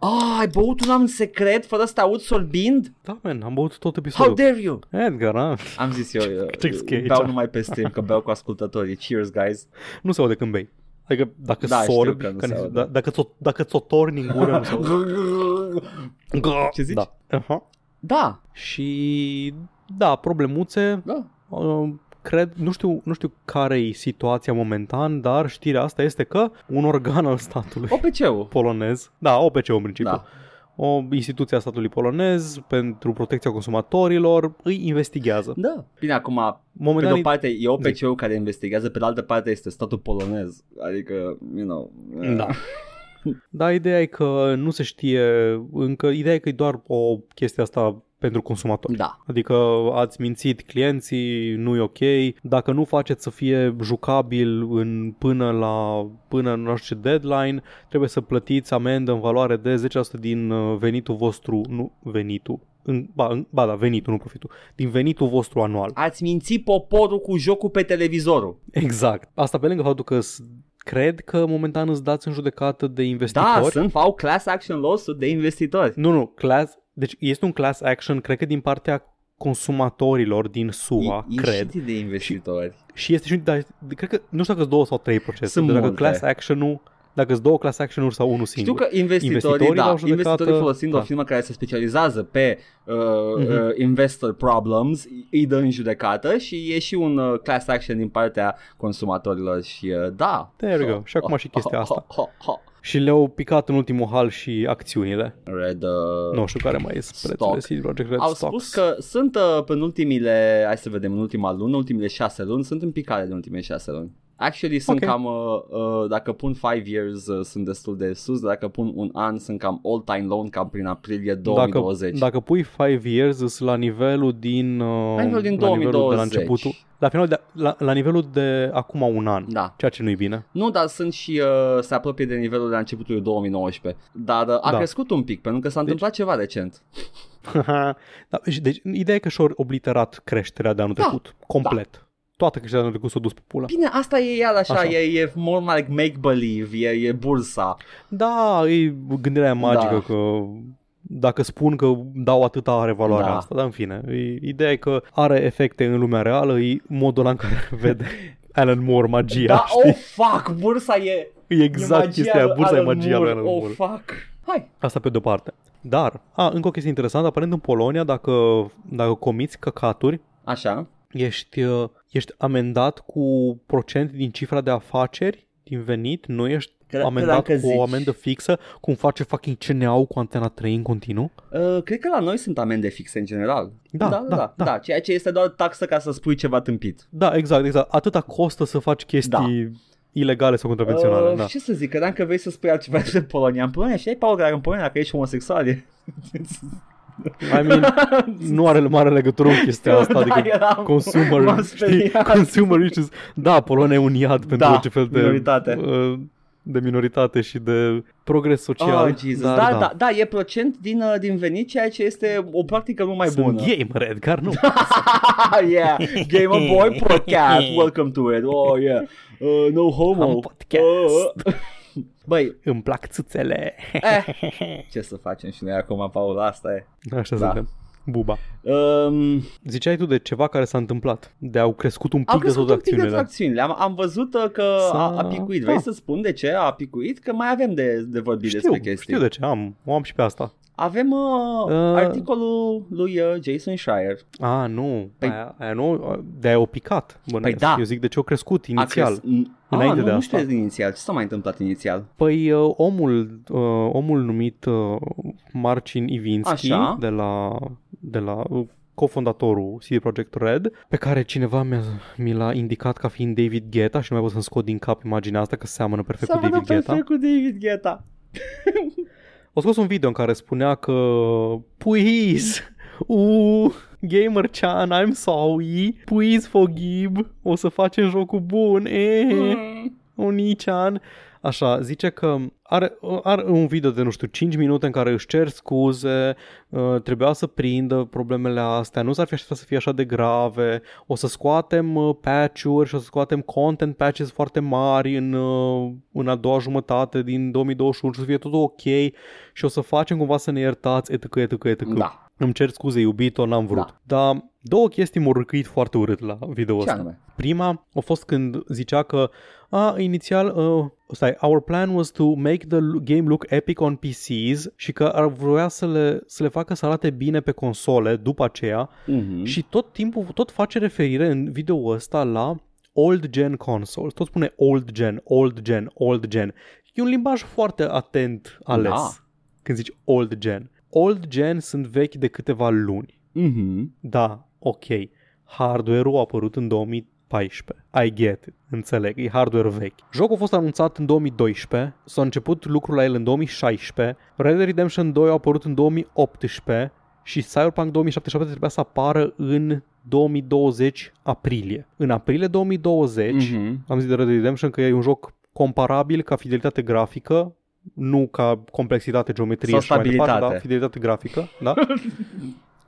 Speaker 1: Ah, ai băut un am secret fără să te aud sorbind?
Speaker 2: da, man, am băut tot episodul.
Speaker 1: How dare you?
Speaker 2: Edgar, a?
Speaker 1: Am zis eu, eu,
Speaker 2: Ce scrie aici?
Speaker 1: beau numai pe stream, că beau cu ascultătorii. Cheers, guys.
Speaker 2: nu se aude când bei. Adică dacă
Speaker 1: Da,
Speaker 2: da,
Speaker 1: știu
Speaker 2: sorbi,
Speaker 1: că nu
Speaker 2: că
Speaker 1: se
Speaker 2: ni-
Speaker 1: aude.
Speaker 2: da, dacă, ți-o, dacă ți-o torni în gură, nu se aude.
Speaker 1: Ce zici?
Speaker 2: Da. Aha.
Speaker 1: Da,
Speaker 2: Și da, problemuțe,
Speaker 1: da.
Speaker 2: uh, cred, nu știu, nu știu care e situația momentan, dar știrea asta este că un organ al statului
Speaker 1: OPC-ul.
Speaker 2: polonez, da, OPC în principiu,
Speaker 1: Da.
Speaker 2: o instituție a statului polonez pentru protecția consumatorilor îi investigează.
Speaker 1: Da. Bine, acum, pe de
Speaker 2: Momentan
Speaker 1: o parte e
Speaker 2: Deci.
Speaker 1: OPC-ul care investigează, pe de altă parte este statul polonez. Adică, you know... eh,
Speaker 2: Da. Da, ideea e că nu se știe încă, ideea e că e doar o chestie asta pentru consumatori.
Speaker 1: Da.
Speaker 2: Adică ați mințit clienții, nu e ok, dacă nu faceți să fie jucabil în, până la până în nu știu ce deadline, trebuie să plătiți amendă în valoare de 10% din uh, venitul vostru, nu venitul, în, ba, în, ba da, venitul, nu profitul, din venitul vostru anual.
Speaker 1: Ați mințit poporul cu jocul pe televizorul.
Speaker 2: Exact. Asta pe lângă faptul că s- cred că momentan îți dați în judecată de
Speaker 1: Da,
Speaker 2: investitori.
Speaker 1: sunt, au class action lawsuit de investitori.
Speaker 2: Nu, nu, class, deci este un class action, cred că din partea consumatorilor din SUA,
Speaker 1: E- e
Speaker 2: cred.
Speaker 1: și de investitori.
Speaker 2: Și este și un, dar cred că, nu știu dacă sunt două sau trei procese,
Speaker 1: Sunt
Speaker 2: dar dacă
Speaker 1: multe.
Speaker 2: class action-ul, dacă sunt două class action-uri sau unul singur.
Speaker 1: Știu că investitorii,
Speaker 2: Investitorii
Speaker 1: da,
Speaker 2: l-au judecat,
Speaker 1: investitorii folosind o
Speaker 2: da.
Speaker 1: firmă care se specializează pe uh,
Speaker 2: Mhm.
Speaker 1: uh, investor problems, îi dă în judecată și e și un uh, class action din partea consumatorilor și uh, da.
Speaker 2: There we go. Și acum și chestia asta.
Speaker 1: Ha, ha, ha.
Speaker 2: Și le-au picat în ultimul hal și acțiunile.
Speaker 1: Red, uh,
Speaker 2: Nu știu care mai este prețurile
Speaker 1: Stock.
Speaker 2: CD Projekt Red
Speaker 1: Au
Speaker 2: Stocks.
Speaker 1: spus că sunt uh, în ultimile, hai să vedem, în ultima lună, ultimile șase luni, sunt în picare de ultimele șase luni. Actually sunt
Speaker 2: Ok.
Speaker 1: cam, uh, uh, dacă pun 5 years uh, sunt destul de sus, dar dacă pun un an sunt cam all time loan, cam prin aprilie 2020.
Speaker 2: Dacă, dacă pui 5 years, îs la nivelul din, uh,
Speaker 1: La nivelul din
Speaker 2: la nivelul de la
Speaker 1: 2020.
Speaker 2: începutul, la, final de, la, la nivelul de acum un an,
Speaker 1: Da.
Speaker 2: ceea ce nu-i bine.
Speaker 1: Nu, dar sunt și uh, se apropie de nivelul de la începutul lui 2019. Dar uh, a
Speaker 2: Da.
Speaker 1: crescut un pic, pentru că s-a întâmplat ceva recent.
Speaker 2: da, și deci, ideea e că și-au obliterat creșterea de anul
Speaker 1: Da,
Speaker 2: trecut, complet. Toată creșterea de anul trecut s-a dus pe pula.
Speaker 1: Bine, asta e iar așa,
Speaker 2: Așa.
Speaker 1: E, e more like make-believe, e, e bursa.
Speaker 2: Da, e gândirea magică
Speaker 1: Da.
Speaker 2: da. că dacă spun că dau atâta are valoarea
Speaker 1: Da.
Speaker 2: da. asta, dar în fine, e, ideea e că are efecte în lumea reală, e modul ăla în care vede Alan Moore magia,
Speaker 1: Da,
Speaker 2: știi?
Speaker 1: oh fuck, bursa e,
Speaker 2: E exact
Speaker 1: e magia
Speaker 2: chestia aia,
Speaker 1: lui
Speaker 2: bursa e
Speaker 1: Alan
Speaker 2: magia lui
Speaker 1: Moore,
Speaker 2: Alan
Speaker 1: Oh
Speaker 2: Moore.
Speaker 1: fuck. Hai.
Speaker 2: Asta pe de-o parte. Dar, a, încă o chestie interesantă, aparent în Polonia, dacă, dacă comiți căcaturi,
Speaker 1: Așa.
Speaker 2: ești, uh, ești amendat cu procent din cifra de afaceri din venit, nu ești
Speaker 1: Cre-
Speaker 2: amendat cu
Speaker 1: credeam că
Speaker 2: o
Speaker 1: zici.
Speaker 2: amendă fixă, cum face fucking CNA-ul cu antena 3 în continuu.
Speaker 1: Uh, cred că la noi sunt amende fixe în general.
Speaker 2: Da,
Speaker 1: da,
Speaker 2: da,
Speaker 1: da,
Speaker 2: da.
Speaker 1: da. Ceea ce este doar taxă ca să spui ceva tâmpit.
Speaker 2: Da, exact, exact. Atâta costă să faci chestii da. ilegale sau contravenționale. Uh, da.
Speaker 1: Ce să zic, credeam că vrei să spui altceva despre Polonia. În Polonia știi, Paul, că dacă în Polonia dacă ești homosexual e...
Speaker 2: I mean, nu are mare legătură cu chestia asta,
Speaker 1: da,
Speaker 2: adică
Speaker 1: eram, m-am
Speaker 2: consumer, știi,
Speaker 1: speriat.
Speaker 2: consumer issues. Da, Polonia e un iad pentru
Speaker 1: Da,
Speaker 2: orice fel de
Speaker 1: minoritate.
Speaker 2: uh, de minoritate și de progres social.
Speaker 1: Oh, Jesus. Da, da, da, da, e procent din, uh, din venit, ceea ce este o practică mult mai
Speaker 2: Sunt
Speaker 1: da, bună. Ah,
Speaker 2: gamer, Edgar, nu.
Speaker 1: yeah, Gamer Boy Podcast, welcome to it. Oh, yeah. Uh, no homo.
Speaker 2: Am podcast.
Speaker 1: Uh, uh. Băi,
Speaker 2: Îmi plac țâțele.
Speaker 1: eh, ce să facem și noi acum, Paul, asta e.
Speaker 2: Așa
Speaker 1: Da.
Speaker 2: da. suntem. Buba.
Speaker 1: Um,
Speaker 2: Ziceai tu de ceva care s-a întâmplat. De au crescut un pic
Speaker 1: Au
Speaker 2: de
Speaker 1: crescut
Speaker 2: tot
Speaker 1: un pic de
Speaker 2: acțiunile.
Speaker 1: tot acțiunile. Am, am văzut uh, că a, a
Speaker 2: S-a-
Speaker 1: picuit.
Speaker 2: da.
Speaker 1: Vrei să spun de ce a picuit? Că mai avem de, de vorbit despre
Speaker 2: știu,
Speaker 1: chestii.
Speaker 2: știu de ce am. O am și pe asta.
Speaker 1: Avem uh, uh...
Speaker 2: Uh.
Speaker 1: articolul lui uh, Jason Shire.
Speaker 2: A, nu.
Speaker 1: Păi-
Speaker 2: Păi, aia, aia nu, de-aia au picat. Bănuiesc.
Speaker 1: da.
Speaker 2: Eu zic de ce au crescut inițial.
Speaker 1: A cres...
Speaker 2: înainte
Speaker 1: ah, nu,
Speaker 2: de
Speaker 1: nu
Speaker 2: asta.
Speaker 1: știu inițial. Ce s-a mai întâmplat inițial?
Speaker 2: Păi uh, omul, uh, omul numit uh, Marcin Ivinski
Speaker 1: Așa.
Speaker 2: de la, de la uh, cofondatorul CD Projekt Red, pe care cineva mi-a, mi l-a indicat ca fiind David Guetta și nu mai pot să-mi scot din cap imaginea asta că seamănă perfect
Speaker 1: S-a
Speaker 2: cu David
Speaker 1: văzut
Speaker 2: Guetta.
Speaker 1: perfect cu David Guetta.
Speaker 2: O scos un video în care spunea că please, Uuu, Gamer-chan, uh, I'm sorry, please forgive, o să facem jocul bun, Eh, eee. Oni-chan. Așa, zice că are, are un video de, nu știu, 5 minute în care își cer scuze, uh, trebuia să prindă problemele astea, nu s-ar fi așteptat să fie așa de grave, o să scoatem uh, patch-uri și o să scoatem content patches foarte mari în, uh, în a doua jumătate din 2021 și o să fie totul ok și o să facem cumva să ne iertați, etc, etc, etc.
Speaker 1: Da.
Speaker 2: Îmi cer scuze, iubito, n-am vrut.
Speaker 1: Da.
Speaker 2: Dar două chestii m-au răcâit foarte urât la video
Speaker 1: Ce
Speaker 2: ăsta.
Speaker 1: anume?
Speaker 2: Prima a fost când zicea că a, inițial, uh, stai, our plan was to make the l- game look epic on PCs și că ar vrea să le, să le facă să arate bine pe console după aceea
Speaker 1: Mhm.
Speaker 2: și tot timpul, tot face referire în video ăsta la old gen consoles. Tot spune old gen, old gen, old gen. E un limbaj foarte atent ales
Speaker 1: Da.
Speaker 2: când zici old gen. Old gen sunt vechi de câteva luni.
Speaker 1: Mhm.
Speaker 2: Da, ok. Hardware-ul a apărut în 2014. I get it. Înțeleg, e hardware vechi. Jocul a fost anunțat în 2012, s-a început lucrul la el în 2016, Red Dead Redemption 2 a apărut în 2018 și Cyberpunk 2077 trebuia să apară în 2020 aprilie. În aprilie 2020
Speaker 1: Mhm.
Speaker 2: am zis de Red Dead Redemption că e un joc comparabil ca fidelitate grafică, nu ca complexitate, geometrie
Speaker 1: Sau
Speaker 2: și mai departe,
Speaker 1: stabilitate.
Speaker 2: da, fidelitate grafică, da?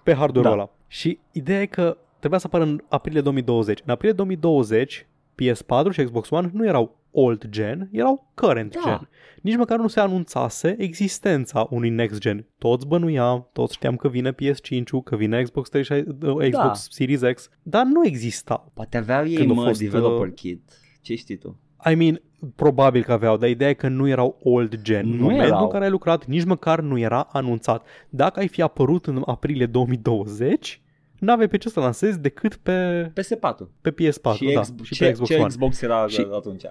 Speaker 2: Pe hardware-ul
Speaker 1: Da.
Speaker 2: ăla. Și ideea e că trebuia să apară în aprilie 2020. În aprilie 2020, PS4 și Xbox One nu erau old gen, erau current
Speaker 1: Da.
Speaker 2: gen. Nici măcar nu se anunțase existența unui next gen. Toți bănuiam, toți știam că vine PS5-ul, că vine Xbox, 360,
Speaker 1: Da.
Speaker 2: uh, Xbox Series X, dar nu exista
Speaker 1: Poate aveau ei,
Speaker 2: Când a
Speaker 1: mă,
Speaker 2: fost,
Speaker 1: developer
Speaker 2: uh,
Speaker 1: kit. Ce știi tu?
Speaker 2: I mean, probabil că aveau, dar ideea e că nu erau old gen.
Speaker 1: Nu
Speaker 2: în momentul
Speaker 1: erau.
Speaker 2: în care ai lucrat, nici măcar nu era anunțat. Dacă ai fi apărut în aprilie 2020, n-aveai pe ce să lansezi decât pe,
Speaker 1: PS4.
Speaker 2: pe PS4
Speaker 1: și,
Speaker 2: da,
Speaker 1: ex-
Speaker 2: și
Speaker 1: ce,
Speaker 2: pe Xbox
Speaker 1: ce
Speaker 2: One.
Speaker 1: Xbox era
Speaker 2: Și-
Speaker 1: și... atunci?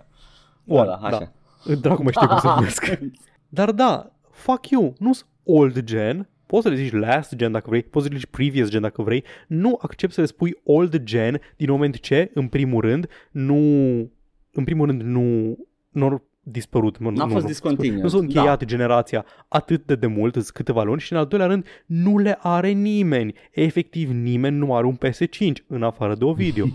Speaker 2: One,
Speaker 1: da, așa.
Speaker 2: da. Dracu mai știu cum se numesc. Dar da, fuck you, nu sunt old gen, poți să le zici last gen dacă vrei, poți să le zici previous gen dacă vrei, nu accept să le spui old gen din moment ce, în primul rând, nu, în primul rând nu, nu au dispărut. mă,
Speaker 1: N-a
Speaker 2: nu,
Speaker 1: fost
Speaker 2: nu,
Speaker 1: discontinued,
Speaker 2: Nu s-a încheiat
Speaker 1: da.
Speaker 2: generația atât de demult, sunt câteva luni și în al doilea rând nu le are nimeni. Efectiv nimeni nu are un PS5 în afară de Ovidiu.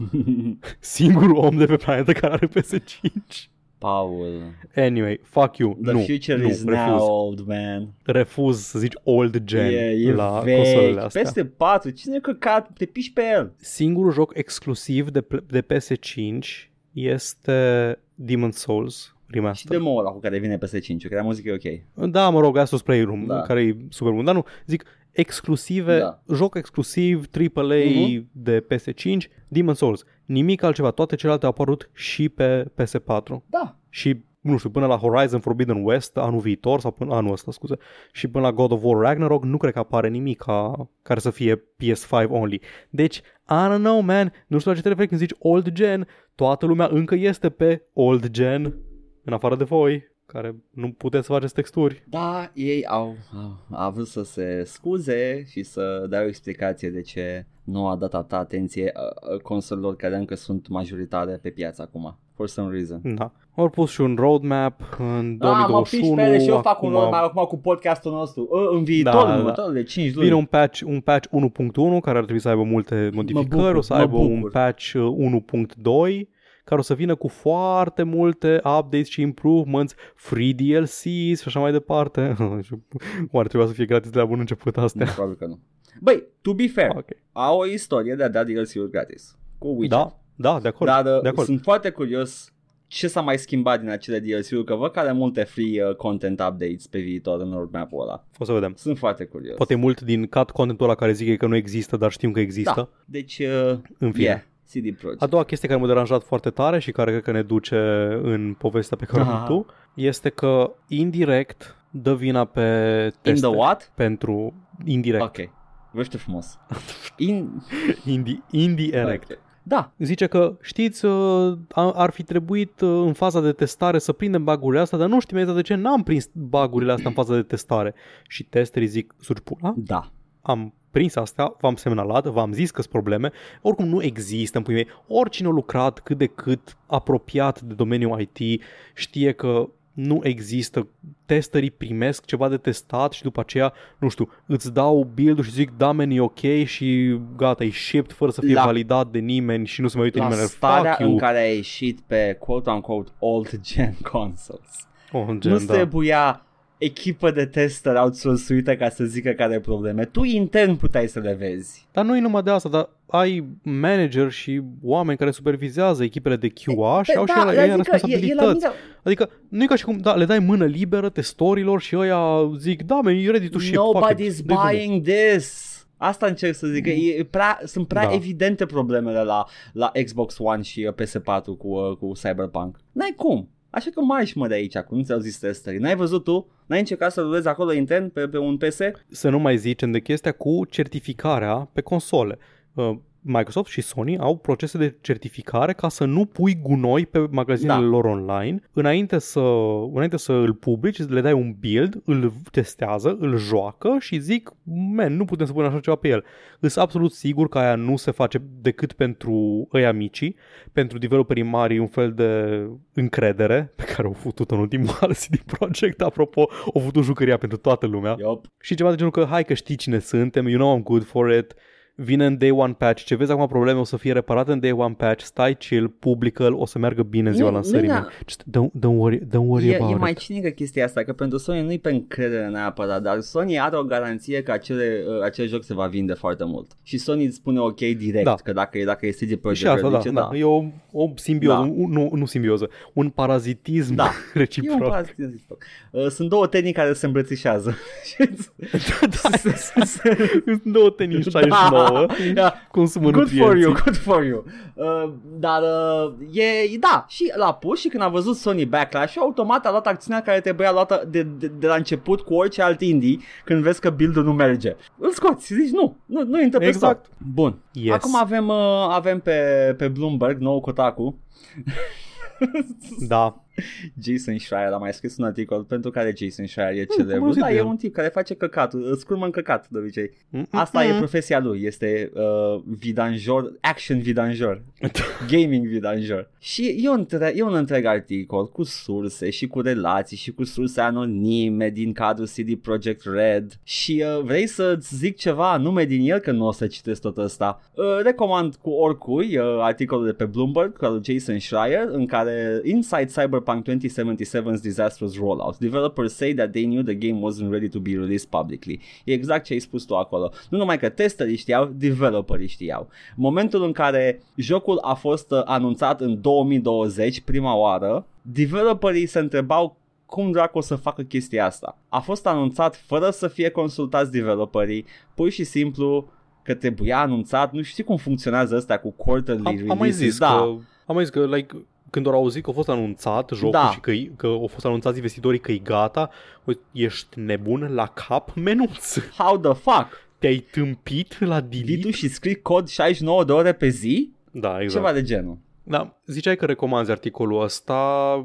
Speaker 2: Singurul om de pe planetă care are PS5.
Speaker 1: Paul,
Speaker 2: Anyway, fuck you.
Speaker 1: the
Speaker 2: nu,
Speaker 1: future
Speaker 2: nu,
Speaker 1: is
Speaker 2: refuz
Speaker 1: now, old man.
Speaker 2: refuz să zici old gen
Speaker 1: e, e
Speaker 2: la consolele
Speaker 1: vechi,
Speaker 2: astea.
Speaker 1: peste 4, cine căcat, te piși pe el.
Speaker 2: Singurul joc exclusiv de, pl- de PS5 este Demon Souls
Speaker 1: Și
Speaker 2: Remastered.
Speaker 1: demo ăla cu care vine PS5, că era muzică e ok.
Speaker 2: Da, mă rog, Astros Playroom,
Speaker 1: Da.
Speaker 2: care e super bun, dar nu, zic exclusive,
Speaker 1: Da.
Speaker 2: joc exclusiv AAA
Speaker 1: Mhm.
Speaker 2: de PS5, Demon Souls. Nimic altceva, toate celelalte au apărut și pe PS4.
Speaker 1: Da.
Speaker 2: și nu știu, până la Horizon Forbidden West anul viitor sau până anul ăsta, scuze, și până la God of War Ragnarok nu cred că apare nimic ca, care să fie PS5 only. Deci, I don't know, man, nu știu la ce te referi când zici old gen, toată lumea încă este pe old gen, în afară de voi, care nu puteți să faceți texturi.
Speaker 1: Da, ei au, au, au vrut să se scuze și să dea o explicație de ce nu a dat atâta atenție uh, uh, consolelor care încă sunt majoritare pe piață acum. For some reason.
Speaker 2: Da. Au pus și un roadmap în 2021.
Speaker 1: Da, mă piși pe ele și eu fac un
Speaker 2: acum
Speaker 1: urmă acum cu podcastul nostru. Ă, În viitor,
Speaker 2: Da,
Speaker 1: în
Speaker 2: da.
Speaker 1: următoarele 5 luni.
Speaker 2: Vine un patch, un patch 1.1 care ar trebui să aibă multe modificări,
Speaker 1: bucur,
Speaker 2: o să
Speaker 1: mă
Speaker 2: aibă un
Speaker 1: bucur.
Speaker 2: patch uh, 1.2 care o să vină cu foarte multe updates și improvements, free DLCs și așa mai departe. Oare trebuia să fie gratis de la bun început
Speaker 1: Nu,
Speaker 2: astea?
Speaker 1: probabil că nu. Băi, to be fair,
Speaker 2: Ok.
Speaker 1: au o istorie de a da DLC-uri gratis. Cu Witcher.
Speaker 2: Da, da, de acord.
Speaker 1: Dar
Speaker 2: de
Speaker 1: de
Speaker 2: acord.
Speaker 1: sunt foarte curios ce s-a mai schimbat din acele DLC-uri, că văd că are multe free uh, content updates pe viitor în roadmap-ul ăla.
Speaker 2: O să vedem.
Speaker 1: Sunt foarte curios.
Speaker 2: Poate e mult din cut contentul ăla care zic ei că nu există, dar știm că există.
Speaker 1: Da. Deci, uh,
Speaker 2: În fine.
Speaker 1: yeah, CD Projekt.
Speaker 2: A doua chestie care m-a deranjat foarte tare și care cred că ne duce în povestea pe care o
Speaker 1: Aha.
Speaker 2: ai tu este că indirect dă vina pe
Speaker 1: In
Speaker 2: teste
Speaker 1: the what?
Speaker 2: pentru indirect.
Speaker 1: Ok. Vește frumos. In...
Speaker 2: Indi, indirect.
Speaker 1: Ok. Da,
Speaker 2: Zice că, știți, uh, a- ar fi trebuit uh, în faza de testare să prindem bagurile astea, dar nu știm exact de ce n-am prins bagurile astea în faza de testare. Și testerii zic, suci pula,
Speaker 1: da.
Speaker 2: am prins astea, v-am semnalat, v-am zis că sunt probleme, oricum nu există în puii mei, oricine a lucrat cât de cât apropiat de domeniul IT știe că nu există. Testerii primesc ceva de testat și după aceea, nu știu, îți dau build și zic da, man, e ok și gata, e shipped fără să fie
Speaker 1: La-
Speaker 2: validat de nimeni și nu se mai uite
Speaker 1: la
Speaker 2: nimeni.
Speaker 1: starea
Speaker 2: Fuck
Speaker 1: în
Speaker 2: you.
Speaker 1: care a ieșit pe quote-unquote old-gen consoles.
Speaker 2: Oh, în
Speaker 1: nu
Speaker 2: gen, da.
Speaker 1: trebuia echipă de tester outsourcuită ca să zică care probleme. Tu intern puteai să le vezi.
Speaker 2: Dar nu e numai de asta, dar ai manager și oameni care supervizează echipele de QA
Speaker 1: Păi
Speaker 2: și
Speaker 1: da,
Speaker 2: au și ele- ei responsabilități. Adică nu e ca și cum, da, le dai mână liberă testorilor și ăia zic, da, man, e ready to ship. fuck it.
Speaker 1: Nobody's
Speaker 2: Dă-i drumul.
Speaker 1: buying this. Asta încerc să zic, că e e prea, sunt prea
Speaker 2: Mm. Da.
Speaker 1: evidente problemele la, la Xbox One și uh, PS4 cu, uh, cu Cyberpunk. N-ai cum. Așa că mai și mă de aici, cum nu ți-au zis testerii. N-ai văzut tu? N-ai încercat să vezi acolo intern pe, pe un PS?
Speaker 2: Să nu mai zicem de chestia cu certificarea pe console. Uh, Microsoft și Sony au procese de certificare ca să nu pui gunoi pe magazinele
Speaker 1: Da.
Speaker 2: lor online. Înainte să, înainte să îl publici, le dai un build, îl testează, îl joacă și zic, man, nu putem să punem așa ceva pe el. Îs absolut sigur că aia nu se face decât pentru ăia micii, pentru developerii mari e un fel de încredere pe care au făcut în ultimul an CD Projekt, apropo, au făcut jucăria pentru toată lumea
Speaker 1: Yep.
Speaker 2: și ceva de genul că hai că știi cine suntem, you know I'm good for it, vine în day one patch, ce vezi acum probleme o să fie reparate în day one patch, stai chill, publică-l, o să meargă bine în ziua
Speaker 1: Nu-
Speaker 2: lansării.
Speaker 1: nu e
Speaker 2: man. Just don't, don't worry, don't worry
Speaker 1: E,
Speaker 2: about
Speaker 1: e
Speaker 2: it.
Speaker 1: mai cinică chestia asta, că pentru Sony nu-i pe încredere neapărat, dar Sony are o garanție că acele, uh, acel joc se va vinde foarte mult. Și Sony îți spune ok direct,
Speaker 2: Da.
Speaker 1: că dacă, e- dacă e CD Projekt
Speaker 2: și asta,
Speaker 1: Red,
Speaker 2: da,
Speaker 1: zice,
Speaker 2: da, e o, o simbioză,
Speaker 1: Adică, Da.
Speaker 2: un, nu, nu simbioză, un parazitism
Speaker 1: Da. E un
Speaker 2: reciproc.
Speaker 1: pas din Ziploc. Uh, Sunt două tenii care se îmbrățișează.
Speaker 2: Da. Sunt două tenis 69,
Speaker 1: Da.
Speaker 2: cum sunt
Speaker 1: Good for you,
Speaker 2: mânuienții.
Speaker 1: good for you. Uh, dar uh, e, da, și l-a pus și când a văzut Sony Backlash, și automat a luat acțiunea care trebuia luată de, de, de la început cu orice alt indie când vezi că build-ul nu merge. Îl scoți și zici nu, nu, nu intră pe
Speaker 2: Exact.
Speaker 1: stock. Bun.
Speaker 2: Yes.
Speaker 1: Acum avem, uh, avem pe, pe Bloomberg, nou Kotaku,
Speaker 2: Da.
Speaker 1: Jason Schreier a mai scris un articol pentru care Jason Schreier e
Speaker 2: cum am
Speaker 1: celebru.
Speaker 2: auzit
Speaker 1: Da,
Speaker 2: de
Speaker 1: e
Speaker 2: el.
Speaker 1: un tip care face căcatul, îți curmă în căcat de obicei.
Speaker 2: Mm-mm.
Speaker 1: Asta e profesia lui, este uh, vidanjor, action vidanjor, gaming vidanjor. Și e un, tre- e un întreg articol cu surse și cu relații și cu surse anonime din cadrul CD Projekt Red și uh, vrei să-ți zic ceva anume din el, că nu o să citesc tot ăsta. Uh, recomand cu oricui uh, articolul de pe Bloomberg, al lui Jason Schreier, în care Inside Cyberpunk 2077's Disastrous Rollout, developers say that they knew the game wasn't ready to be released publicly. E exact ce ai spus tu acolo. Nu numai că testerii știau, developerii știau. Momentul în care jocul a fost uh, anunțat în 2020, prima oară, developerii se întrebau cum dracu o să facă chestia asta. A fost anunțat fără să fie consultați developerii, pur și simplu că trebuia anunțat, nu știu cum funcționează asta cu quarterly
Speaker 2: am, am mai
Speaker 1: releases,
Speaker 2: zis
Speaker 1: da.
Speaker 2: că, am mai zis că like, când au auzit că a fost anunțat jocul
Speaker 1: Da.
Speaker 2: și că, că au fost anunțați investitorii că e gata, uite, ești nebun la cap menuț.
Speaker 1: How the fuck?
Speaker 2: Te-ai tâmpit la delete?
Speaker 1: Vii tu și scrii cod 69 de ore pe zi?
Speaker 2: Da, exact.
Speaker 1: Ceva de genul.
Speaker 2: Da, ziceai că recomanzi articolul ăsta,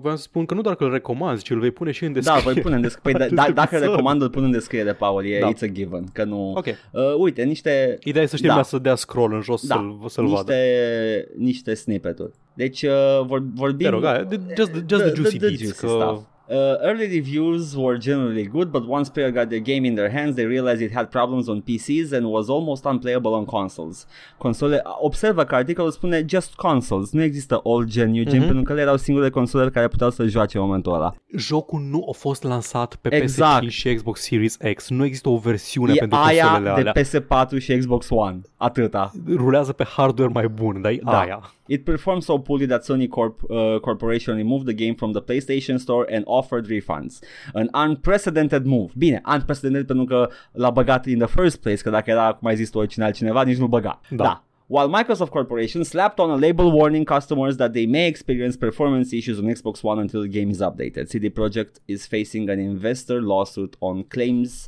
Speaker 2: vreau să spun că nu doar că îl recomanzi, ci îl vei pune și în
Speaker 1: Da,
Speaker 2: descriere.
Speaker 1: voi pune în descriere.
Speaker 2: Acest
Speaker 1: Păi, da, dacă
Speaker 2: episod.
Speaker 1: recomand, îl pun în descriere, Paul. E
Speaker 2: Da.
Speaker 1: da. it's a given. Că nu...
Speaker 2: Ok,
Speaker 1: Uh, uite, niște...
Speaker 2: ideea e să știi
Speaker 1: Da.
Speaker 2: da. să dea scroll în jos
Speaker 1: Da.
Speaker 2: să-l, să-l vadă.
Speaker 1: Niște, niște snippet-uri. Deci uh, vor, vorbim...
Speaker 2: Te rog, aia, de- just, just the,
Speaker 1: The-
Speaker 2: the
Speaker 1: the-
Speaker 2: juicy
Speaker 1: the
Speaker 2: bits,
Speaker 1: juicy
Speaker 2: că
Speaker 1: stuff. Uh, early reviews were generally good, but once players got their game in their hands, they realized it had problems on PCs and was almost unplayable on consoles. Console, observă că articolul spune just consoles, nu există all gen, new gen,
Speaker 2: Mhm.
Speaker 1: pentru că ele erau singurele console care puteau să joace în momentul ăla.
Speaker 2: jocul nu a fost lansat pe
Speaker 1: Exact.
Speaker 2: PS5 și Xbox Series X. Nu există o versiune
Speaker 1: E
Speaker 2: pentru
Speaker 1: aia
Speaker 2: consolele alea.
Speaker 1: de PS4 și Xbox One, atâta.
Speaker 2: rulează pe hardware mai bun, dar e
Speaker 1: Da.
Speaker 2: aia.
Speaker 1: It performed so poorly that Sony Corp, uh, Corporation removed the game from the PlayStation Store and offered refunds. An unprecedented move. Bine, unprecedented pentru că l-a băgat in the first place, că dacă era, cum ai zis tu, oricine altcineva, nici nu băga.
Speaker 2: Da.
Speaker 1: While Microsoft Corporation slapped on a label warning customers that they may experience performance issues on Xbox One until the game is updated, CD Projekt is facing an investor lawsuit on claims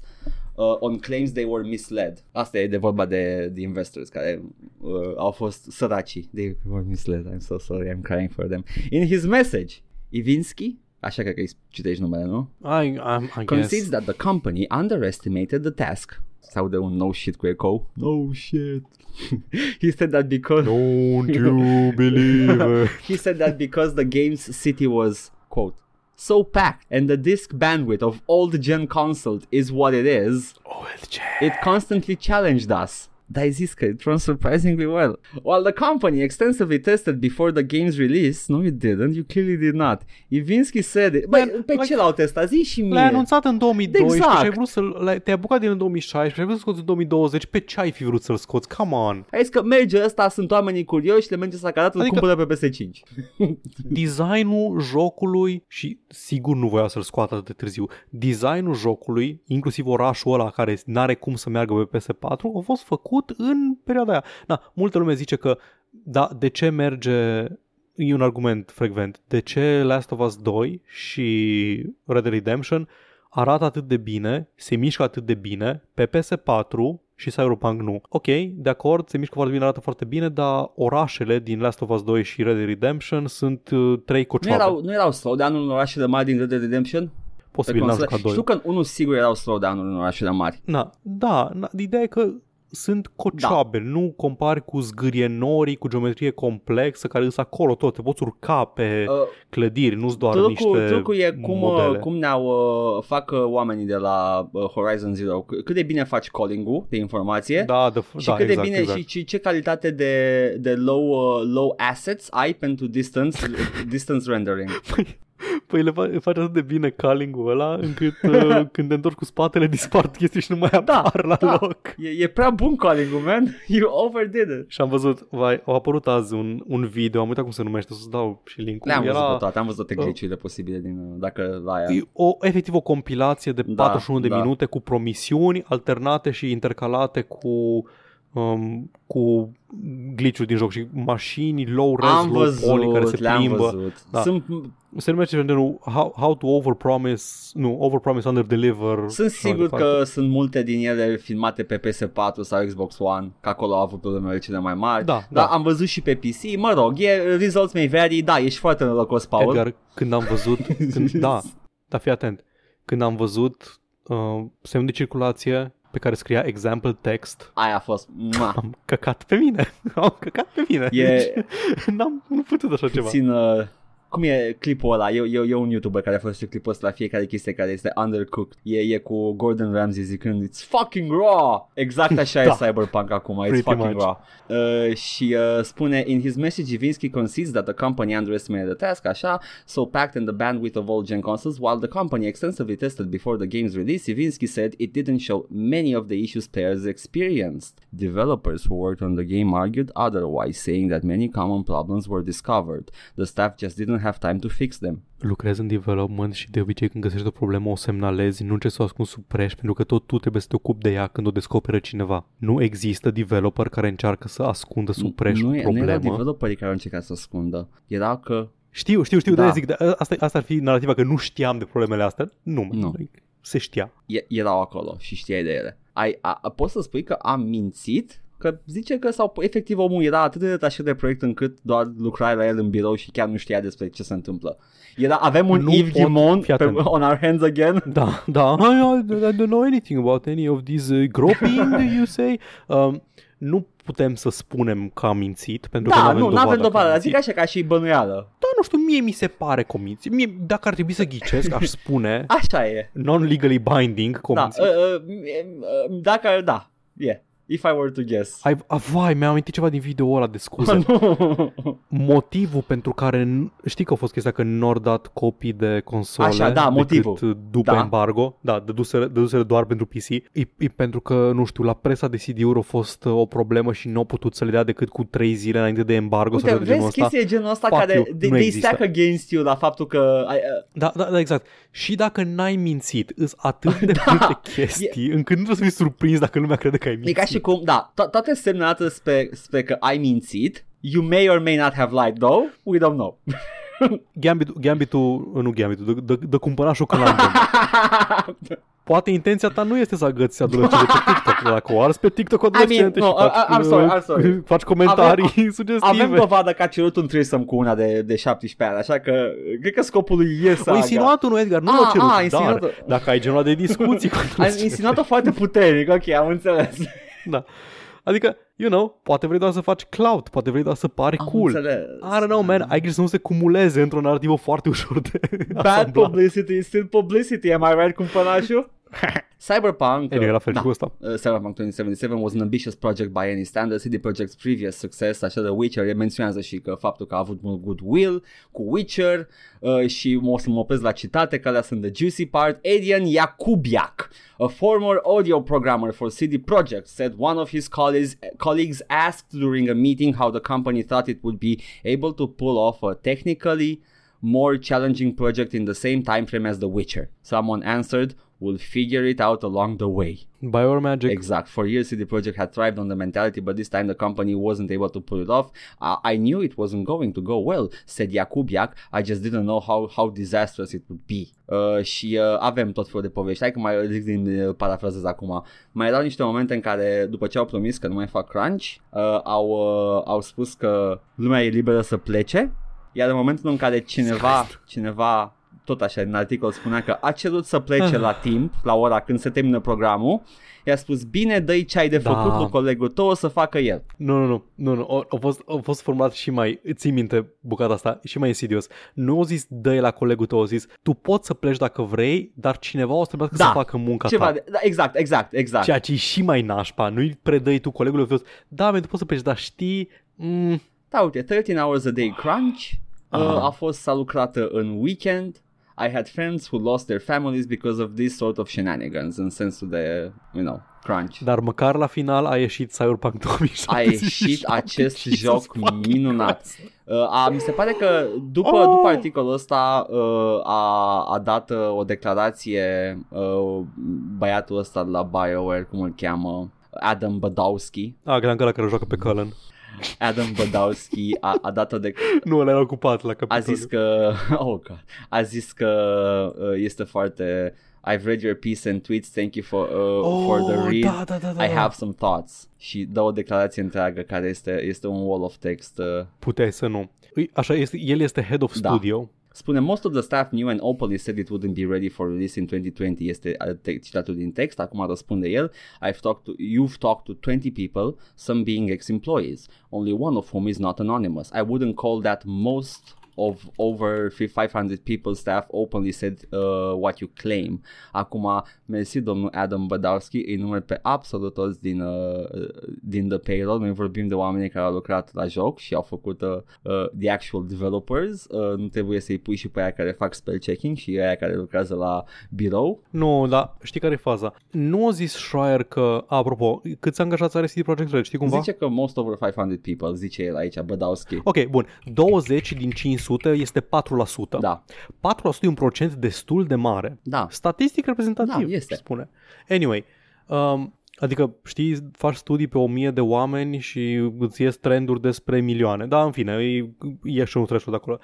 Speaker 1: uh, on claims they were misled. Asta e de vorba de, de investors care uh, au fost săraci. They were misled. I'm so sorry. I'm crying for them. In his message, Ivinski, așa cred că îi citești numele, nu?
Speaker 2: I, I, I
Speaker 1: Concedes
Speaker 2: guess.
Speaker 1: that the company underestimated the task. Sau de un no shit cu eco. No shit. he said that because
Speaker 2: Don't you believe it.
Speaker 1: he said that because the game's city was quote so packed and the disk bandwidth of old gen console is what it is,
Speaker 2: OLG.
Speaker 1: it constantly challenged us. Dar ai zis că it runs surprisingly well. While the company extensively tested before the game's release, no you didn't, you clearly did not. Ivinski said it. Băi,
Speaker 2: Man,
Speaker 1: pe
Speaker 2: like-
Speaker 1: ce l-au testat? Zi și mie.
Speaker 2: L-ai anunțat în 2012
Speaker 1: Exact.
Speaker 2: și ai vrut să l- l-ai- te-ai apucat din el în 2016 și ai vrut să scoți în 2020. Pe ce ai fi vrut să-l scoți? Come on!
Speaker 1: Hai Păi, că merge ăsta, sunt oamenii curioși, le merge să cadată, adică...
Speaker 2: Adică-
Speaker 1: cumpără pe PS5.
Speaker 2: Designul jocului și sigur nu voia să-l scoată atât de târziu. Designul jocului, inclusiv orașul ăla care n-are cum să meargă pe PS4, a fost făcut în perioada aia. Na, multă lume zice că da, de ce merge e un argument frecvent. De ce Last of Us 2 și Red Dead Redemption arată atât de bine, se mișcă atât de bine pe PS4 și Cyberpunk nu. Ok, de acord, se mișcă foarte bine, arată foarte bine, dar orașele din Last of Us 2 și Red Dead Redemption sunt uh, trei
Speaker 1: Nu
Speaker 2: cocioabe.
Speaker 1: erau, nu erau slowdown-ul în orașele mari din Red Dead Redemption? Pe
Speaker 2: Posibil n-am
Speaker 1: console.
Speaker 2: jucat 2.
Speaker 1: Știu că în unul sigur erau slowdown-ul în orașele mari.
Speaker 2: Na, da, na, ideea e că sunt cocioabe, da. nu compari cu zgârie norii, cu geometrie complexă, care sunt acolo tot, te poți urca pe uh,
Speaker 1: Uh,
Speaker 2: clădiri, nu-ți doar
Speaker 1: trucul,
Speaker 2: niște
Speaker 1: trucul e cum, uh,
Speaker 2: modele.
Speaker 1: cum ne-au uh, fac uh, oamenii de la uh, Horizon Zero. C- Cât de bine faci calling-ul de informație
Speaker 2: Da, de, f-
Speaker 1: și
Speaker 2: da,
Speaker 1: cât
Speaker 2: exact,
Speaker 1: de bine
Speaker 2: exact.
Speaker 1: și, și ce calitate de, de low, uh, low assets ai pentru distance, distance rendering.
Speaker 2: Păi le fa- face atât de bine calling-ul ăla încât uh, când te întorci cu spatele dispar chestii și nu mai apar la
Speaker 1: da.
Speaker 2: loc.
Speaker 1: E, e prea bun calling-ul, man. You overdid it.
Speaker 2: Și am văzut, vai, au apărut azi un, un video, am uitat cum se numește, o să dau și link-ul.
Speaker 1: Le-am văzut
Speaker 2: Era Oh.
Speaker 1: pe toate, am văzut toate glitch-urile posibile din, uh, dacă la aia.
Speaker 2: e o, efectiv o compilație de
Speaker 1: Da,
Speaker 2: 41 de
Speaker 1: da.
Speaker 2: minute cu promisiuni alternate și intercalate cu um, cu glitch din joc și mașini low res,
Speaker 1: Am
Speaker 2: low poly care
Speaker 1: văzut,
Speaker 2: se
Speaker 1: le-am
Speaker 2: plimbă.
Speaker 1: văzut.
Speaker 2: Da.
Speaker 1: Sunt,
Speaker 2: Se numește ceva de genul how, how to overpromise, nu, overpromise under deliver.
Speaker 1: sunt sigur că sunt multe din ele filmate pe PS4 sau Xbox One, că acolo au avut problemele cele mai mari.
Speaker 2: Da,
Speaker 1: Dar
Speaker 2: da.
Speaker 1: am văzut și pe PC, mă rog, e, results may vary, da, ești foarte norocos, Paul.
Speaker 2: Edgar, când am văzut, când, da, dar fii atent, când am văzut uh, semnul de circulație pe care scria example text,
Speaker 1: Aia a fost, ma,
Speaker 2: am căcat pe mine, am căcat pe mine.
Speaker 1: E-
Speaker 2: Deci, n-am nu putut așa ceva.
Speaker 1: puțin... Uh, cum e clipul ăla? Eu, eu, eu un YouTuber care a folosit clipul ăsta la fiecare chestie care este undercooked. E, e cu Gordon Ramsay zicând It's fucking raw! Exact așa
Speaker 2: Da.
Speaker 1: e Cyberpunk acum, It's
Speaker 2: Pretty
Speaker 1: fucking
Speaker 2: much.
Speaker 1: raw. Uh, și uh, spune In his message, Ivinsky concedes that the company underestimated the task, așa, so packed in the bandwidth of all gen consoles, while the company extensively tested before the game's release, Ivinsky said it didn't show many of the issues players experienced. Developers who worked on the game argued otherwise, saying that many common problems were discovered. The staff just didn't have time to fix them.
Speaker 2: Lucrez în development și de obicei când găsești o problemă o semnalezi, nu încerci să o ascunzi sub preș pentru că tot tu trebuie să te ocupi de ea când o descoperă cineva. Nu există developer care încearcă să ascundă sub preș
Speaker 1: nu, e-
Speaker 2: o
Speaker 1: nu era
Speaker 2: problemă.
Speaker 1: developerii care au încercat să ascundă. Era că
Speaker 2: știu, știu, știu,
Speaker 1: Da.
Speaker 2: da. zic, dar asta, asta ar fi narativa că nu știam de problemele astea. Nu, mă,
Speaker 1: Nu.
Speaker 2: se știa.
Speaker 1: e- erau acolo și știai de ele. Ai, a, a, poți să spui că am mințit? Că zice că sau efectiv omul era atât de detașat de proiect încât doar lucrai la el în birou și chiar nu știa despre ce se întâmplă. Era, avem un
Speaker 2: Nu
Speaker 1: Yves
Speaker 2: pot
Speaker 1: Gimon
Speaker 2: fi
Speaker 1: pe,
Speaker 2: atent.
Speaker 1: on our hands again?
Speaker 2: Da, da, I, I, I don't know anything about any of these uh, groping, you say. Um, nu putem să spunem că am mințit, pentru că
Speaker 1: da,
Speaker 2: n-avem
Speaker 1: nu, nu
Speaker 2: dovadă
Speaker 1: avem
Speaker 2: că am
Speaker 1: dovadă, adică-
Speaker 2: mințit.
Speaker 1: zic așa ca și bănuială.
Speaker 2: Da, nu știu, mie mi se pare cominți. Mie, dacă ar trebui să ghicesc, aș spune
Speaker 1: Așa e.
Speaker 2: non-legally binding
Speaker 1: Da,
Speaker 2: cominți.
Speaker 1: uh,
Speaker 2: Da, uh,
Speaker 1: uh, uh, dacă, da, yeah, if I were to guess.
Speaker 2: ai, a, vai, mi-am amintit ceva din video ăla de scuze.
Speaker 1: Nu.
Speaker 2: Motivul pentru care n- știi că a fost chestia că n-au dat copii de console
Speaker 1: Așa, da,
Speaker 2: decât uh,
Speaker 1: motivul.
Speaker 2: după
Speaker 1: Da.
Speaker 2: embargo, da, dăduseră, dăduseră doar pentru PC, e, e pentru că, nu știu, la presa de CD-uri a fost uh, o problemă și n-au putut să le dea decât cu 3 zile înainte de embargo
Speaker 1: Uite,
Speaker 2: sau ceva de genul
Speaker 1: vezi
Speaker 2: ăsta.
Speaker 1: chestia e genul ăsta
Speaker 2: Fuck
Speaker 1: care
Speaker 2: you,
Speaker 1: they,
Speaker 2: nu
Speaker 1: they
Speaker 2: există.
Speaker 1: stack against you la faptul că ai, uh,
Speaker 2: Da, da, da, exact. Și dacă n-ai mințit, îs atât de da. multe chestii, încât nu trebuie să fii surprins dacă lumea crede că ai mințit.
Speaker 1: E ca și cum, da, to- toate semnate spre, spre că ai mințit. You may or may not have lied, though. We don't know.
Speaker 2: Gambit, Gambitul, nu Gambitul, de, de, de cumpărașul Clandon. Poate intenția ta nu este să agăți adolescente pe TikTok, dar dacă o arzi pe TikTok adolescente
Speaker 1: I mean, no,
Speaker 2: și faci, uh,
Speaker 1: I- I'm sorry, I'm sorry.
Speaker 2: faci comentarii sugestive.
Speaker 1: Avem dovadă că a cerut un threesome cu una de, de 17 ani, așa că cred că scopul lui e să...
Speaker 2: o
Speaker 1: agă.
Speaker 2: insinuat nu Edgar, nu
Speaker 1: Ah,
Speaker 2: l-a cerut,
Speaker 1: ah,
Speaker 2: dar
Speaker 1: insinuat-o.
Speaker 2: dacă ai genul ăla de discuții cu
Speaker 1: Am
Speaker 2: adolescente-
Speaker 1: insinuat-o foarte puternic, ok, am înțeles.
Speaker 2: da. Adică, you know, poate vrei doar să faci cloud, poate vrei doar să pari
Speaker 1: Am
Speaker 2: cool.
Speaker 1: înțeles.
Speaker 2: I don't know, man, ai grijă să nu se cumuleze într-o narrativă foarte ușor de
Speaker 1: Bad
Speaker 2: asamblat.
Speaker 1: publicity is still publicity, am I right, cumpănașul? Cyberpunk,
Speaker 2: Anyway,
Speaker 1: uh,
Speaker 2: la fel și
Speaker 1: da,
Speaker 2: cu ăsta.
Speaker 1: Uh, Cyberpunk 2077 was an ambitious project by any standard. CD Projekt's previous success, așa de Witcher, menționează și că faptul că a avut mult goodwill cu Witcher uh, și o să mă opresc la citate, că alea sunt the juicy part. Adrian Yakubiak, a former audio programmer for CD Projekt, said one of his colleagues, colleagues asked during a meeting how the company thought it would be able to pull off a technically more challenging project in the same time frame as The Witcher. Someone answered, we'll figure it out along the way.
Speaker 2: Biomagic.
Speaker 1: Exact. For years, CD Projekt had thrived on the mentality, but this time the company wasn't able to pull it off. I, I knew it wasn't going to go well, said Iacubiac. I just didn't know how, how disastrous it would be. Uh, și uh, avem tot felul de povești. Hai că mai zic din uh, parafrazez acum. Mai erau niște momente în care, după ce au promis că nu mai fac crunch, uh, au, uh, au spus că lumea e liberă să plece. Iar în momentul în care cineva, cineva tot așa în articol spunea că a cerut să plece
Speaker 2: Ah.
Speaker 1: la timp, la ora când se termină programul, i-a spus bine, dă-i ce ai de
Speaker 2: Da.
Speaker 1: făcut lui colegul tău, o să facă el.
Speaker 2: Nu, nu, nu, nu, nu. Au, au fost, au fost format și mai, ții minte bucata asta, și mai insidios. Nu au zis dă la colegul tău, au zis tu poți să pleci dacă vrei, dar cineva o să trebuiască
Speaker 1: Da.
Speaker 2: să facă munca
Speaker 1: Ceva
Speaker 2: ta.
Speaker 1: de, da, exact, exact, exact.
Speaker 2: Ceea ce e și mai nașpa, nu-i predăi tu colegului tău, da, men, tu poți să pleci, dar știi, mm,
Speaker 1: Da, uite, 13 hours a day crunch uh,
Speaker 2: Aha.
Speaker 1: a fost salucrată în weekend. I had friends who lost their families because of this sort of shenanigans, în sensul de, you know, crunch.
Speaker 2: dar măcar la final a ieșit Cyberpunk 2077.
Speaker 1: A ieșit acest
Speaker 2: Jesus
Speaker 1: joc
Speaker 2: fucking
Speaker 1: minunat.
Speaker 2: Christ.
Speaker 1: Uh, a, mi se pare că după,
Speaker 2: Oh!
Speaker 1: după articolul ăsta uh, a, a dat uh, o declarație uh, băiatul ăsta de la BioWare, cum îl cheamă, Adam Badowski.
Speaker 2: A, credeam că la care joacă pe Cullen.
Speaker 1: Adam Badowski a, a dat o declarație.
Speaker 2: Nu, ăla era ocupat la
Speaker 1: A
Speaker 2: capitolul.
Speaker 1: zis că, oh god, a zis că uh, este foarte, I've read your piece and tweets, thank you for, uh, for the read.
Speaker 2: da, da, da, da.
Speaker 1: I have some thoughts și dă o declarație întreagă care este, este un wall of text uh,
Speaker 2: Puteai să nu. Îi- Așa, este, el este head of
Speaker 1: Da.
Speaker 2: studio.
Speaker 1: Spune, most of the staff knew and openly said it wouldn't be ready for release in 2020. Este uh, te- citatul din text, acum răspunde el. I've talked to, you've talked to 20 people, some being ex-employees, only one of whom is not anonymous. I wouldn't call that most of over 500 people staff openly said uh, what you claim. Acum, mersi domnul Adam Badowski, îi număr pe absolut toți din, uh, din The Payroll. Noi vorbim de oamenii care au lucrat la joc și au făcut uh, uh, the actual developers. Uh, nu trebuie să-i pui și pe aia care fac spell checking și aia care lucrează la birou.
Speaker 2: Nu, dar știi care e faza? Nu a zis Schreier că, a, apropo, câți angajați are CD Projekt Red, știi cumva? Oh,
Speaker 1: Zice că most over 500 people, zice el aici, Badowski.
Speaker 2: Ok, bun. 20 din 500 este 4%.
Speaker 1: Da,
Speaker 2: 4% e un procent destul de mare.
Speaker 1: da.
Speaker 2: Statistic reprezentativ,
Speaker 1: Da, este.
Speaker 2: spune. Anyway, um, adică știi, faci studii pe 1000 de oameni și îți ies trenduri despre milioane. Da, în fine, e, e și un threshold acolo.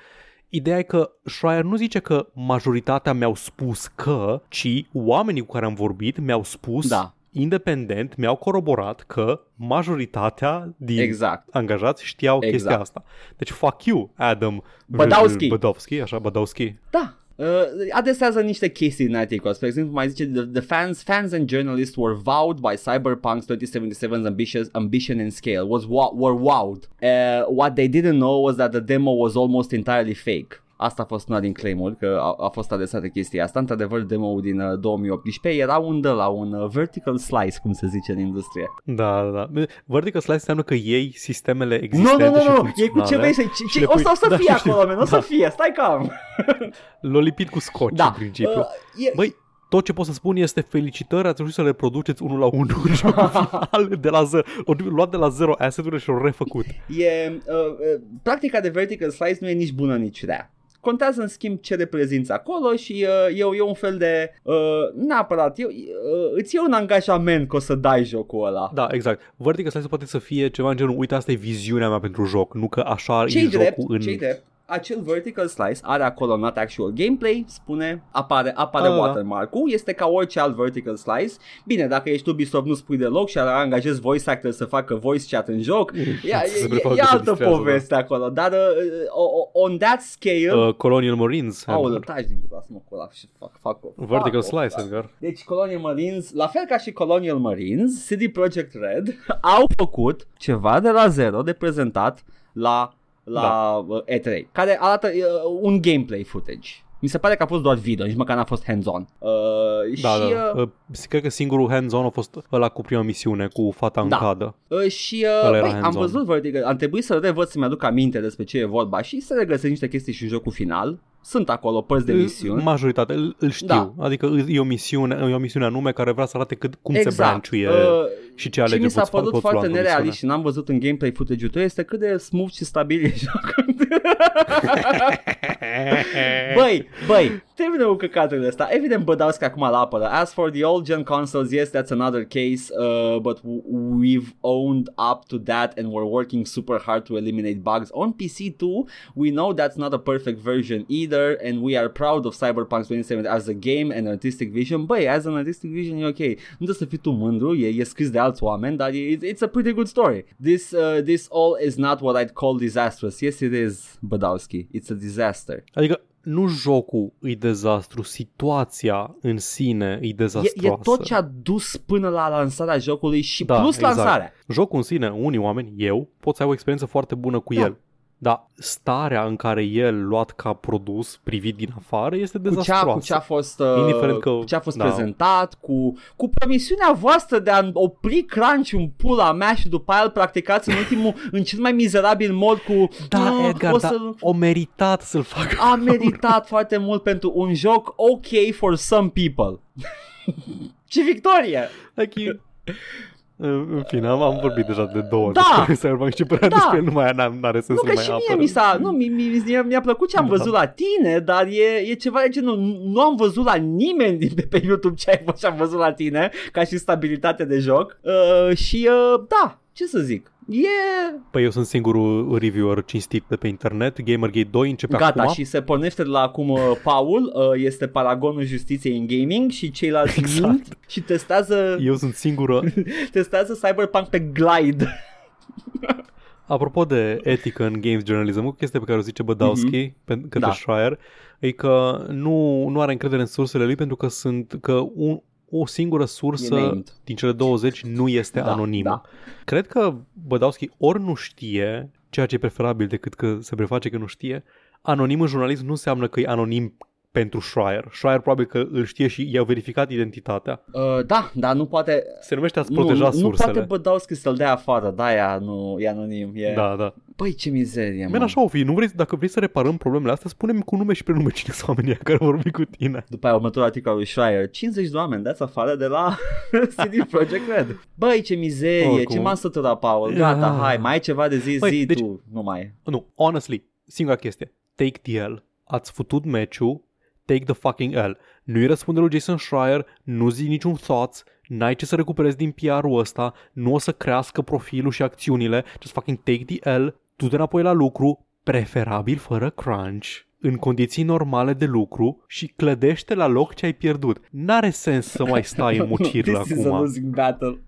Speaker 2: Ideea e că Schreier nu zice că majoritatea mi-au spus că, ci oamenii cu care am vorbit mi-au spus
Speaker 1: Da.
Speaker 2: independent, mi-au coroborat că majoritatea din
Speaker 1: Exact.
Speaker 2: angajați știau
Speaker 1: Exact.
Speaker 2: chestia asta. Deci fuck you, Adam
Speaker 1: Badowski.
Speaker 2: Badowski, așa, Badowski.
Speaker 1: Da. Uh, adesează niște chestii în articol. Spre exemplu, mai zice the, the fans, fans and journalists were wowed by Cyberpunk's 2077's ambitious ambition and scale. Was wa- were wowed. Uh, what they didn't know was that the demo was almost entirely fake. Asta a fost una din claimuri, că a, a fost adresată chestia asta. Într-adevăr, demo-ul din uh, 2018 era un de la un uh, vertical slice, cum se zice în industrie.
Speaker 2: Da, da, da. Vertical slice înseamnă că ei sistemele
Speaker 1: Nu,
Speaker 2: existente
Speaker 1: nu, nu,
Speaker 2: și
Speaker 1: nu, e cu
Speaker 2: funcționale
Speaker 1: ce vrei să... Ce, ce,
Speaker 2: și le
Speaker 1: o să, o să
Speaker 2: pui-
Speaker 1: fie
Speaker 2: știu.
Speaker 1: acolo, man, o să
Speaker 2: Da.
Speaker 1: fie, stai cam.
Speaker 2: L-au lipit cu scotch
Speaker 1: Da.
Speaker 2: în principiu.
Speaker 1: Uh, e,
Speaker 2: Băi, tot ce pot să spun este felicitări, ați reușit să le produceți unul la unul în jocul final de la zero. O luat de la zero asset-urile și l-au refăcut.
Speaker 1: E, uh, uh, practica de vertical slice nu e nici bună, nici rea. Contează în schimb ce reprezinți acolo și uh, eu e un fel de, uh, neapărat, eu, uh, îți iei un angajament că o să dai jocul ăla.
Speaker 2: Da, exact. Vertical slice poate să fie ceva în genul, uite, asta e viziunea mea pentru joc, nu că așa
Speaker 1: Ce-i
Speaker 2: e
Speaker 1: drept,
Speaker 2: jocul în...
Speaker 1: ce-i drept, acel vertical slice are acolo not actual gameplay, spune, apare, apare
Speaker 2: Da, da, da.
Speaker 1: watermark-ul, este ca orice alt vertical slice. Bine, dacă ești Ubisoft nu spui deloc și angajezi voice actor să facă voice chat în joc, e,
Speaker 2: Se
Speaker 1: e,
Speaker 2: prefac
Speaker 1: e, e
Speaker 2: că te
Speaker 1: altă
Speaker 2: distrează, da.
Speaker 1: poveste acolo, dar uh, o- o- on that scale... Uh.
Speaker 2: Uh, Colonial Marines.
Speaker 1: Aoleu, da.
Speaker 2: Edgar.
Speaker 1: taci din gura, mă cola și fac, fac off. Fac
Speaker 2: Vertical
Speaker 1: off,
Speaker 2: Slice,
Speaker 1: da.
Speaker 2: Edgar.
Speaker 1: Deci Colonial Marines, la fel ca și Colonial Marines, CD Projekt Red au făcut ceva de la zero de prezentat la, la da. E3, care arată uh, un gameplay footage. Mi se pare că a fost doar video, nici măcar n-a fost hands-on. Uh,
Speaker 2: Da,
Speaker 1: și,
Speaker 2: da.
Speaker 1: uh,
Speaker 2: Uh, cred că singurul hands-on a fost ăla cu prima misiune, cu fata în
Speaker 1: Da.
Speaker 2: cadă.
Speaker 1: uh, și
Speaker 2: ăla
Speaker 1: uh,
Speaker 2: era
Speaker 1: băi, am
Speaker 2: hands-on.
Speaker 1: văzut, vertical, am trebuit să revăd să-mi aduc aminte despre ce e vorba și să regăsesc niște chestii și în jocul final. Sunt acolo părți de misiuni.
Speaker 2: Majoritatea, îl, îl știu.
Speaker 1: Da.
Speaker 2: Adică e o, misiune, e o misiune anume care vrea să arate cât, cum se branciuie
Speaker 1: Uh,
Speaker 2: și ce
Speaker 1: și
Speaker 2: alege
Speaker 1: mi s-a
Speaker 2: poți, fa-
Speaker 1: părut
Speaker 2: poți lua
Speaker 1: foarte
Speaker 2: într-o
Speaker 1: nerealist
Speaker 2: misiune.
Speaker 1: și n-am văzut în gameplay footage-ul tău este cât de smooth și stabil e jocul. băi, băi, termină cu căcatul ăsta. Evident bădauscă acum la apără. As for the old gen consoles, yes, that's another case, uh, but we've owned up to that and we're working super hard to eliminate bugs on PC too. We know that's not a perfect version either, and we are proud of Cyberpunk 2077 as a game and artistic vision. Băi, as an artistic vision e ok. Nu trebuie să fii tu mândru, e, e scris de alți oameni, dar e, it's a pretty good story. This, uh, this all is not what I'd call disastrous. Yes, it is, Badowski. It's a disaster.
Speaker 2: Adică nu jocul îi dezastru, situația în sine îi
Speaker 1: E,
Speaker 2: dezastroasă.
Speaker 1: e tot ce a dus până la lansarea jocului și
Speaker 2: Da,
Speaker 1: plus
Speaker 2: exact.
Speaker 1: lansarea.
Speaker 2: Jocul în sine, unii oameni, eu, pot să ai o experiență foarte bună cu
Speaker 1: Da.
Speaker 2: el. Dar starea în care el luat ca produs privit din afară este
Speaker 1: Cu ce, a,
Speaker 2: dezastroasă.
Speaker 1: cu ce a fost, uh,
Speaker 2: Indiferent că-
Speaker 1: cu ce a fost
Speaker 2: da.
Speaker 1: prezentat, cu, cu permisiunea voastră de a opri crunch în pula mea și după aia îl practicați în ultimul, în cel mai mizerabil mod cu
Speaker 2: Da,
Speaker 1: "Ah,
Speaker 2: Edgar,
Speaker 1: o
Speaker 2: da,
Speaker 1: să-l-
Speaker 2: o meritat să-l facă.
Speaker 1: a meritat foarte mult pentru un joc ok for some people. Ce victorie!
Speaker 2: Adică, în în fine, am, am vorbit deja de două ori
Speaker 1: Da!
Speaker 2: despre Cyberpunk și prea
Speaker 1: Da!
Speaker 2: despre el nu mai n-am- n-are sens
Speaker 1: Nu că
Speaker 2: să mai
Speaker 1: și mie
Speaker 2: apără.
Speaker 1: mi s-a, nu, mi, mi, mi, mi-a plăcut ce am
Speaker 2: Da.
Speaker 1: văzut la tine, dar e, e ceva de genul, nu am văzut la nimeni din pe, pe YouTube ce ai văzut, ce am văzut la tine, ca și stabilitate de joc. Uh, și uh, da, ce să zic, e
Speaker 2: Păi eu sunt singurul reviewer cinstit de pe internet. Gamergate 2 începe
Speaker 1: gata
Speaker 2: Da, acum.
Speaker 1: și se pornește de la acum uh, Paul, uh, este paragonul justiției în gaming și ceilalți
Speaker 2: Exact.
Speaker 1: mint și testează,
Speaker 2: Eu sunt singură.
Speaker 1: testează Cyberpunk pe Glide.
Speaker 2: Apropo de etică în games journalism, o chestie pe care o zice Bădowski mm-hmm.
Speaker 1: Da.
Speaker 2: către da. Schreier, e că nu, nu are încredere în sursele lui pentru că sunt că un, o singură
Speaker 1: E
Speaker 2: sursă
Speaker 1: named.
Speaker 2: din cele 20 nu este
Speaker 1: Da,
Speaker 2: da, anonimă.
Speaker 1: da.
Speaker 2: Da. Cred că Bădowski ori nu știe ceea ce e preferabil decât că se preface că nu știe. Anonim în jurnalism nu înseamnă că e anonim pentru Schreier. Schreier probabil că îl știe și i-a verificat identitatea.
Speaker 1: Uh, da, dar nu poate,
Speaker 2: Se numește a-ți
Speaker 1: nu,
Speaker 2: proteja
Speaker 1: nu, nu
Speaker 2: sursele.
Speaker 1: poate Bădauschi să-l dea afară, da, ea nu, e anonim. E...
Speaker 2: Da, da.
Speaker 1: Păi ce mizerie,
Speaker 2: Men,
Speaker 1: mă.
Speaker 2: așa o fi. Nu vrei, dacă vrei să reparăm problemele astea, spunem cu nume și prenume cine sunt oamenii aia care vorbi cu tine.
Speaker 1: După aia următorul articol al lui Schreier 50 de oameni dați afară de la CD Projekt Red Băi ce mizerie,
Speaker 2: Oricum.
Speaker 1: ce m-am săturat Paul Gata,
Speaker 2: Ah.
Speaker 1: hai, mai ai ceva de zi,
Speaker 2: Băi,
Speaker 1: zi
Speaker 2: deci-
Speaker 1: tu Nu mai e.
Speaker 2: Nu, honestly, singura chestie. Take the L. Ați futut meciul, take the fucking L. Nu-i răspunde lui Jason Schreier, nu zi niciun thoughts, n-ai ce să recuperezi din PR-ul ăsta, nu o să crească profilul și acțiunile, just fucking take the L, du-te înapoi la lucru, preferabil fără crunch în condiții normale de lucru și clădește la loc ce ai pierdut. N-are sens să mai stai în mucirlă
Speaker 1: This
Speaker 2: acum.
Speaker 1: is a losing battle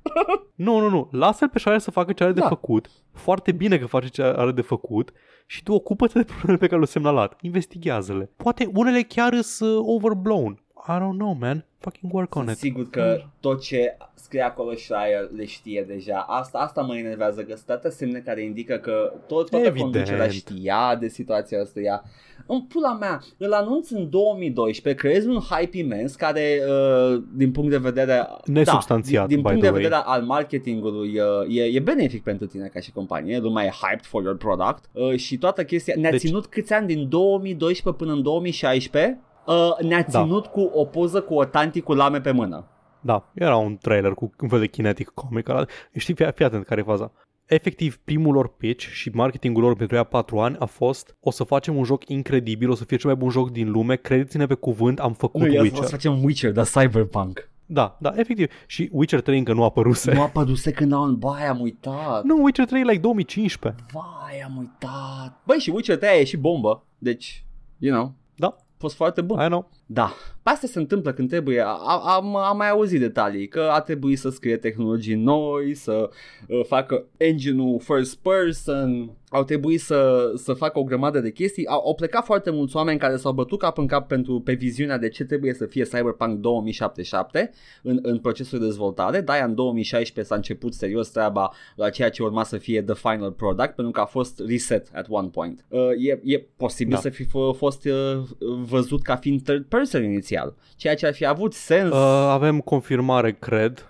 Speaker 2: Nu, nu, nu. Lasă-l pe Shire să facă ce are
Speaker 1: Da.
Speaker 2: de făcut. Foarte bine că face ce are de făcut și tu ocupă-te de problemele pe care le-au semnalat. Investigează-le. Poate unele chiar sunt overblown. I don't know, man. Fucking work on
Speaker 1: Sunt
Speaker 2: it.
Speaker 1: sigur că tot ce scrie acolo Schreier le știe deja Asta, asta mă enervează, că sunt atâtea semne care indică că tot, toată
Speaker 2: Evident.
Speaker 1: conducerea știa de situația asta ea. În pula mea, îl anunț în 2012, creezi un hype imens care, uh, din punct de vedere...
Speaker 2: Nesubstanțiat,
Speaker 1: da, din, din
Speaker 2: by
Speaker 1: punct
Speaker 2: the
Speaker 1: de
Speaker 2: way.
Speaker 1: vedere al marketingului, uh, e, e benefic pentru tine ca și companie, lumea e hyped for your product uh, și toată chestia... Ne-a deci...
Speaker 2: Deci-
Speaker 1: ținut câți ani din 2012 până în 2016? Uh, ne-a
Speaker 2: Da.
Speaker 1: ținut cu o poză cu o tanti cu lame pe mână.
Speaker 2: Da, era un trailer cu un fel de kinetic comic. Ala... Știi, fii, fii atent care e faza. Efectiv, primul lor pitch și marketingul lor pentru ea 4 ani a fost o să facem un joc incredibil, o să fie cel mai bun joc din lume, credeți-ne pe cuvânt, am făcut
Speaker 1: Nu, ia să
Speaker 2: Witcher.
Speaker 1: facem Witcher, dar Cyberpunk.
Speaker 2: Da, da, efectiv. Și Witcher 3 încă nu a apăruse.
Speaker 1: Nu a apăruse când au în baia, am uitat.
Speaker 2: Nu, Witcher 3 like 2015.
Speaker 1: Vai, am uitat. Băi, și Witcher 3 a ieșit bombă. Deci, you know.
Speaker 2: Da.
Speaker 1: A fost foarte bun.
Speaker 2: I know.
Speaker 1: Da. Asta se întâmplă când trebuie. A- a- Am, am mai auzit detalii că a trebuit să scrie tehnologii noi, să uh, facă engine-ul first person, au trebuit să, să facă o grămadă de chestii. Au, au plecat foarte mulți oameni care s-au bătut cap în cap pentru pe viziunea de ce trebuie să fie Cyberpunk 2077 în, în procesul de dezvoltare. Da, în 2016 s-a început serios treaba la ceea ce urma să fie the final product, pentru că a fost reset at one point. Uh, e, e posibil
Speaker 2: Da.
Speaker 1: să fi f- fost uh, văzut ca fiind third person inițial, ceea ce ar fi avut sens.
Speaker 2: Uh, avem confirmare, cred,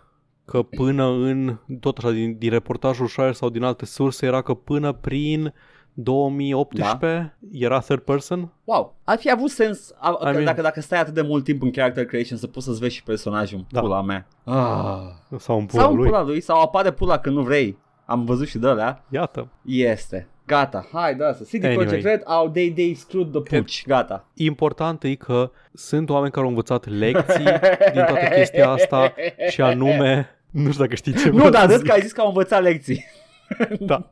Speaker 2: că până în, tot așa, din, din reportajul Shire sau din alte surse, era că până prin 2018 era third person.
Speaker 1: Wow, ar fi avut sens a,
Speaker 2: I mean-
Speaker 1: dacă, dacă stai atât de mult timp în character creation să poți să-ți vezi și personajul,
Speaker 2: Da.
Speaker 1: pula mea. Ah.
Speaker 2: Sau în pula
Speaker 1: Sau în
Speaker 2: lui.
Speaker 1: pula lui, sau apare pula când nu vrei. Am văzut și de alea.
Speaker 2: Iată.
Speaker 1: Este. Gata, hai da să. CD
Speaker 2: Anyway.
Speaker 1: Projekt Red au they, they screwed the pooch. Gata.
Speaker 2: Important e că sunt oameni care au învățat lecții din toată chestia asta și anume... Nu știu dacă știi ce
Speaker 1: Nu,
Speaker 2: vreau
Speaker 1: dar
Speaker 2: să
Speaker 1: râd
Speaker 2: zic.
Speaker 1: că ai zis că au învățat lecții.
Speaker 2: Da.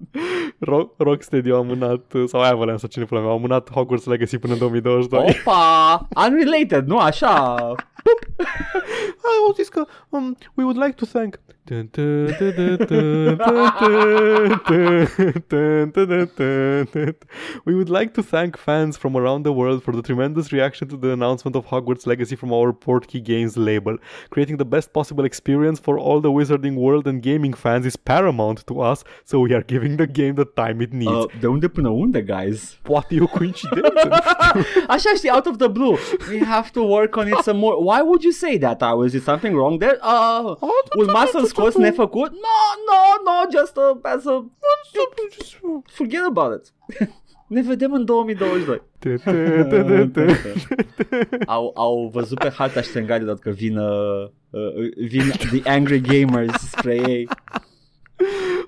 Speaker 2: Rock, Rocksteady a amânat, sau aia vă sau cine pula mea, a amânat Hogwarts Legacy până în 2022. Oh.
Speaker 1: Opa! Unrelated, nu așa?
Speaker 2: Au zis că um, we would like to thank... Dun, dun, dun, dun, dun, dun, dun, dun, dun, dun, dun. We would like to thank fans from around the world for the tremendous reaction to the announcement of Hogwarts Legacy from our Portkey Games label. Creating the best possible experience for all the wizarding world and gaming fans is paramount to us, so we are giving the game the time it needs.
Speaker 1: Uh, de unde până unde, guys?
Speaker 2: Poate e o coincidență, nu
Speaker 1: Așa știi, out of the blue. We have to work on it some more. Why would you say that? I was it something wrong there? Uh, urma să-l scoți nefăcut? No, no, no, just uh, as a... Forget about it. ne vedem în 2022. au, au văzut pe harta ștengarilor că vin, uh, uh, vin The Angry Gamers spre ei.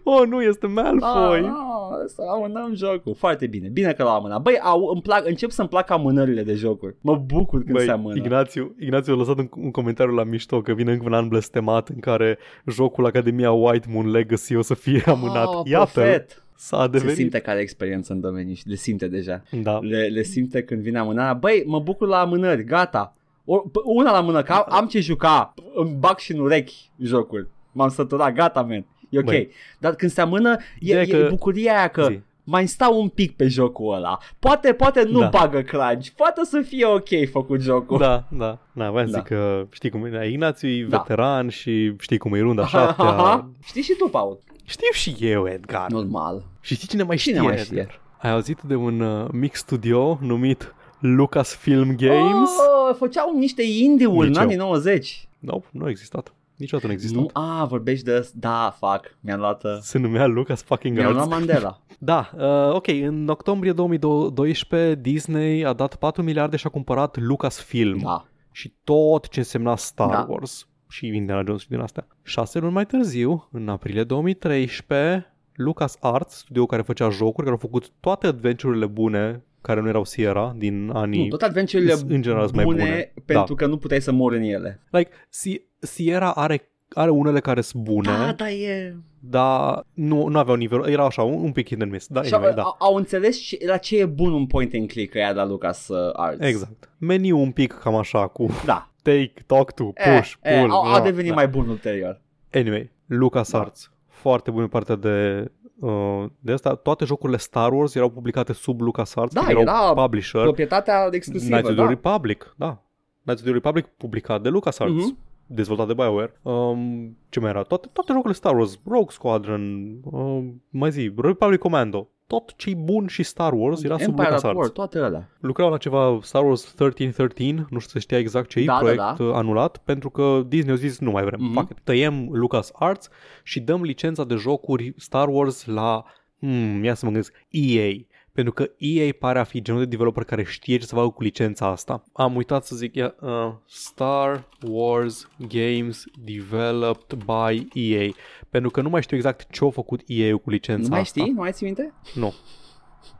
Speaker 2: oh, nu, este Malfoy.
Speaker 1: Ah, ah, Să amânăm jocul. Foarte bine. Bine că l-am amânat. Băi, au, îmi plac, încep să-mi plac amânările de jocuri. Mă bucur când se amână.
Speaker 2: Ignațiu, Ignațiu a lăsat un, un comentariu la mișto că vine încă un an blestemat în care jocul Academia White Moon Legacy o să fie amânat.
Speaker 1: Ah,
Speaker 2: Iată,
Speaker 1: profet.
Speaker 2: s-a
Speaker 1: Se
Speaker 2: devenit.
Speaker 1: simte care experiență în domeniu și le simte deja.
Speaker 2: Da.
Speaker 1: Le, le simte când vine amânarea. Băi, mă bucur la amânări, gata. O, p- una la mână, că am, am ce juca. Îmi bag și în urechi jocul. M-am săturat, gata, man. E ok.
Speaker 2: Băi.
Speaker 1: Dar când se amână, e,
Speaker 2: Ideea
Speaker 1: e,
Speaker 2: că-
Speaker 1: e bucuria aia că...
Speaker 2: Zi.
Speaker 1: mai stau un pic pe jocul ăla. Poate, poate nu
Speaker 2: Da.
Speaker 1: bagă crunch, poate să fie ok făcut jocul.
Speaker 2: Da, da. Na, vreau să
Speaker 1: Da.
Speaker 2: zic că știi cum e. Ignațiu e
Speaker 1: Da.
Speaker 2: veteran și știi cum e runda
Speaker 1: Aha,
Speaker 2: șaptea.
Speaker 1: aha. Știi și tu, Paul.
Speaker 2: Știu și eu, Edgar.
Speaker 1: Normal.
Speaker 2: Și știi cine mai
Speaker 1: Cine
Speaker 2: știe?
Speaker 1: mai știe?
Speaker 2: Edgar? Ai auzit de un uh, mic studio numit Lucasfilm Games?
Speaker 1: Oh, făceau niște indie-uri în
Speaker 2: Nici Deci eu.
Speaker 1: anii 90.
Speaker 2: Nope, nu a existat. Niciodată nu a existat.
Speaker 1: Nu, a, vorbești de... ăsta. Da, fac. Mi-am luat... uh,
Speaker 2: Se numea Lucas fucking
Speaker 1: Mi-am
Speaker 2: Arts.
Speaker 1: luat Mandela.
Speaker 2: Da, uh, ok, în octombrie 2012 Disney a dat 4 miliarde și a cumpărat Lucasfilm
Speaker 1: Da.
Speaker 2: și tot ce însemna Star
Speaker 1: Da.
Speaker 2: Wars și Indiana Jones și din astea. Șase luni mai târziu, în aprilie 2013, Lucas Arts, studio care făcea jocuri, care au făcut toate adventure-urile bune care nu erau Sierra din
Speaker 1: Nu,
Speaker 2: anii...
Speaker 1: tot adventurile
Speaker 2: Sunt, în general, sunt
Speaker 1: bune,
Speaker 2: mai bune. Da.
Speaker 1: pentru că nu puteai să mori în ele.
Speaker 2: Like, Si- Sierra are, are unele care sunt bune,
Speaker 1: Da, da, e...
Speaker 2: dar nu, nu aveau nivelul, erau așa, un, un pic hit and miss. Da,
Speaker 1: Și
Speaker 2: anyway,
Speaker 1: au,
Speaker 2: da.
Speaker 1: au, au înțeles ce, la ce e bun un point and click ăia de la Lucas uh, Arts.
Speaker 2: Exact. Meniu un pic cam așa cu
Speaker 1: Da.
Speaker 2: take, talk to, push,
Speaker 1: e, e,
Speaker 2: pull.
Speaker 1: Eh, au, au devenit
Speaker 2: da.
Speaker 1: mai bun ulterior.
Speaker 2: Anyway, LucasArts. Foarte bună partea de uh, de asta. Toate jocurile Star Wars erau publicate sub LucasArts,
Speaker 1: Da,
Speaker 2: că erau
Speaker 1: era
Speaker 2: publisher.
Speaker 1: Proprietatea
Speaker 2: Knights
Speaker 1: exclusivă,
Speaker 2: of the
Speaker 1: da.
Speaker 2: Republic, da. Knights of the Republic publicat de LucasArts.
Speaker 1: Mhm.
Speaker 2: Dezvoltat de BioWare um, Ce mai era? Toate, toate jocurile Star Wars Rogue Squadron uh, Mai zi Republic Commando Tot ce bun și Star Wars Era sub
Speaker 1: Empire at
Speaker 2: LucasArts
Speaker 1: War, toate alea.
Speaker 2: lucrau la ceva Star Wars 1313, nu știu să știa exact ce e,
Speaker 1: Da, da, da.
Speaker 2: proiect uh, anulat, pentru că Disney a zis nu mai vrem,
Speaker 1: Mhm.
Speaker 2: mm-hmm. fuck it. tăiem Lucas Arts și dăm licența de jocuri Star Wars la, hmm, ia să mă gândesc, EA. Pentru că EA pare a fi genul de developer care știe ce să facă cu licența asta. Am uitat să zic, ia, uh, Star Wars Games Developed by EA. Pentru că nu mai știu exact ce a făcut EA cu licența
Speaker 1: Nu mai
Speaker 2: asta.
Speaker 1: știi? Nu mai ții minte?
Speaker 2: Nu.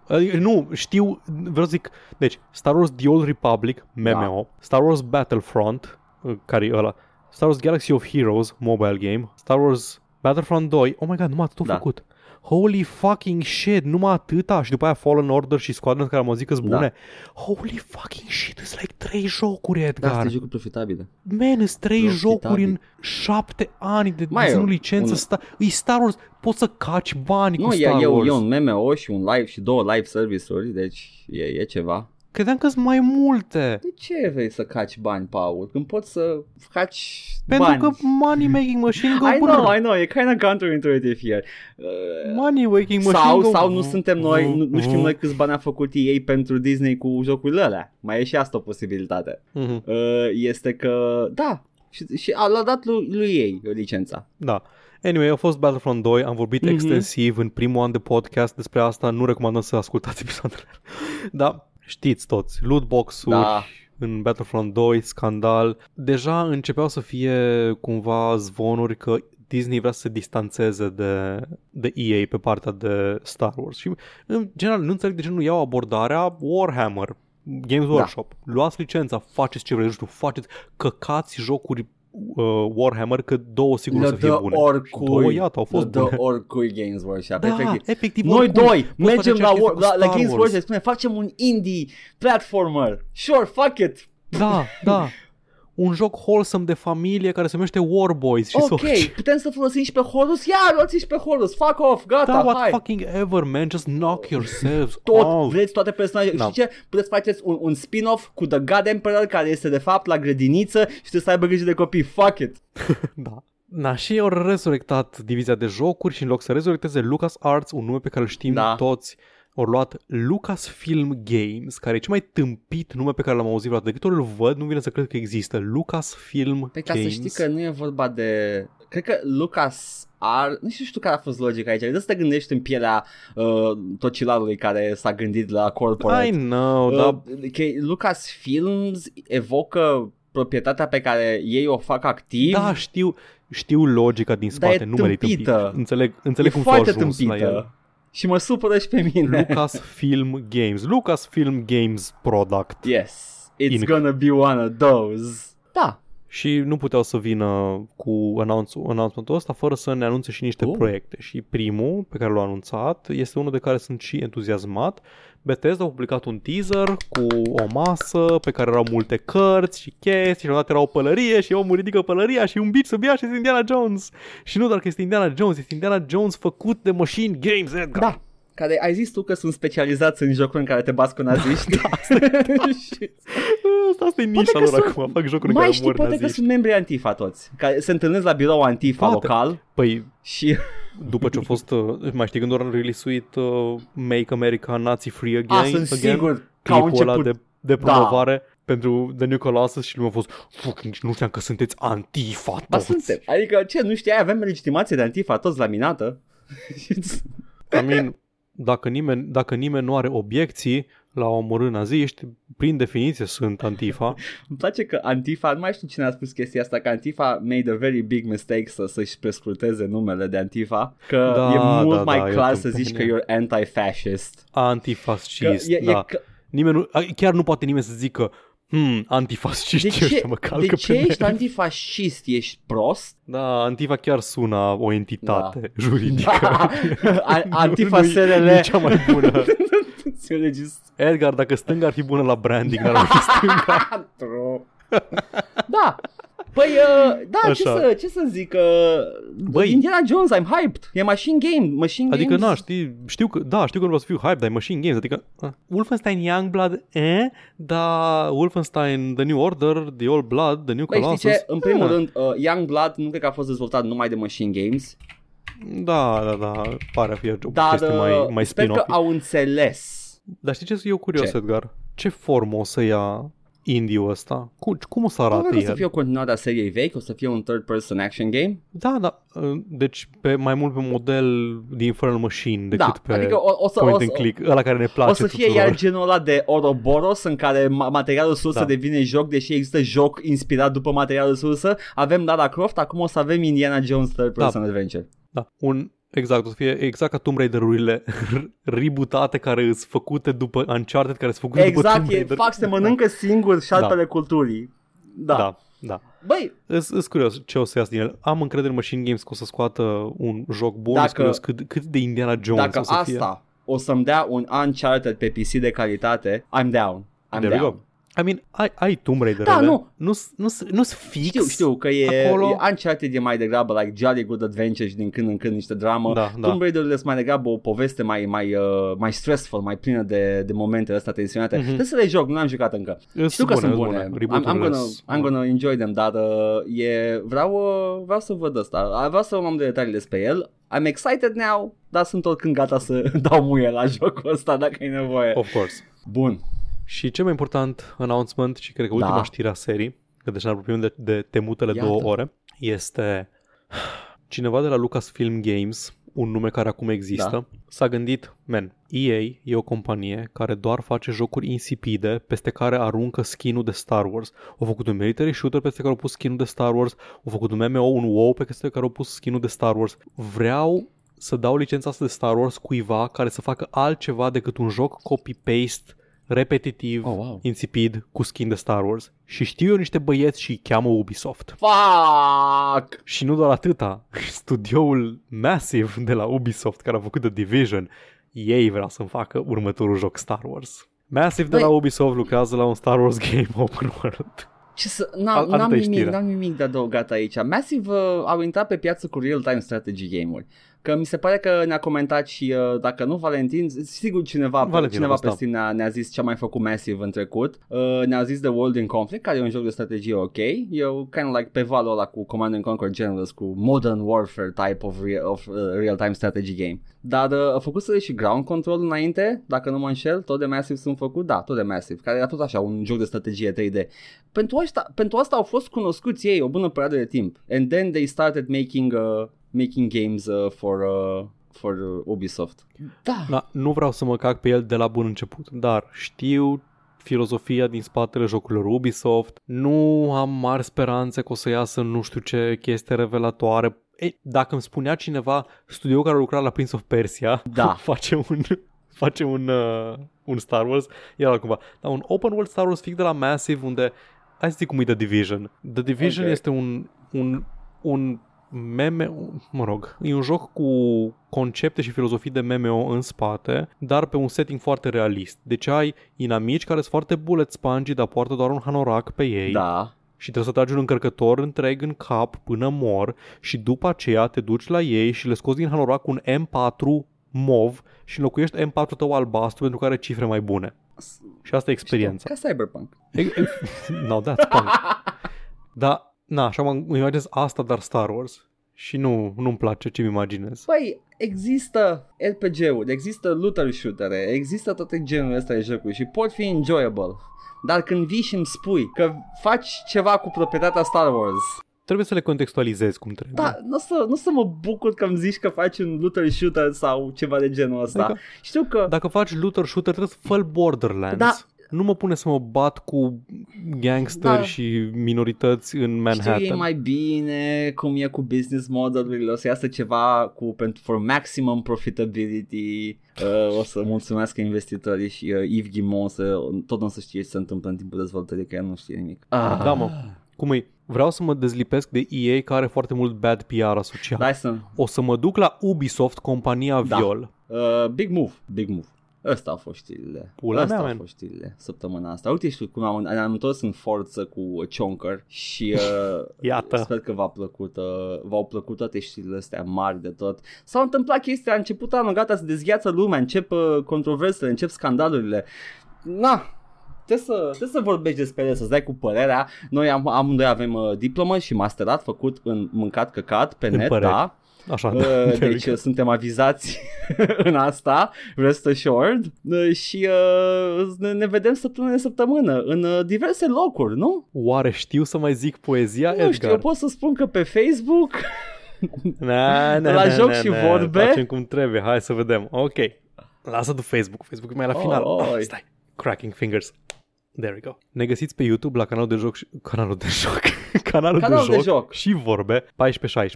Speaker 2: Adică, nu, știu, vreau să zic,
Speaker 1: Da.
Speaker 2: deci, Star Wars The Old Republic, MMO, Star Wars Battlefront, care e ăla, Star Wars Galaxy of Heroes mobile game, Star Wars Battlefront 2, oh my god, numai atât au
Speaker 1: Da.
Speaker 2: făcut. Holy fucking shit, numai atâta și după aia Fallen Order și Squadron care am zis că
Speaker 1: Da.
Speaker 2: bune. Holy fucking shit, sunt like trei jocuri,
Speaker 1: Da,
Speaker 2: Edgar.
Speaker 1: sunt jocuri profitabile.
Speaker 2: Man, sunt trei
Speaker 1: Profitabil.
Speaker 2: jocuri în șapte ani de
Speaker 1: Mai e
Speaker 2: desenul
Speaker 1: un-
Speaker 2: licență.
Speaker 1: un-
Speaker 2: Sta- îi Star Wars, poți să caci bani
Speaker 1: Nu,
Speaker 2: cu
Speaker 1: e,
Speaker 2: Star
Speaker 1: e, un-
Speaker 2: Wars.
Speaker 1: e un MMO și un live și două live service-uri, deci e, e ceva.
Speaker 2: Credeam că sunt mai multe.
Speaker 1: De ce vrei să caci bani, Paul? Când poți să caci
Speaker 2: Pentru
Speaker 1: bani.
Speaker 2: că Money Making Machine Go
Speaker 1: I
Speaker 2: brr.
Speaker 1: know, I know, e kind of counterintuitive here. Uh,
Speaker 2: Money Making Machine
Speaker 1: sau,
Speaker 2: Go
Speaker 1: sau nu suntem noi, nu, nu știm
Speaker 2: Mhm.
Speaker 1: noi câți bani a făcut ei pentru Disney cu jocurile alea. Mai e și asta o posibilitate.
Speaker 2: Mhm,
Speaker 1: Uh, Este că, da, și, și a l-a dat lui, lui ei licența.
Speaker 2: Da. Anyway, a fost Battlefront 2, am vorbit
Speaker 1: Mhm.
Speaker 2: extensiv în primul an de podcast despre asta, nu recomandăm să ascultați episoadele. da, știți toți, lootbox-uri,
Speaker 1: Da.
Speaker 2: în Battlefront 2, scandal. Deja începeau să fie cumva zvonuri că Disney vrea să se distanțeze de, de EA pe partea de Star Wars și în general nu înțeleg de ce nu iau abordarea Warhammer, Games
Speaker 1: Da.
Speaker 2: Workshop. Luați licența, faceți ce vreți, nu știu, faceți, căcați jocuri uh, Warhammer că două sigur o să
Speaker 1: Le
Speaker 2: fie
Speaker 1: dă
Speaker 2: bune.
Speaker 1: oricui.
Speaker 2: Și două, iată, au fost
Speaker 1: le
Speaker 2: bune.
Speaker 1: dă oricui Games Workshop,
Speaker 2: Da,
Speaker 1: efectiv.
Speaker 2: efectiv
Speaker 1: Noi
Speaker 2: oricui.
Speaker 1: doi
Speaker 2: face
Speaker 1: mergem la,
Speaker 2: aceeași chestie
Speaker 1: War,
Speaker 2: cu
Speaker 1: la, la
Speaker 2: Star
Speaker 1: Games
Speaker 2: Wars.
Speaker 1: Workshop și spunem facem un indie platformer. Sure, fuck it.
Speaker 2: Da, da. Un joc wholesome de familie care se numește War Boys și
Speaker 1: ok,
Speaker 2: să
Speaker 1: putem să folosim și pe Horus? Ia, luați și pe Horus. Fuck off, gata,
Speaker 2: Da, what
Speaker 1: hai.
Speaker 2: fucking ever, man, just knock yourselves
Speaker 1: tot,
Speaker 2: out.
Speaker 1: vreți toate personajele.
Speaker 2: Da.
Speaker 1: Da. Știi ce? Puteți faceți un, un spin-off cu The God Emperor care este de fapt la grădiniță și trebuie să aibă grijă de copii. Fuck it.
Speaker 2: Da. Na, și ei au resurrectat divizia de jocuri și în loc să resurrecteze Lucas Arts, un nume pe care îl știm
Speaker 1: Da.
Speaker 2: toți, au luat Lucasfilm Games, care e cel mai tâmpit nume pe care l-am auzit vreodată. De câte ori îl văd, nu vine să cred că există. Lucasfilm
Speaker 1: Păi ca să
Speaker 2: Games.
Speaker 1: știi că nu e vorba de... Cred că Lucas ar... Nu știu, știu care a fost logica aici. Trebuie să te gândești în pielea uh, tocilarului care s-a gândit la corporate.
Speaker 2: Păi, I know, da.
Speaker 1: Uh, că Lucas Films evocă proprietatea pe care ei o fac activ.
Speaker 2: Da, știu, știu logica din
Speaker 1: Dar e
Speaker 2: spate, numele e
Speaker 1: tâmpită.
Speaker 2: tâmpit. Înțeleg, înțeleg
Speaker 1: e
Speaker 2: cum s-a
Speaker 1: foarte
Speaker 2: ajuns la el.
Speaker 1: tâmpită. Și mă supără și pe mine.
Speaker 2: Lucasfilm Games. Lucasfilm Games Product.
Speaker 1: Yes, it's
Speaker 2: Inc.
Speaker 1: gonna be one of those. Da,
Speaker 2: Și nu puteau să vină cu announce- announcement-ul ăsta fără să ne anunțe și niște
Speaker 1: Oh.
Speaker 2: proiecte. Și primul pe care l-au anunțat este unul de care sunt și entuziasmat. Bethesda a publicat un teaser cu o masă pe care erau multe cărți și chestii și odată era o pălărie și omul ridică pălăria și un bici sub ea și este Indiana Jones. Și nu doar că este Indiana Jones, este Indiana Jones făcut de Machine Games, Edgar.
Speaker 1: da. Care ai zis tu că sunt specializați în jocuri în care te bați cu naziști? Da, și...
Speaker 2: Asta, asta e nișa
Speaker 1: că
Speaker 2: lor
Speaker 1: sunt-
Speaker 2: acum, fac jocuri în care
Speaker 1: Mai
Speaker 2: mor
Speaker 1: știi, poate că
Speaker 2: naziști.
Speaker 1: sunt membri Antifa toți, care se întâlnesc la birou Antifa
Speaker 2: Poate.
Speaker 1: local
Speaker 2: Păi,
Speaker 1: și
Speaker 2: După ce a fost, uh, mai știi când doar release-uit uh, Make America Nazi Free Again,
Speaker 1: a, Ah, sunt
Speaker 2: again
Speaker 1: sigur că au
Speaker 2: clipul ăla
Speaker 1: început.
Speaker 2: de, de
Speaker 1: Da.
Speaker 2: promovare pentru The New Colossus și lumea a fost fucking, nu știam că sunteți antifa toți.
Speaker 1: Ba suntem, adică ce, nu știai, avem legitimație de Antifa toți laminată?
Speaker 2: I mean, dacă nimeni, dacă nimeni nu are obiecții la a omorâ naziști, prin definiție sunt antifa.
Speaker 1: Îmi place că Antifa, nu mai știu cine a spus chestia asta, că Antifa made a very big mistake să, să-și prescurteze numele de Antifa, că
Speaker 2: Da,
Speaker 1: e mult
Speaker 2: da,
Speaker 1: mai
Speaker 2: da, e o
Speaker 1: clar să zici că
Speaker 2: tâmpenie.
Speaker 1: you're anti-fascist. Că
Speaker 2: Antifascist,
Speaker 1: e,
Speaker 2: da.
Speaker 1: e, că,
Speaker 2: Nimeni nu, a, chiar nu poate nimeni să zică Hmm, antifasciști
Speaker 1: de ce,
Speaker 2: ăștia mă calcă
Speaker 1: de
Speaker 2: pe
Speaker 1: ce
Speaker 2: nervi."
Speaker 1: ești antifascist? Ești prost?
Speaker 2: Da, Antifa chiar sună a o entitate
Speaker 1: Da.
Speaker 2: juridică.
Speaker 1: A- Antifa
Speaker 2: Nu- nu- nu e
Speaker 1: SRL.
Speaker 2: cea mai bună.
Speaker 1: Ți-o regist-
Speaker 2: Edgar, dacă stânga ar fi bună la branding, ar fi stânga.
Speaker 1: Patru. Da. Păi, uh, da, ce
Speaker 2: Așa.
Speaker 1: să, ce să zic, uh,
Speaker 2: Băi.
Speaker 1: Indiana Jones, I'm hyped, e Machine Game, Machine
Speaker 2: Adică,
Speaker 1: Games.
Speaker 2: na, știi, știu că, da, știu că nu vreau să fiu hype, dar e Machine Games, adică, uh, Wolfenstein Youngblood, eh, dar Wolfenstein The New Order, The Old Blood, The New
Speaker 1: Băi, Păi știi
Speaker 2: Colossus.
Speaker 1: ce? În primul
Speaker 2: eh.
Speaker 1: rând, uh, Youngblood nu cred că a fost dezvoltat numai de Machine Games,
Speaker 2: Da, da, da, pare a fi o
Speaker 1: dar
Speaker 2: chestie mai,
Speaker 1: uh,
Speaker 2: mai
Speaker 1: sper că
Speaker 2: spin-off.
Speaker 1: au înțeles.
Speaker 2: Dar știi ce sunt eu curios,
Speaker 1: Ce?
Speaker 2: Edgar? Ce formă o să ia indie-ul ăsta? Cum, cum o să
Speaker 1: Nu
Speaker 2: arate
Speaker 1: cred că o să
Speaker 2: el?
Speaker 1: fie o continuare a seriei vechi, o să fie un third-person action game.
Speaker 2: Da, da, uh, deci pe, mai mult pe model din Infernal Machine decât
Speaker 1: da,
Speaker 2: pe
Speaker 1: adică o, o să,
Speaker 2: point
Speaker 1: o, să,
Speaker 2: and click, ăla care ne place
Speaker 1: o să fie
Speaker 2: tuturor.
Speaker 1: iar genul ăla de Ouroboros în care ma- materialul sursă
Speaker 2: Da.
Speaker 1: da. devine joc, deși există joc inspirat după materialul sursă. Avem Lara Croft, acum o să avem Indiana Jones third-person adventure.
Speaker 2: Da, un, exact, o să fie exact ca Tomb Raider-urile rebootate care sunt făcute după Uncharted, care sunt făcute după
Speaker 1: Exact,
Speaker 2: Tomb
Speaker 1: e,
Speaker 2: Raider.
Speaker 1: fac să mănâncă singur șarpele culturii. Da.
Speaker 2: da. Da.
Speaker 1: Băi,
Speaker 2: Sunt curios ce o să iasă din el. Am încredere în Machine Games că o să scoată un joc bun.
Speaker 1: Dacă-
Speaker 2: Dacă, curios cât, cât de Indiana Jones
Speaker 1: dacă
Speaker 2: o să fie.
Speaker 1: asta o să-mi dea un Uncharted pe PC de calitate, I'm down. I'm
Speaker 2: There we
Speaker 1: down.
Speaker 2: go. I mean, ai, ai Tomb Raider.
Speaker 1: Da, nu.
Speaker 2: Nu, nu, nu fix.
Speaker 1: Știu, știu că e,
Speaker 2: Acolo-
Speaker 1: e Uncharted e mai degrabă like Jolly Good Adventure și din când în când niște dramă.
Speaker 2: Da, da.
Speaker 1: Tomb Raider-urile sunt mai degrabă o poveste mai, mai, uh, mai stressful, mai plină de, de momente astea tensionate.
Speaker 2: Mhm.
Speaker 1: Mm-hmm. Trebuie să le joc, nu am jucat încă.
Speaker 2: Îs
Speaker 1: Știu că sunt bune. I'm, I'm,
Speaker 2: Reboot-urile
Speaker 1: gonna,
Speaker 2: sunt
Speaker 1: I'm gonna enjoy them, dar uh, e, vreau, uh, vreau să văd asta. Vreau să am de detalii despre el. I'm excited now, dar sunt oricând gata să dau muie la jocul ăsta dacă e nevoie.
Speaker 2: Of course.
Speaker 1: Bun.
Speaker 2: Și cel mai important announcement și cred că
Speaker 1: Da.
Speaker 2: ultima știre a serii, că deja ne apropiem de, de temutele
Speaker 1: Iată.
Speaker 2: două ore, este cineva de la Lucasfilm Games, un nume care acum există,
Speaker 1: Da.
Speaker 2: s-a gândit, man, EA e o companie care doar face jocuri insipide peste care aruncă skin-ul de Star Wars. Au făcut un military shooter peste care au pus skin-ul de Star Wars, au făcut un MMO, un WoW peste care au pus skin-ul de Star Wars. Vreau să dau licența asta de Star Wars cuiva care să facă altceva decât un joc copy-paste repetitiv,
Speaker 1: Oh, wow.
Speaker 2: insipid, cu skin de Star Wars. Și știu eu niște băieți și îi cheamă Ubisoft.
Speaker 1: Fuck!
Speaker 2: Și nu doar atâta, studioul masiv de la Ubisoft care a făcut The Division, ei vrea să-mi facă următorul joc Star Wars. Massive de
Speaker 1: Băi-
Speaker 2: la Ubisoft lucrează la un Star Wars game open world.
Speaker 1: Ce să...
Speaker 2: Al-
Speaker 1: N-am,
Speaker 2: altă
Speaker 1: n-am, nimic,
Speaker 2: știre.
Speaker 1: n-am nimic de adăugat aici. Massive uh, au intrat pe piață cu real-time strategy game-uri. Că mi se pare că ne-a comentat și, uh, dacă nu, Valentin, sigur cineva,
Speaker 2: Valentin a
Speaker 1: cineva
Speaker 2: fost,
Speaker 1: pe
Speaker 2: da.
Speaker 1: Steam ne-a, ne-a zis ce a mai făcut Massive în trecut. Uh, ne-a zis The World in Conflict, care e un joc de strategie ok. Eu kind of like pe valul ăla cu Command and Conquer Generals, cu Modern Warfare type of, re- of uh, real-time strategy game. Dar uh, a făcut să și Ground Control înainte, dacă nu mă înșel, tot de Massive sunt făcut, da, tot de Massive, care era tot așa, un joc de strategie 3D pentru asta, pentru asta au fost cunoscuți ei o bună perioadă de timp. And then they started making uh, making games uh, for uh, for uh, Ubisoft. Da.
Speaker 2: Da, nu vreau să mă cac pe el de la bun început, dar știu filozofia din spatele jocurilor Ubisoft, nu am mari speranțe că o să iasă nu știu ce chestie revelatoare. Ei, dacă îmi spunea cineva, studioul care a lucrat la Prince of Persia,
Speaker 1: Da.
Speaker 2: face un, face un, uh, un Star Wars, era altcumva. Dar un open world Star Wars fix de la Massive unde, hai să zic cum e The Division. The Division
Speaker 1: Ok.
Speaker 2: okay. este un, un, un meme, mă rog, e un joc cu concepte și filozofii de MMO în spate, dar pe un setting foarte realist. Deci ai inamici care sunt foarte bullet spongy, dar poartă doar un hanorac pe ei
Speaker 1: Da.
Speaker 2: și trebuie să tragi un încărcător întreg în cap până mor și după aceea te duci la ei și le scoți din hanorac un M4 mov și înlocuiești M4 tău albastru pentru că are cifre mai bune.
Speaker 1: S-
Speaker 2: Și asta e experiența.
Speaker 1: Ca Cyberpunk.
Speaker 2: no, that's punk. Da, na, așa mă îmi imaginez asta, dar Star Wars. Și nu, nu-mi place ce-mi imaginez.
Speaker 1: Păi, există RPG-uri, există looter shooter există toate genul ăsta de jocuri și pot fi enjoyable. Dar când vii și îmi spui că faci ceva cu proprietatea Star Wars,
Speaker 2: Trebuie să le contextualizezi cum trebuie.
Speaker 1: da, nu o să, nu o să mă bucur că îmi zici că faci un looter shooter sau ceva de genul ăsta.
Speaker 2: Adică-
Speaker 1: Știu că...
Speaker 2: Dacă faci looter shooter, trebuie să fă Borderlands.
Speaker 1: Da.
Speaker 2: Nu mă pune să mă bat cu gangsteri
Speaker 1: Da.
Speaker 2: și minorități în Manhattan.
Speaker 1: Știu ei mai bine cum e cu business model-urile, o să iasă ceva cu pentru for maximum profitability, uh, o să mulțumesc investitorii și uh, Yves Guimont o să, tot nu o să știe ce se întâmplă în timpul dezvoltării, că el nu știe nimic. Ah.
Speaker 2: Da, mă. Cum e? Vreau să mă dezlipesc de EA care are foarte mult bad PR asociat.
Speaker 1: Dyson,
Speaker 2: O să mă duc la Ubisoft, compania
Speaker 1: Da.
Speaker 2: Viol.
Speaker 1: uh, big move, big move. Ăsta au fost știrile.
Speaker 2: Pula
Speaker 1: Ăsta
Speaker 2: mea,
Speaker 1: au
Speaker 2: man.
Speaker 1: fost știrile săptămâna asta. Uite știu cum am, am întors în forță cu Chonker și uh,
Speaker 2: Iată.
Speaker 1: sper că v-a plăcut, uh, v-au plăcut toate știrile astea mari de tot. S-au întâmplat chestia, a început anul, gata, se dezgheață lumea, încep uh, controversele, încep scandalurile. Na, Trebuie să, trebuie să vorbești despre ele, să-ți dai cu părerea. Noi am, amândoi avem uh, diplomă și masterat făcut în mâncat căcat pe
Speaker 2: În
Speaker 1: net,
Speaker 2: păreri.
Speaker 1: da.
Speaker 2: Așa,
Speaker 1: Uh,
Speaker 2: da.
Speaker 1: deci uh, suntem avizați în asta, rest assured, Uh, și uh, ne- ne vedem săptămână de săptămână în uh, diverse locuri, nu?
Speaker 2: Oare știu să mai zic poezia,
Speaker 1: Nu
Speaker 2: Edgar?
Speaker 1: știu, eu pot să spun că pe Facebook
Speaker 2: Na, na,
Speaker 1: La
Speaker 2: na,
Speaker 1: joc
Speaker 2: na,
Speaker 1: și
Speaker 2: na.
Speaker 1: vorbe?
Speaker 2: Facem cum trebuie, hai să vedem. Ok. Lasă tu Facebook, Facebook e mai la
Speaker 1: Oh,
Speaker 2: final.
Speaker 1: oi.
Speaker 2: Ah, stai. Cracking fingers. There we go. Ne găsiți pe YouTube la canalul de joc și... Canalul de joc. Canalul,
Speaker 1: Canalul de
Speaker 2: de, joc
Speaker 1: joc.
Speaker 2: și vorbe 14-16.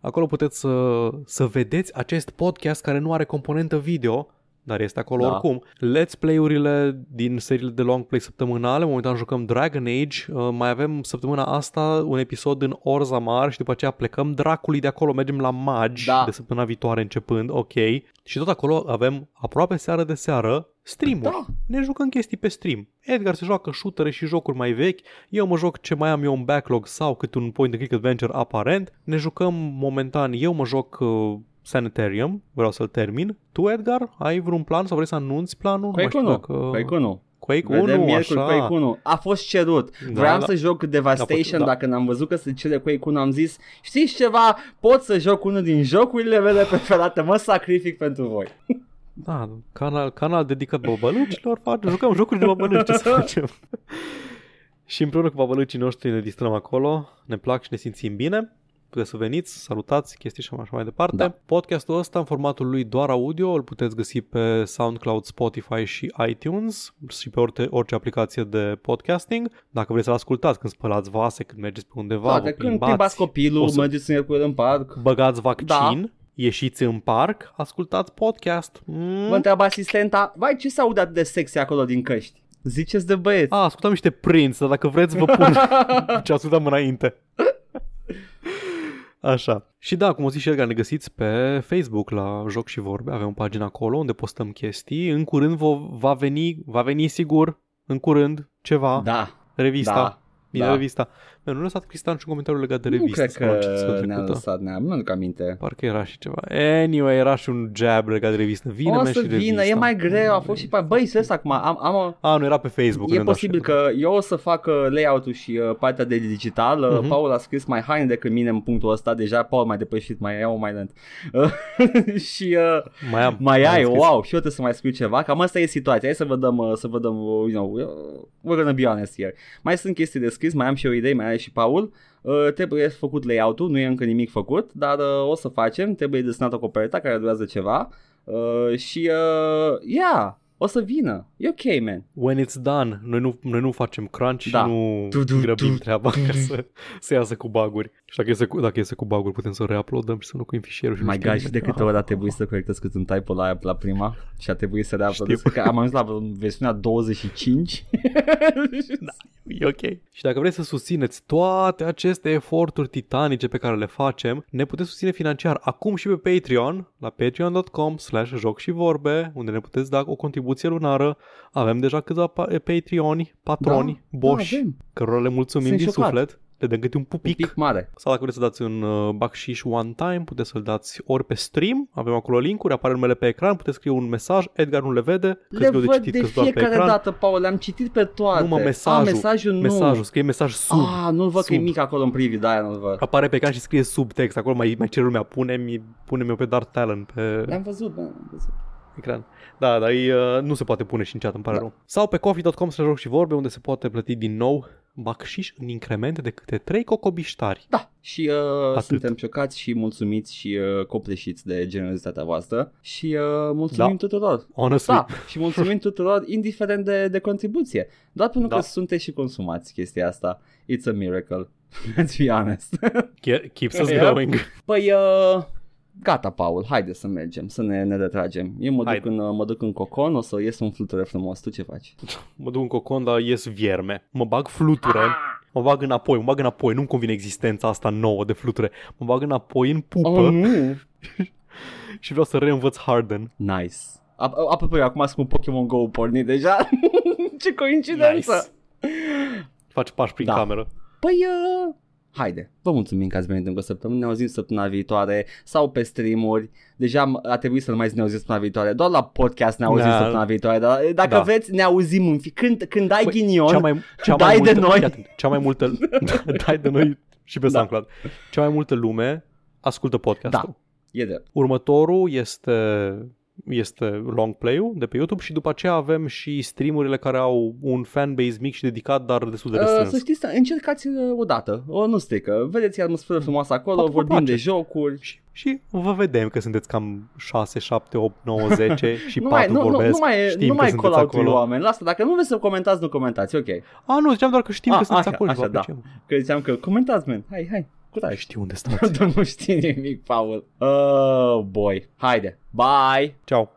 Speaker 2: Acolo puteți să, să vedeți acest podcast care nu are componentă video, dar este acolo
Speaker 1: Da.
Speaker 2: oricum. Let's play-urile din seriile de long play săptămânale, momentan jucăm Dragon Age, uh, mai avem săptămâna asta un episod în Orzammar și după aceea plecăm dracului de acolo, mergem la Magi
Speaker 1: Da.
Speaker 2: de săptămâna viitoare începând, ok. Și tot acolo avem aproape seară de seară stream
Speaker 1: Da.
Speaker 2: ne jucăm chestii pe stream. Edgar se joacă shootere și jocuri mai vechi, eu mă joc ce mai am eu în backlog sau cât un point and click adventure aparent. Ne jucăm momentan, eu mă joc uh, Sanitarium, vreau să-l termin. Tu, Edgar, ai vreun plan sau vrei să anunți planul?
Speaker 1: Quake 1.
Speaker 2: Nu mai știu
Speaker 1: Dacă... Quake 1.
Speaker 2: Quake 1,
Speaker 1: păi Vedem miercuri
Speaker 2: așa.
Speaker 1: Quake 1. A fost cerut.
Speaker 2: Da,
Speaker 1: Vreau
Speaker 2: da.
Speaker 1: să joc Devastation,
Speaker 2: Da, da.
Speaker 1: dacă n-am văzut că se cere Quake 1, am zis, știți ceva, pot să joc unul din jocurile mele preferate, mă sacrific pentru voi.
Speaker 2: Da, canal, canal dedicat băbălucilor, face, jucăm jocuri de băbăluci, ce să facem? și împreună cu băbălucii noștri ne distrăm acolo, ne plac și ne simțim bine. Puteți să veniți, salutați, chestii și așa mai departe.
Speaker 1: Da.
Speaker 2: Podcastul ăsta în formatul lui doar audio îl puteți găsi pe SoundCloud, Spotify și iTunes și pe orice, orice aplicație de podcasting. Dacă vreți să-l ascultați când spălați vase, când mergeți pe undeva,
Speaker 1: Toate
Speaker 2: vă
Speaker 1: Da, când
Speaker 2: plimbați,
Speaker 1: plimbați Da.
Speaker 2: o
Speaker 1: copilul,
Speaker 2: să- Mm.
Speaker 1: mergeți în cu el în parc,
Speaker 2: băgați vaccin, ieșiți în parc, ascultați podcast. Mm.
Speaker 1: Mă întreabă asistenta, vai ce se aude atât de sexy acolo din căști? Ziceți de băieți.
Speaker 2: A, ascultam niște prinți, dar dacă vreți vă pun ce ascultam înainte. Așa. Și da, cum o zis și Edgar, ne găsiți pe Facebook la Joc și Vorbe. Avem o pagină acolo unde postăm chestii. În curând vă, va, veni, va veni sigur, în curând, ceva. Da.
Speaker 1: Da,
Speaker 2: Revista. Da.
Speaker 1: da.
Speaker 2: Bine,
Speaker 1: da.
Speaker 2: revista. Mi-a nu lăsat Cristian și un comentariu legat de
Speaker 1: Nu
Speaker 2: revistă.
Speaker 1: cred
Speaker 2: sau la ce da.
Speaker 1: că
Speaker 2: săptămâna
Speaker 1: ne-a
Speaker 2: trecută.
Speaker 1: lăsat, ne-am nu aduc aminte.
Speaker 2: Parcă era și ceva. Anyway, era și un jab legat de revistă. Vine
Speaker 1: o
Speaker 2: man,
Speaker 1: să
Speaker 2: și
Speaker 1: vină, e
Speaker 2: revista.
Speaker 1: mai greu, a fost și pe... Băi, să acum, am, am o...
Speaker 2: A, nu era pe Facebook.
Speaker 1: E
Speaker 2: ne-a dat
Speaker 1: posibil
Speaker 2: și-
Speaker 1: că eu o să fac uh, layout-ul și uh, partea de digital.
Speaker 2: Mhm.
Speaker 1: Uh-huh. Paul a scris mai haine decât mine în punctul ăsta. Deja Paul mai depășit, mai iau mai lent. Uh, și uh,
Speaker 2: Mai am.
Speaker 1: mai ai,
Speaker 2: scris.
Speaker 1: wow, și eu trebuie să mai scriu ceva. Cam asta e situația. Hai să vă dăm, uh, să vă dăm, uh, you know, uh, we're gonna be honest here. Mai sunt chestii de scris, mai am și eu idei, mai are și Paul. Uh, trebuie făcut layout-ul, nu e încă nimic făcut, dar uh, o să facem. Trebuie desenat o copertă care durează ceva. Uh, și, uh, yeah, o să vină. E ok, man.
Speaker 2: When it's done, noi nu, noi nu facem crunch
Speaker 1: Da.
Speaker 2: și nu
Speaker 1: Du, du,
Speaker 2: grăbim
Speaker 1: du,
Speaker 2: treaba ca să, să iasă cu baguri. Și dacă iese cu, dacă iese cu baguri, putem să reuploadăm și să înlocuim fișierul. Și nu
Speaker 1: Mai
Speaker 2: știe
Speaker 1: gai și de
Speaker 2: nimeni.
Speaker 1: câte ori a trebuit să corectez cât un typo la, aia la prima și a trebuit să reapădez, că am ajuns la versiunea 25. da.
Speaker 2: E ok. Și dacă vreți să susțineți toate aceste eforturi titanice pe care le facem, ne puteți susține financiar acum și pe Patreon, la patreon.com slash joc și vorbe, unde ne puteți da o contribuție lunară. Avem deja câțiva pa- patroni, patroni, boși,
Speaker 1: Da, avem.
Speaker 2: cărora le mulțumim
Speaker 1: Sunt
Speaker 2: din
Speaker 1: șocat.
Speaker 2: suflet. Le dăm câte un
Speaker 1: Un
Speaker 2: pupic.
Speaker 1: pic mare.
Speaker 2: Sau dacă vreți să dați un uh, bacșiș one time, puteți să-l dați ori pe stream, avem acolo linkuri, apare numele pe ecran, puteți scrie un mesaj, Edgar nu le vede, cât
Speaker 1: Le
Speaker 2: greu
Speaker 1: văd
Speaker 2: citit,
Speaker 1: de
Speaker 2: cât doar pe
Speaker 1: fiecare
Speaker 2: ecran.
Speaker 1: dată, Paul, le-am citit pe toate.
Speaker 2: Numai mesajul.
Speaker 1: A, mesajul nu.
Speaker 2: Mesajul, scrie mesaj sub. Ah.
Speaker 1: Ah, nu-l văd că e
Speaker 2: Sub.
Speaker 1: mic acolo în privit, da, nu-l văd.
Speaker 2: Apare pe ecran și scrie sub text, acolo mai, mai cer lumea, pune-mi, pune-mi eu pe Darth Talon pe
Speaker 1: Le-am văzut, bă, am văzut.
Speaker 2: ecran. Da, dar e, uh, nu se poate pune și în chat, îmi pare
Speaker 1: Da.
Speaker 2: rău. Sau pe coffee.com să joc și vorbe, unde se poate plăti din nou bacșiș în incremente de câte 3 cocobiștari.
Speaker 1: Da, și uh,
Speaker 2: Atât.
Speaker 1: suntem ciocați și mulțumiți și uh, copleșiți de generozitatea voastră și uh, mulțumim
Speaker 2: Da.
Speaker 1: tuturor.
Speaker 2: Honestly,
Speaker 1: Da, și mulțumim tuturor, indiferent de, de contribuție. Doar pentru
Speaker 2: Da.
Speaker 1: da. că sunteți și consumați chestia asta. It's a miracle. Let's be honest.
Speaker 2: ke- keeps us
Speaker 1: Yep.
Speaker 2: going.
Speaker 1: Păi, uh, gata, Paul, haide să mergem, să ne, ne retragem. Eu mă duc,
Speaker 2: Haide.
Speaker 1: în, uh, mă duc în cocon, o să ies un fluture frumos. Tu ce faci?
Speaker 2: Mă duc în cocon, dar ies vierme. Mă bag fluture,
Speaker 1: Ah.
Speaker 2: mă bag înapoi, mă bag înapoi. Nu-mi convine existența asta nouă de fluture. Mă bag înapoi în pupă
Speaker 1: Oh, nu!
Speaker 2: și vreau să reînvăț Harden.
Speaker 1: Nice. Ap- Apropo, eu acum sunt cu Pokémon Go pornit deja. ce coincidență!
Speaker 2: Nice. Faci pași prin
Speaker 1: Da.
Speaker 2: cameră.
Speaker 1: Păi, uh, haide, vă mulțumim că ați venit încă o săptămână, ne auzim săptămâna viitoare sau pe streamuri. Deja am- a trebuit să nu mai ne auzim săptămâna viitoare, doar la podcast ne auzim
Speaker 2: Da.
Speaker 1: săptămâna viitoare, dar eh, dacă
Speaker 2: Da.
Speaker 1: vreți ne auzim în fi- când, când ai
Speaker 2: Păi,
Speaker 1: ghinion,
Speaker 2: Cea mai, cea mai
Speaker 1: dai
Speaker 2: multă,
Speaker 1: de noi.
Speaker 2: fii atent, Cea mai multă... dai de noi și pe
Speaker 1: Da.
Speaker 2: SoundCloud. Cea mai multă lume ascultă podcastul.
Speaker 1: e drept.
Speaker 2: Următorul este este long play-ul de pe YouTube și după aceea avem și streamurile care au un fanbase mic și dedicat, dar destul de
Speaker 1: Uh,
Speaker 2: restrâns.
Speaker 1: să știți, încercați uh, odată, o nu strică, vedeți atmosfera frumoasă acolo,
Speaker 2: Poate vă
Speaker 1: vorbim
Speaker 2: place.
Speaker 1: de jocuri.
Speaker 2: Și, și vă vedem că sunteți cam 6, 7, 8, 9, 10 și
Speaker 1: nu
Speaker 2: 4
Speaker 1: mai, nu, nu,
Speaker 2: vorbesc.
Speaker 1: nu mai, e-
Speaker 2: știm
Speaker 1: nu
Speaker 2: că
Speaker 1: mai
Speaker 2: sunteți
Speaker 1: call out
Speaker 2: acolo.
Speaker 1: oameni, lasă, dacă nu vreți să comentați, nu comentați, ok.
Speaker 2: A, nu, ziceam doar că știm
Speaker 1: A,
Speaker 2: că sunteți
Speaker 1: așa,
Speaker 2: acolo. și vă
Speaker 1: așa, da.
Speaker 2: apreciem.
Speaker 1: Că ziceam că comentați, man, hai, hai, curaj.
Speaker 2: Știu unde stați.
Speaker 1: nu știi nimic, Paul. Oh, boy. Haide. Bye.
Speaker 2: Ciao.